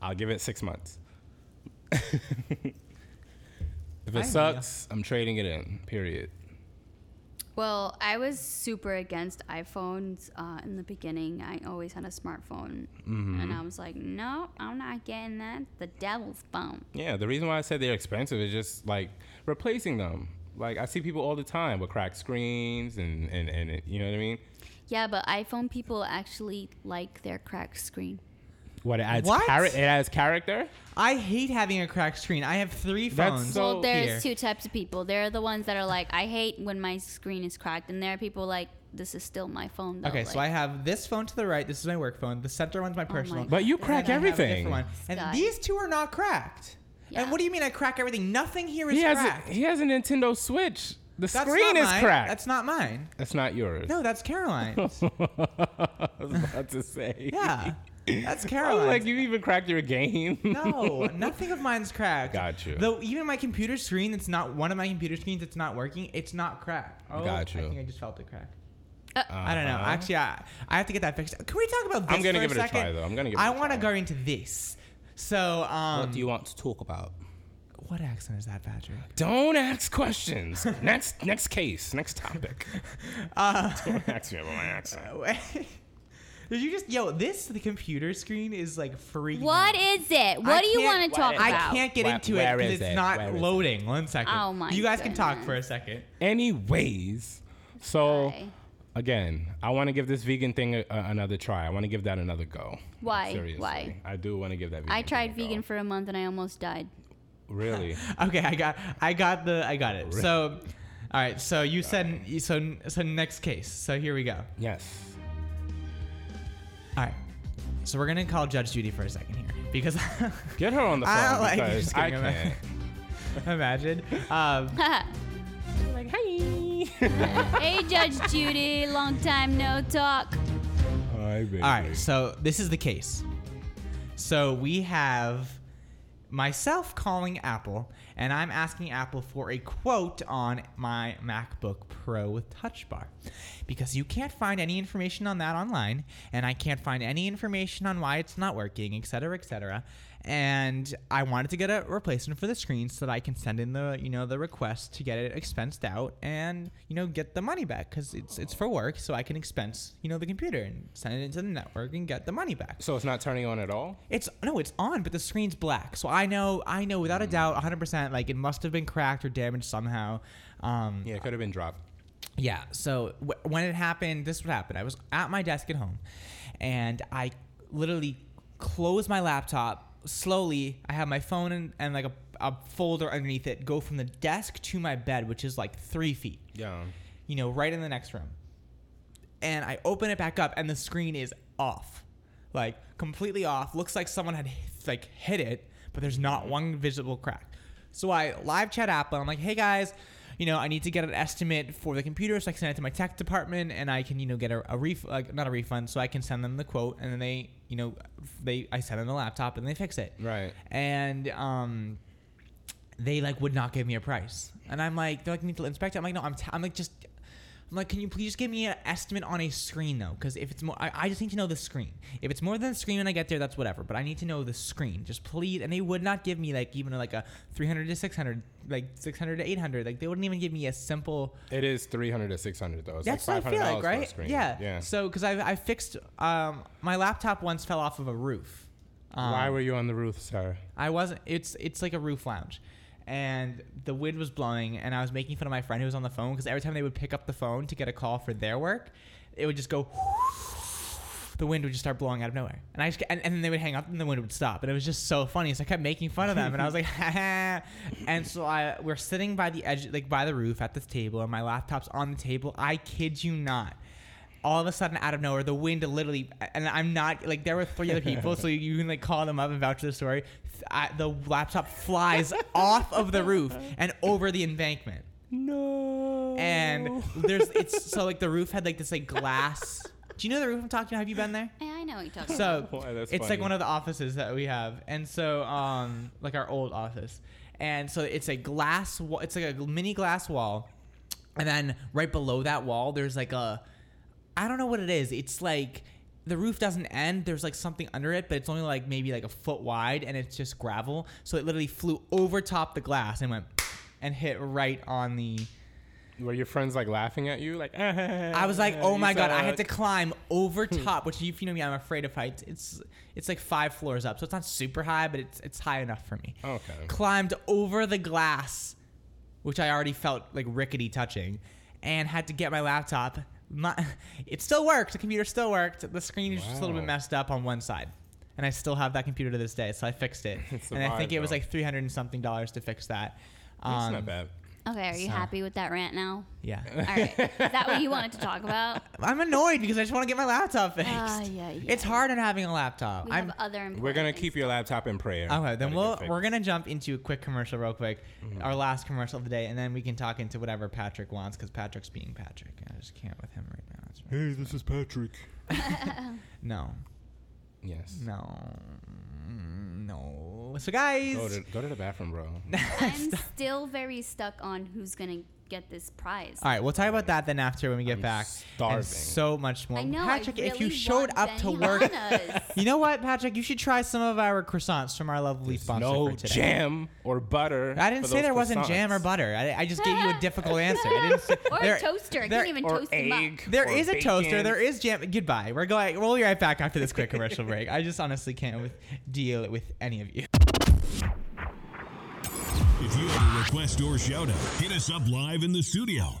I'll give it six months. [laughs] if it
I know.
sucks, I'm trading it in. Period.
Well, I was super against iPhones uh, in the beginning. I always had a smartphone.
Mm-hmm.
Mhm.
And I was like, no, I'm not getting that. The devil's phone.
Yeah, the reason why I said they're expensive is just like replacing them. Like I see people all the time with cracked screens and and and it- you know what I mean.
Yeah, but iPhone people actually like their cracked screen.
What it adds
What?
chara- It adds character.
I hate having a cracked screen. I have three
That's
phones.
so-
well, there's two types of people. There are the ones that are like, I hate when my screen is cracked, and there are people like, this is still my phone. Though.
Okay, so I
like,
have this phone to the right. This is my work phone. The center one's my personal.
But you
and then
crack
I have a different
everything.
one. And
Sky.
these two are not cracked. And what do you mean I crack everything? Nothing here is
He has
cracked.
a, he has a Nintendo Switch. The
That's
screen
not
is
mine.
cracked.
That's not mine.
That's not yours. [laughs]
No, that's Caroline's.
I was about to say. [laughs]
yeah, that's
I was
Caroline's.
like you even cracked your game.
no,
[laughs]
nothing of mine's cracked.
Got you.
Though even my computer screen, it's not one of my computer screens. It's not working. It's not cracked. Oh,
Got
I
you.
think I just felt it crack.
Uh,
I don't know.
Uh-huh.
Actually, I, I have to get that fixed. Can we talk about this?
I'm gonna
for
give it a
second?
try, though. I'm gonna give it
I
a
want to go into this. So, um,
what do you want to talk about?
What accent is that, Patrick?
Don't ask
[laughs]
questions. next next case. Next topic.
Uh,
[laughs] Don't ask me about my accent.
[laughs] Did you just yo? This the computer screen is like free.
What is it? What do you want to talk about?
I can't get
Where-
into it
where
because
is
it's
it?
not
Where is it?
loading. One second.
Oh my
You guys can talk
goodness.
for a second.
Anyways, so
Oh.
again, I want to give this vegan thing a, a- another try. I want to give that another go.
Why?
Seriously.
Why?
I do want to give that. Vegan
I tried vegan for a month and I almost died.
[laughs]
Really?
Okay, I got, I got the, I got it. So, all right. So you said, so so next case. So here we go.
Yes.
All right. So we're gonna call Judge Judy for a second here because [laughs]
get her on the
I
phone
don't like
because
just
I
kidding,
[laughs]
ima- Imagine. Um,
like, hey. [laughs] hey, Judge Judy. Long time no talk.
All right, so this is the case. So we have myself calling Apple, and I'm asking Apple for a quote on my MacBook Pro with Touch Bar. Because you can't find any information on that online, and I can't find any information on why it's not working, et cetera, et cetera. And I wanted to get a replacement for the screen so that I can send in the, you know, the request to get it expensed out and, you know, get the money back because it's it's for work, so I can expense, you know, the computer and send it into the network and get the money back.
So it's not turning on at all.
It's no, it's on, but the screen's black. So I know, I know without a doubt, 100%, like it must have been cracked or damaged somehow. Um,
yeah, it could have been dropped.
Yeah. So w- when it happened, this would happen. I was at my desk at home, and I literally close my laptop slowly. I have my phone and, and like a, a folder underneath it. Go from the desk to my bed, which is like three feet.
Yeah.
You know, right in the next room and I open it back up and the screen is off. Like completely off. Looks like someone had like hit it, but there's not one visible crack. So I live chat Apple. I'm like, "Hey guys, you know, I need to get an estimate for the computer so I can send it to my tech department and I can, you know, get a, a ref- like not a refund so I can send them the quote and then they, you know, they I send them the laptop and they fix it."
Right.
And um they like would not give me a price. And I'm like, they're like, need to inspect it. I'm like, no, I'm, t- I'm like, just, I'm like, can you please give me an estimate on a screen though? Because if it's more, I, I just need to know the screen. If it's more than the screen when I get there, that's whatever. But I need to know the screen, just please. And they would not give me like even like a 300 to 600, like 600 to 800. Like they wouldn't even give me a simple.
It is three hundred to six hundred though. It's
That's
like
what I feel like,
$500 for a
right?
screen.
Yeah.
Yeah.
So, because I, I fixed, um, my laptop once fell off of a roof. Um,
Why were you on the roof, sir?
I wasn't. It's it's like a roof lounge, and the wind was blowing, and I was making fun of my friend who was on the phone because every time they would pick up the phone to get a call for their work, it would just go. The wind would just start blowing out of nowhere, and I just and, and then they would hang up, and the wind would stop, and it was just so funny. So I kept making fun of them, and I was like, [laughs] ha ha. And so I we're sitting by the edge, like by the roof at this table, and my laptop's on the table. I kid you not all of a sudden out of nowhere the wind literally and i'm not like there were three other people so you can like call them up and vouch for the story Th- I, the laptop flies off of the roof and over the embankment
no Oh.
and
[laughs]
there's it's so like the roof had like this like glass do you know the roof i'm talking about have you been there
Hey, I know what you're talking
so
about.
it's like one of the offices that we have, and so um, like our old office, and so it's a glass. Wa- it's like a mini glass wall, and then right below that wall, there's like a, I don't know what it is. It's like the roof doesn't end. There's like something under it, but it's only like maybe like a foot wide, and it's just gravel. So it literally flew over top the glass and went, and hit right on the.
Were your friends like laughing at you? Like [laughs]
I was like, oh my god, I had to
suck.
climb over
Hmm.
top, which you, you know me, I'm afraid of heights. It's it's like five floors up, so it's
Oh,
not super high, but it's it's high enough for me.
Okay.
Climbed over the glass, which I already felt like rickety touching, and had to get my laptop. My, [laughs] it still worked. The computer still worked. The screen is just a little bit
Wow.
messed up on one side, and I still have that computer to this day. So I
[laughs]
fixed it, and I think
survived,
it was
though.
like three hundred and something dollars to fix that.
That's
Um,
not bad.
Okay, are you
So-
happy with that rant
[laughs]
now?
Yeah.
All right. Is that what you wanted to talk about?
I'm annoyed because I just want to get my laptop fixed.
Ah, yeah, yeah.
It's hard on having a laptop.
We
I'm
have other important
We're gonna keep your laptop in prayer.
Okay, then
Gotta
we'll,
get fixed. Mm-hmm.
we're gonna jump into a quick commercial real quick, our last commercial of the day, and then we can talk into whatever Patrick wants because Patrick's being Patrick. I just can't with him right now. It's
Hey, this is Patrick.
No.
Yes.
No. No. So guys,
Go to, go to the bathroom, bro.
[laughs]
I'm still very stuck on who's gonna get this prize.
all right, we'll talk about that then after when we get back.
starving.
And so much more.
I know, I
Patrick, if you
really
showed
want
up to work,
Benihanas.
[laughs] you know what, Patrick, you should try some of our croissants from our lovely sponsor
no
for today.
jam or butter.
I didn't
for
say
those
there wasn't
croissants.
jam or butter. I, I just gave you
[laughs]
a difficult answer. I didn't say,
Or
there-
a toaster. I
there-
can't even toast them up.
There is a toaster. There is jam. Goodbye. We're going. We'll be right back after this quick commercial break. I just honestly can't with, deal with any of you.
If you have a request or shout out, hit us up live in the studio.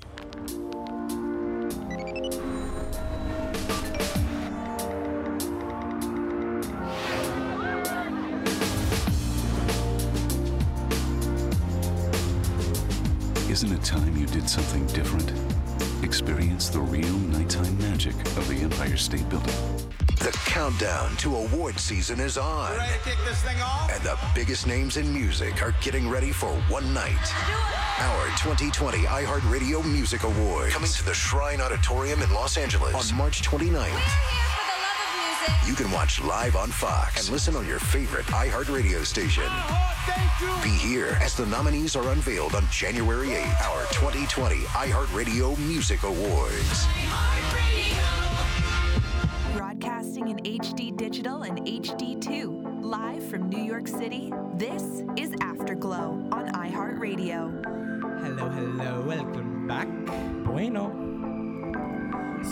Isn't it time you did something different? Experience the real nighttime magic of the Empire State Building.
The countdown to award season is on. And the biggest names in music are getting ready for one night. Our 2020 iHeartRadio Music Awards coming to the Shrine Auditorium in Los Angeles on March 29th. You can watch live on Fox and listen on your favorite iHeartRadio station. Be here as the nominees are unveiled on January 8th, our 2020 iHeartRadio Music Awards.
Broadcasting in HD digital and HD2, live from New York City, this is Afterglow on iHeartRadio.
Hello, hello. Welcome back. Bueno.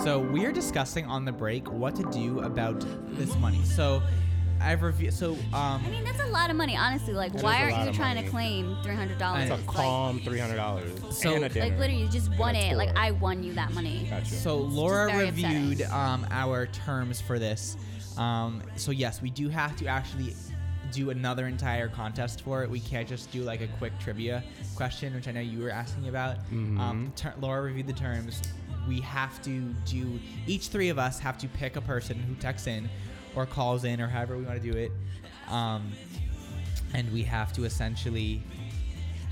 So we are discussing on the break what to do about this money. So I've reviewed. So um.
I mean, that's a lot of money, honestly. Like,
That
why
is a lot
aren't you
of
trying
money.
to claim three hundred dollars?
It's a
Calm three hundred dollars.
So-
and a dinner.
Like, literally, you just won
And a
it. Like,
tour.
I won you that money.
So Laura
very upsetting.
reviewed um, our terms for this. Um, so yes, we do have to actually do another entire contest for it. We can't just do like a quick trivia question, which I know you were asking about. Um,
Mhm.
the ter- Laura reviewed the terms. We have to do each three of us have to pick a person who texts in or calls in or however we want to do it. Um, and we have to essentially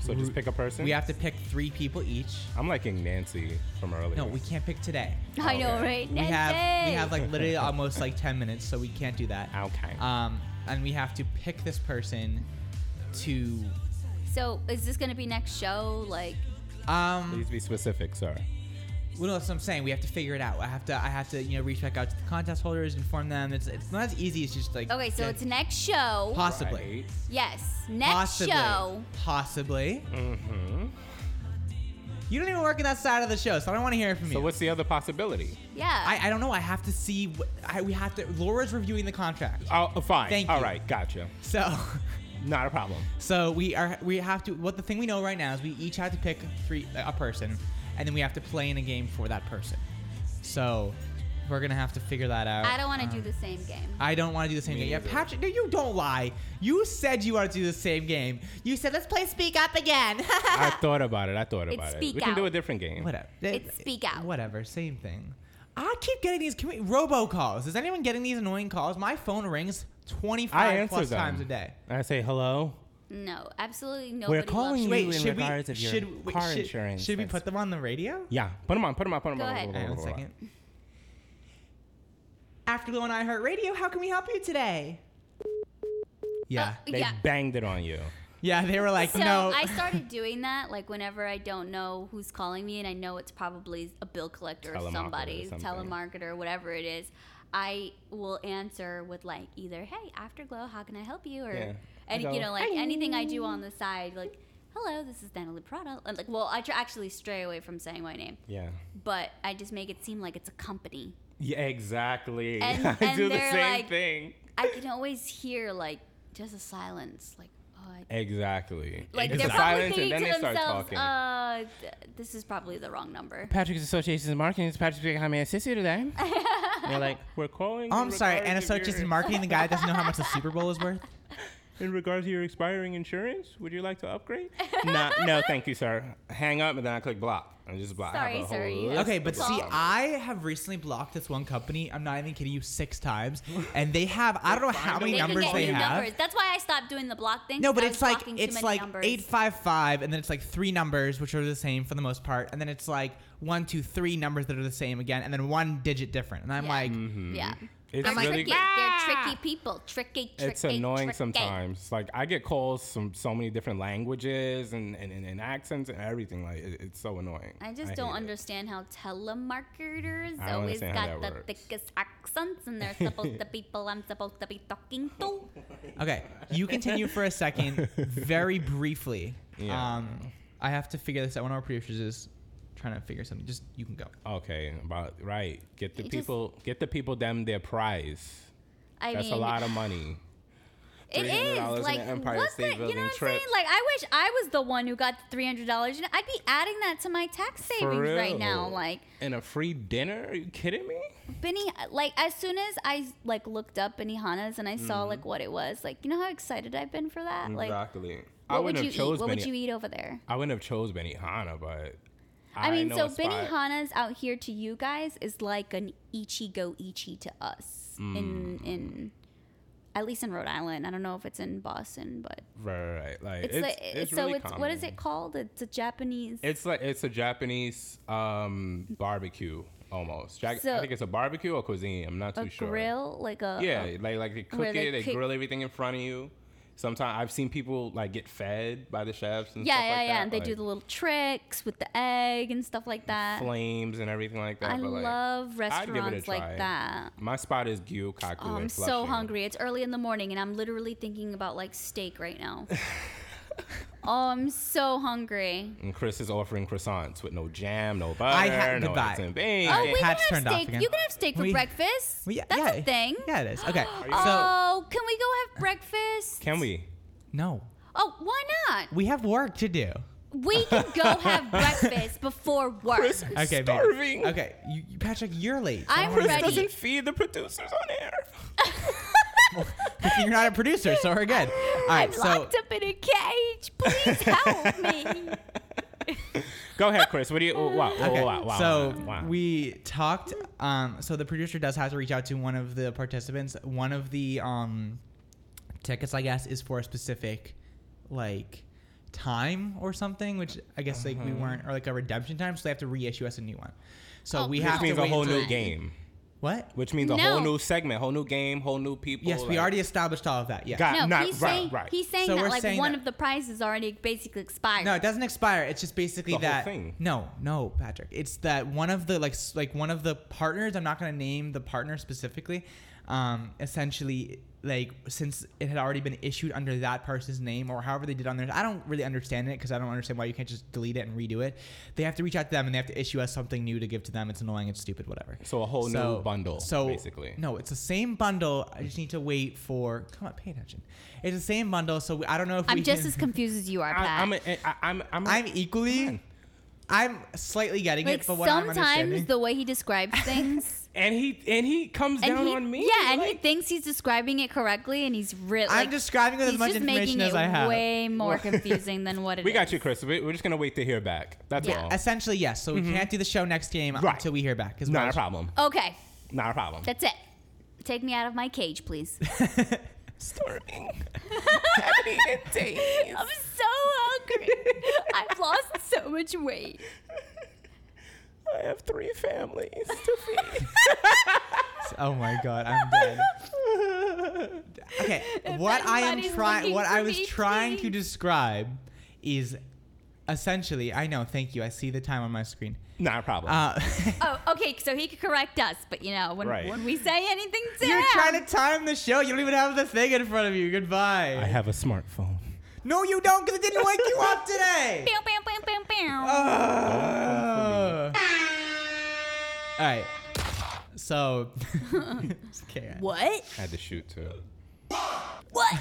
So just pick a person.
we have to pick three people each.
I'm liking Nancy from earlier.
No, we can't pick today.
I know, right?
Oh, We have we
Nancy!
have
[laughs]
like literally almost like ten minutes, so we can't do that.
Okay.
Um, and we have to pick this person to
So, is this gonna be next show? Like,
um.
Please be specific, sir.
Well, no, that's what I'm saying. We have to figure it out. I have to I have to you know reach back out to the contest holders, inform them. It's it's not as easy. It's just like
okay, so
yeah,
it's next show.
possibly
Yes, next
possibly
show. Mm-hmm.
possibly. You don't even work on that side of the show, so I don't want to hear it from you.
So what's the other possibility?
Yeah.
I, I don't know. I have to see. What, I, we have to. Laura's reviewing the contract.
Uh,
Oh, fine.
Thank
All
you.
right, gotcha.
So,
not a problem.
[laughs] So we are we have to. What the thing we know right now is we each have to pick three a person, and then we have to play in a game for that person. So we're gonna have to figure that out.
I don't want to
Um,
do the same game.
I don't want to do the same
Me
game. Yeah,
either.
Patrick, no, you don't lie. You said you want to do the same game. You said let's play Speak Up again. [laughs]
I thought about it. I thought
It's
about it.
speak
we can do
out.
a different game.
Whatever.
It's Speak Out.
Whatever, same thing. I keep getting these commu- robocalls. Is anyone getting these annoying calls? My phone rings
I
25
answer
plus
them.
times a day.
I say hello.
No, absolutely nobody.
calling
loves
you
Wait,
in
should we-
regards of your
should, wait,
car
should-
insurance.
Should we
That's-
put them on the radio?
Yeah, put them on. Put them on. Put them
Go
on.
ahead.
blah, blah,
Hang on
blah,
a
blah,
second. Afterglow on iHeartRadio, how can we help you today? Yeah.
They
yeah.
banged it on you.
Yeah, they were like,
Uh, so
no.
I started doing that, like whenever I don't know who's calling me, and I know it's probably a bill collector
Telemarketer
or
or
somebody,
something.
telemarketer, whatever it is. I will answer with like either "Hey, Afterglow, how can I help you?" or
Yeah.
any you
Hello.
know like anything I do on the side, like "Hello, this is Natalie Prada." And, like, well, I tr- actually stray away from saying my name,
Yeah.
but I just make it seem like it's a company.
Yeah, exactly.
And-
[laughs] I
and
do the
they're
same
like-
thing.
I can always hear like just a silence, like oh, God.
Exactly.
Like
It's
they're
the
probably
silence, and
thinking
then
to
they start
themselves,
talking.
uh, th- this is probably the wrong number.
Patrick's Associations in Marketing. It's Patrick. How may I assist you today? [laughs] They're like, we're calling.
Oh,
in
I'm sorry.
regards
And
of
so it's
your-
just in marketing the guy that doesn't know how much the Super Bowl is worth.
In regards to your expiring insurance, would you like to [laughs] upgrade? no, no, thank you, sir. Hang up, and then I click block. I just block. I have a whole list
Okay,
of
but see,
blocks.
I have recently blocked this one company. I'm not even kidding you, six times, and they have I don't know how many
they
numbers
can get
they
new
have.
numbers. That's why I stopped doing the block thing.
No,
'cause
but
I
it's
was
like
blocking too
it's
many
like
numbers.
eight five five, and then it's like three numbers which are the same for the most part, and then it's like one two three numbers that are the same again, and then one digit different. And I'm
Yeah.
like,
Yeah.
Mm-hmm. It's
I'm like,
really
tricky.
good.
They're tricky people. Tricky, tricky.
it's annoying
tricky.
sometimes. Like I get calls from so many different languages and, and, and, and accents and everything. Like it, it's so annoying.
I just don't
hate it.
understand how telemarketers
I don't
always
understand how
got the
that works.
thickest accents and they're supposed to
[laughs]
people I'm supposed to be talking to.
okay, you continue for a second, [laughs] very briefly.
Yeah.
Um, I have to figure this out. One of our producers is trying to figure something. Just you can go.
Okay, about right. Get the
You just-
people. get the people them their prize.
I
That's
mean-
a lot of money.
It
$300 in
is
an
like
Empire
what
State
the, you
Building
know what
trip.
I'm saying? Like I wish I was the one who got three hundred dollars. You know, I'd be adding that to my tax
For
savings right now.
real.
Like
and a free dinner? Are you kidding me?
Benny, like as soon as I like looked up Benihana's and I saw
Mhm.
like what it was, like you know how excited I've been for that. Like what
exactly. Mm, I
would
wouldn't
you
have chose
eat? What would
Benny-
you eat over there?
I wouldn't have chose Benihana, but
I, mean,
know
so
a spot.
Benihana's out here to you guys is like an Ichigo Ichi to us in
Mm.
in at least in Rhode Island. I don't know if it's in Boston, but
Right, right, right. Like
it's,
it's,
like
it's
so
really
it's what is
common.
it called? It's a Japanese.
It's like it's a Japanese um, barbecue almost. Jack,
So-
I think it's a barbecue or cuisine. I'm not
a
too sure.
grill like a
yeah,
a-
like like they cook
where
it,
they
they,
cook-
grill everything in front of you. Sometimes I've seen people like get fed by the chefs and
yeah,
stuff
yeah,
like
yeah.
that,
and they do
like,
the little tricks with the egg and stuff like that.
flames and everything like that.
I
but, like,
love
I'd give it a
restaurants
try.
like that.
My spot is Gyokaku.
Oh, I'm
in
so
Flushing.
hungry. It's early in the morning, and I'm literally thinking about like steak right [laughs] now. oh, I'm so hungry.
And Chris is offering croissants with no jam, no butter, no
goodbye.
eggs and bacon.
oh, we
Pat's
can
turned
have
off
steak.
again.
You can have steak for
We-
breakfast.
Well, yeah,
That's
yeah,
a thing.
Yeah, it is.
[gasps]
Okay, so
oh, can we go have breakfast?
can we?
no,
Oh, why not?
we have work to do.
We can go
[laughs]
have breakfast before work.
Okay, babe.
starving.
Okay, you, you- Patrick, you're late.
I'm
Chris
ready.
doesn't-
feed the producers on
[laughs]
air.
[laughs] you're not a producer, so
[laughs]
we're good. All right,
I'm
so
locked up in a cage. Please help
[laughs]
me.
Go ahead, Chris. What do you? Wow, wow, wow,
Okay,
wow, wow.
so
wow.
we talked. Um, so the producer does have to reach out to one of the participants. One of the um, tickets, I guess, is for a specific like time or something, which I guess like we
Mhm.
weren't, or like a redemption time. So they have to reissue us a new one. So
Oh,
we
Which
have
means
to
a
wait
whole new
until-
game.
What?
Which means a
No.
whole new segment, whole new game, whole new people.
Yes, we
like-
already established all of that. Yeah.
Got-
No,
not-
he's
right,
saying
right.
he's saying
So
that
we're
like
saying
one
that-
of the prizes already basically expired.
No, it doesn't expire. It's just basically
The whole
that.
thing.
No, no, Patrick. It's that one of the like s- like one of the partners. I'm not gonna name the partner specifically. Um, essentially, like since it had already been issued under that person's name or however they did on theirs, I don't really understand it because I don't understand why you can't just delete it and redo it. They have to reach out to them and they have to issue us something new to give to them. It's annoying. It's stupid. Whatever.
So a whole
So-
new bundle.
So
basically,
no, it's the same bundle. I just need to wait for. Come on, pay attention. It's the same bundle. So we, I don't know if we
I'm just
can-
as confused as you are, Pat.
I'm a, I, I'm I'm
I'm equally. I'm slightly getting
like
it, but what I'm
sometimes
understanding.
the way he describes
[laughs]
things.
and he and he comes
and
down
he-
on me.
Yeah, and he thinks he's describing it correctly, and he's really.
I'm describing it with as
he's
much
just
information
making
as
it
I have.
Way
[laughs]
more confusing than what it is.
we got you, Chris. We- We're just gonna wait to hear back. That's all.
Essentially, yes. So we
Mhm.
can't do the show next game until we hear back. is what I
Not a
was-
problem.
Okay,
Not a problem.
that's it. Take me out of my cage, please. [laughs]
Starving.
I'm so hungry. I've lost so much weight.
I have three families to feed.
Oh my god,
[laughs]
I'm dead. Okay, what I am
anybody's
trying,
looking
what
for
I was
me,
trying to
please.
describe, is essentially. I know. Thank you. I see the time on my screen.
Not a problem.
Uh, [laughs]
Oh, okay. So he could correct us, but you know when
Right.
when we say anything to
you're
him,
trying to time the show. You don't even have the thing in front of you. Goodbye. I
have a smartphone.
No, you don't, because it didn't wake you up today.
Pew, pew, pew, pew, pew.
Oh. All right. So, [laughs] just kidding.
What?
I had to shoot too.
What?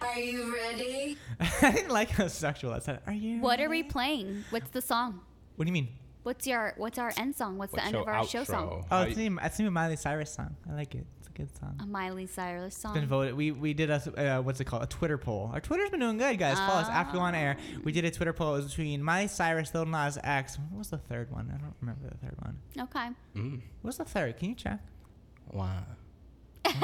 Are Are you ready?
[laughs] I didn't like how sexual that sounded. Are you?
What are we playing? What's the song?
What do you mean?
What's your What's our end song? What's, the end of our show song?
Oh, it's the it's the Miley Cyrus song. I like it. It's a good song.
A Miley Cyrus
It's
song.
been voted. We we did a uh, what's it called? A Twitter poll. Our Twitter's been doing good, guys. Follow us after on air.
Ah.
We did a Twitter poll. It was between Miley Cyrus, Lil Nas X. What was the third one? I don't remember the third one.
Okay.
Mm.
What's the third? Can you check? [laughs]
Wow.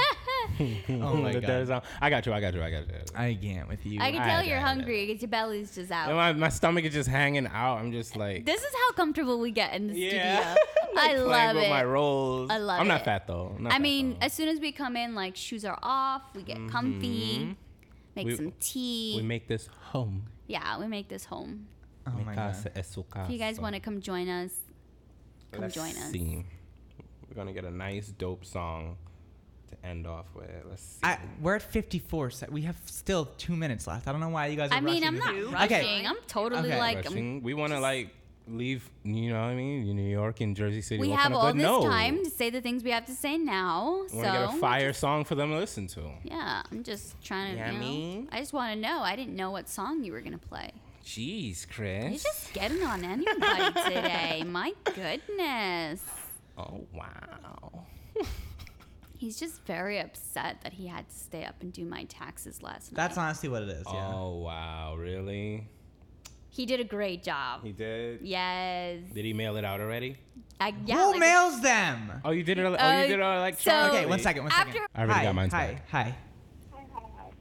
Oh my
The
God.
third song. I got you. I got you. I got you.
I can't with you.
I can tell you're
hungry.
hungry because your belly's just out.
And my, my stomach is just hanging out. I'm just like
this is how comfortable we get in the
[laughs] Yeah.
studio. I
playing
love
with
it.
my rolls.
I love
I'm not
it.
fat though. I'm not
I
fat.
mean, as soon as we come in, like shoes are off, we get comfy,
Mhm.
make
We-
some tea.
we make this home.
yeah, we make this home.
Oh
my God.
If you guys want to come join us, come join us.
See. We're gonna get a nice dope song to end off with. Let's see.
I, we're at 54. So we have still two minutes left. I don't know why you guys are
I mean,
rushing
I'm
this.
not rushing. I'm totally
Okay.
like, um,
Rushing.
I'm,
we want to like leave. You know what I mean? New York and Jersey City.
we
off on
have
a
all
good
this
note.
time to say the things we have to say now.
We
so
want to get a fire song for them to listen to.
yeah, I'm just trying to.
Yeah,
you know,
me?
I just want to know. I didn't know what song you were gonna play.
Jeez, Chris.
You're just getting on
[laughs]
anybody today. My goodness.
oh wow.
He's just very upset that he had to stay up and do my taxes last night.
That's honestly what it is. Yeah.
Oh wow, really?
He did a great job.
He did.
Yes.
Did he mail it out already?
I, yeah,
Who
like-
mails them?
Oh, you did it. oh,
Uh,
you did it electronically.
okay, one second. One second.
after-
I already
hi,
got mine.
Hi, hi.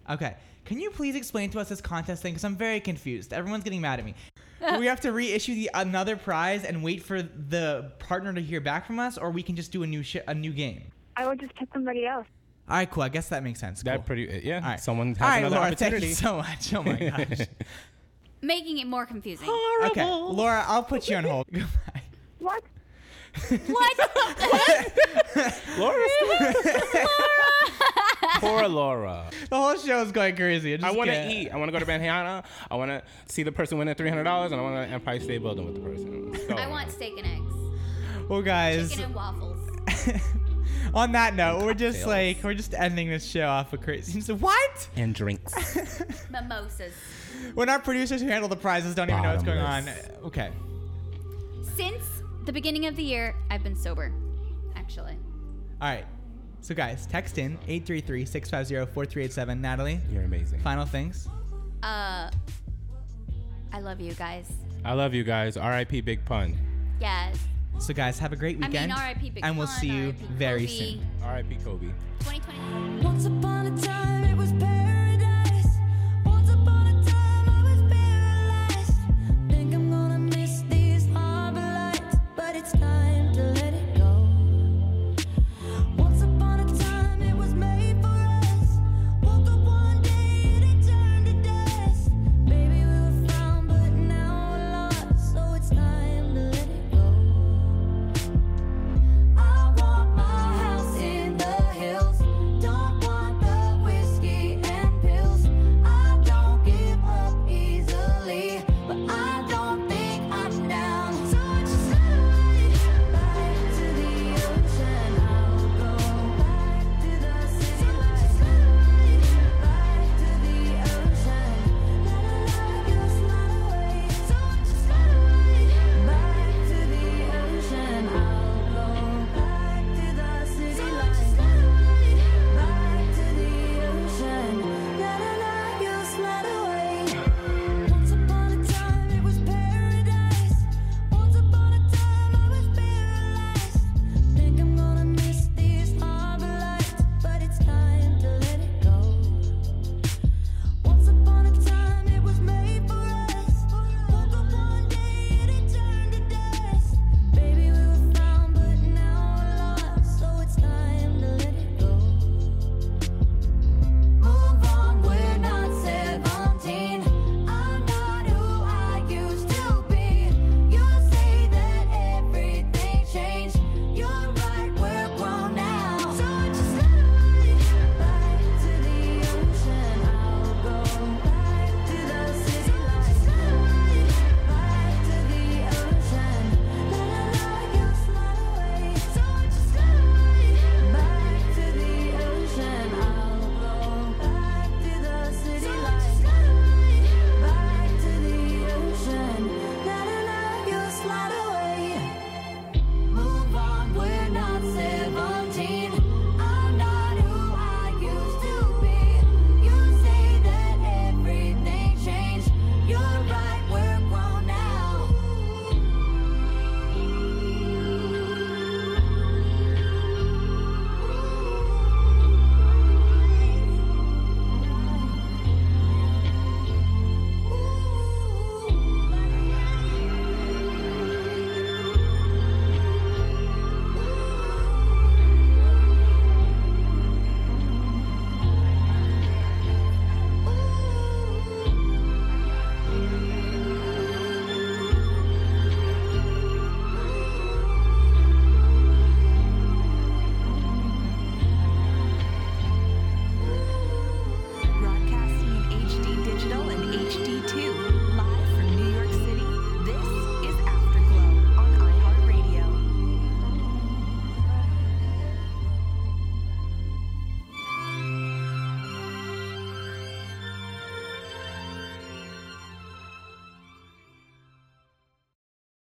Okay. Can you please explain to us this contest thing? Because I'm very confused. Everyone's getting mad
[laughs]
at me. Do we have to reissue the another prize and wait for the partner to hear back from us, or we can just do a new sh- a new game?
I will just pick somebody else.
All right, cool. I guess that makes sense. That
pretty yeah.
All right,
someone has
All right,
another
Laura. [laughs] Thank
opportunity.
you so
[laughs]
much. Oh my gosh.
Making it more confusing.
okay, Laura, I'll put you on hold. [laughs]
What?
Laura. [laughs] Poor Laura.
The whole show is going crazy.
I want to
can't-
eat. I want to go [laughs] to Benihana. I want to see the person winning three hundred dollars, and I want to Empire State Building with the person. So,
I want steak and eggs.
Well, guys.
Chicken and waffles.
on that note, we're just
cocktails.
like we're just ending this show off with crazy. [laughs] So what?
And drinks.
Mimosas.
when our producers who handle the prizes don't even know what's going on. Okay.
Since the beginning of the year, I've been sober, actually.
All right. So guys, text in 833-650-4387. Natalie,
[laughs] you're amazing.
Final things.
Uh, I love you guys.
I love you guys. R.I.P. Big Pun.
Yes.
So guys, have a great
I mean,
weekend.
R.I.P. Big
and we'll
Pun,
see you very
Kobe.
soon.
R.I.P. Kobe.
2020. Once upon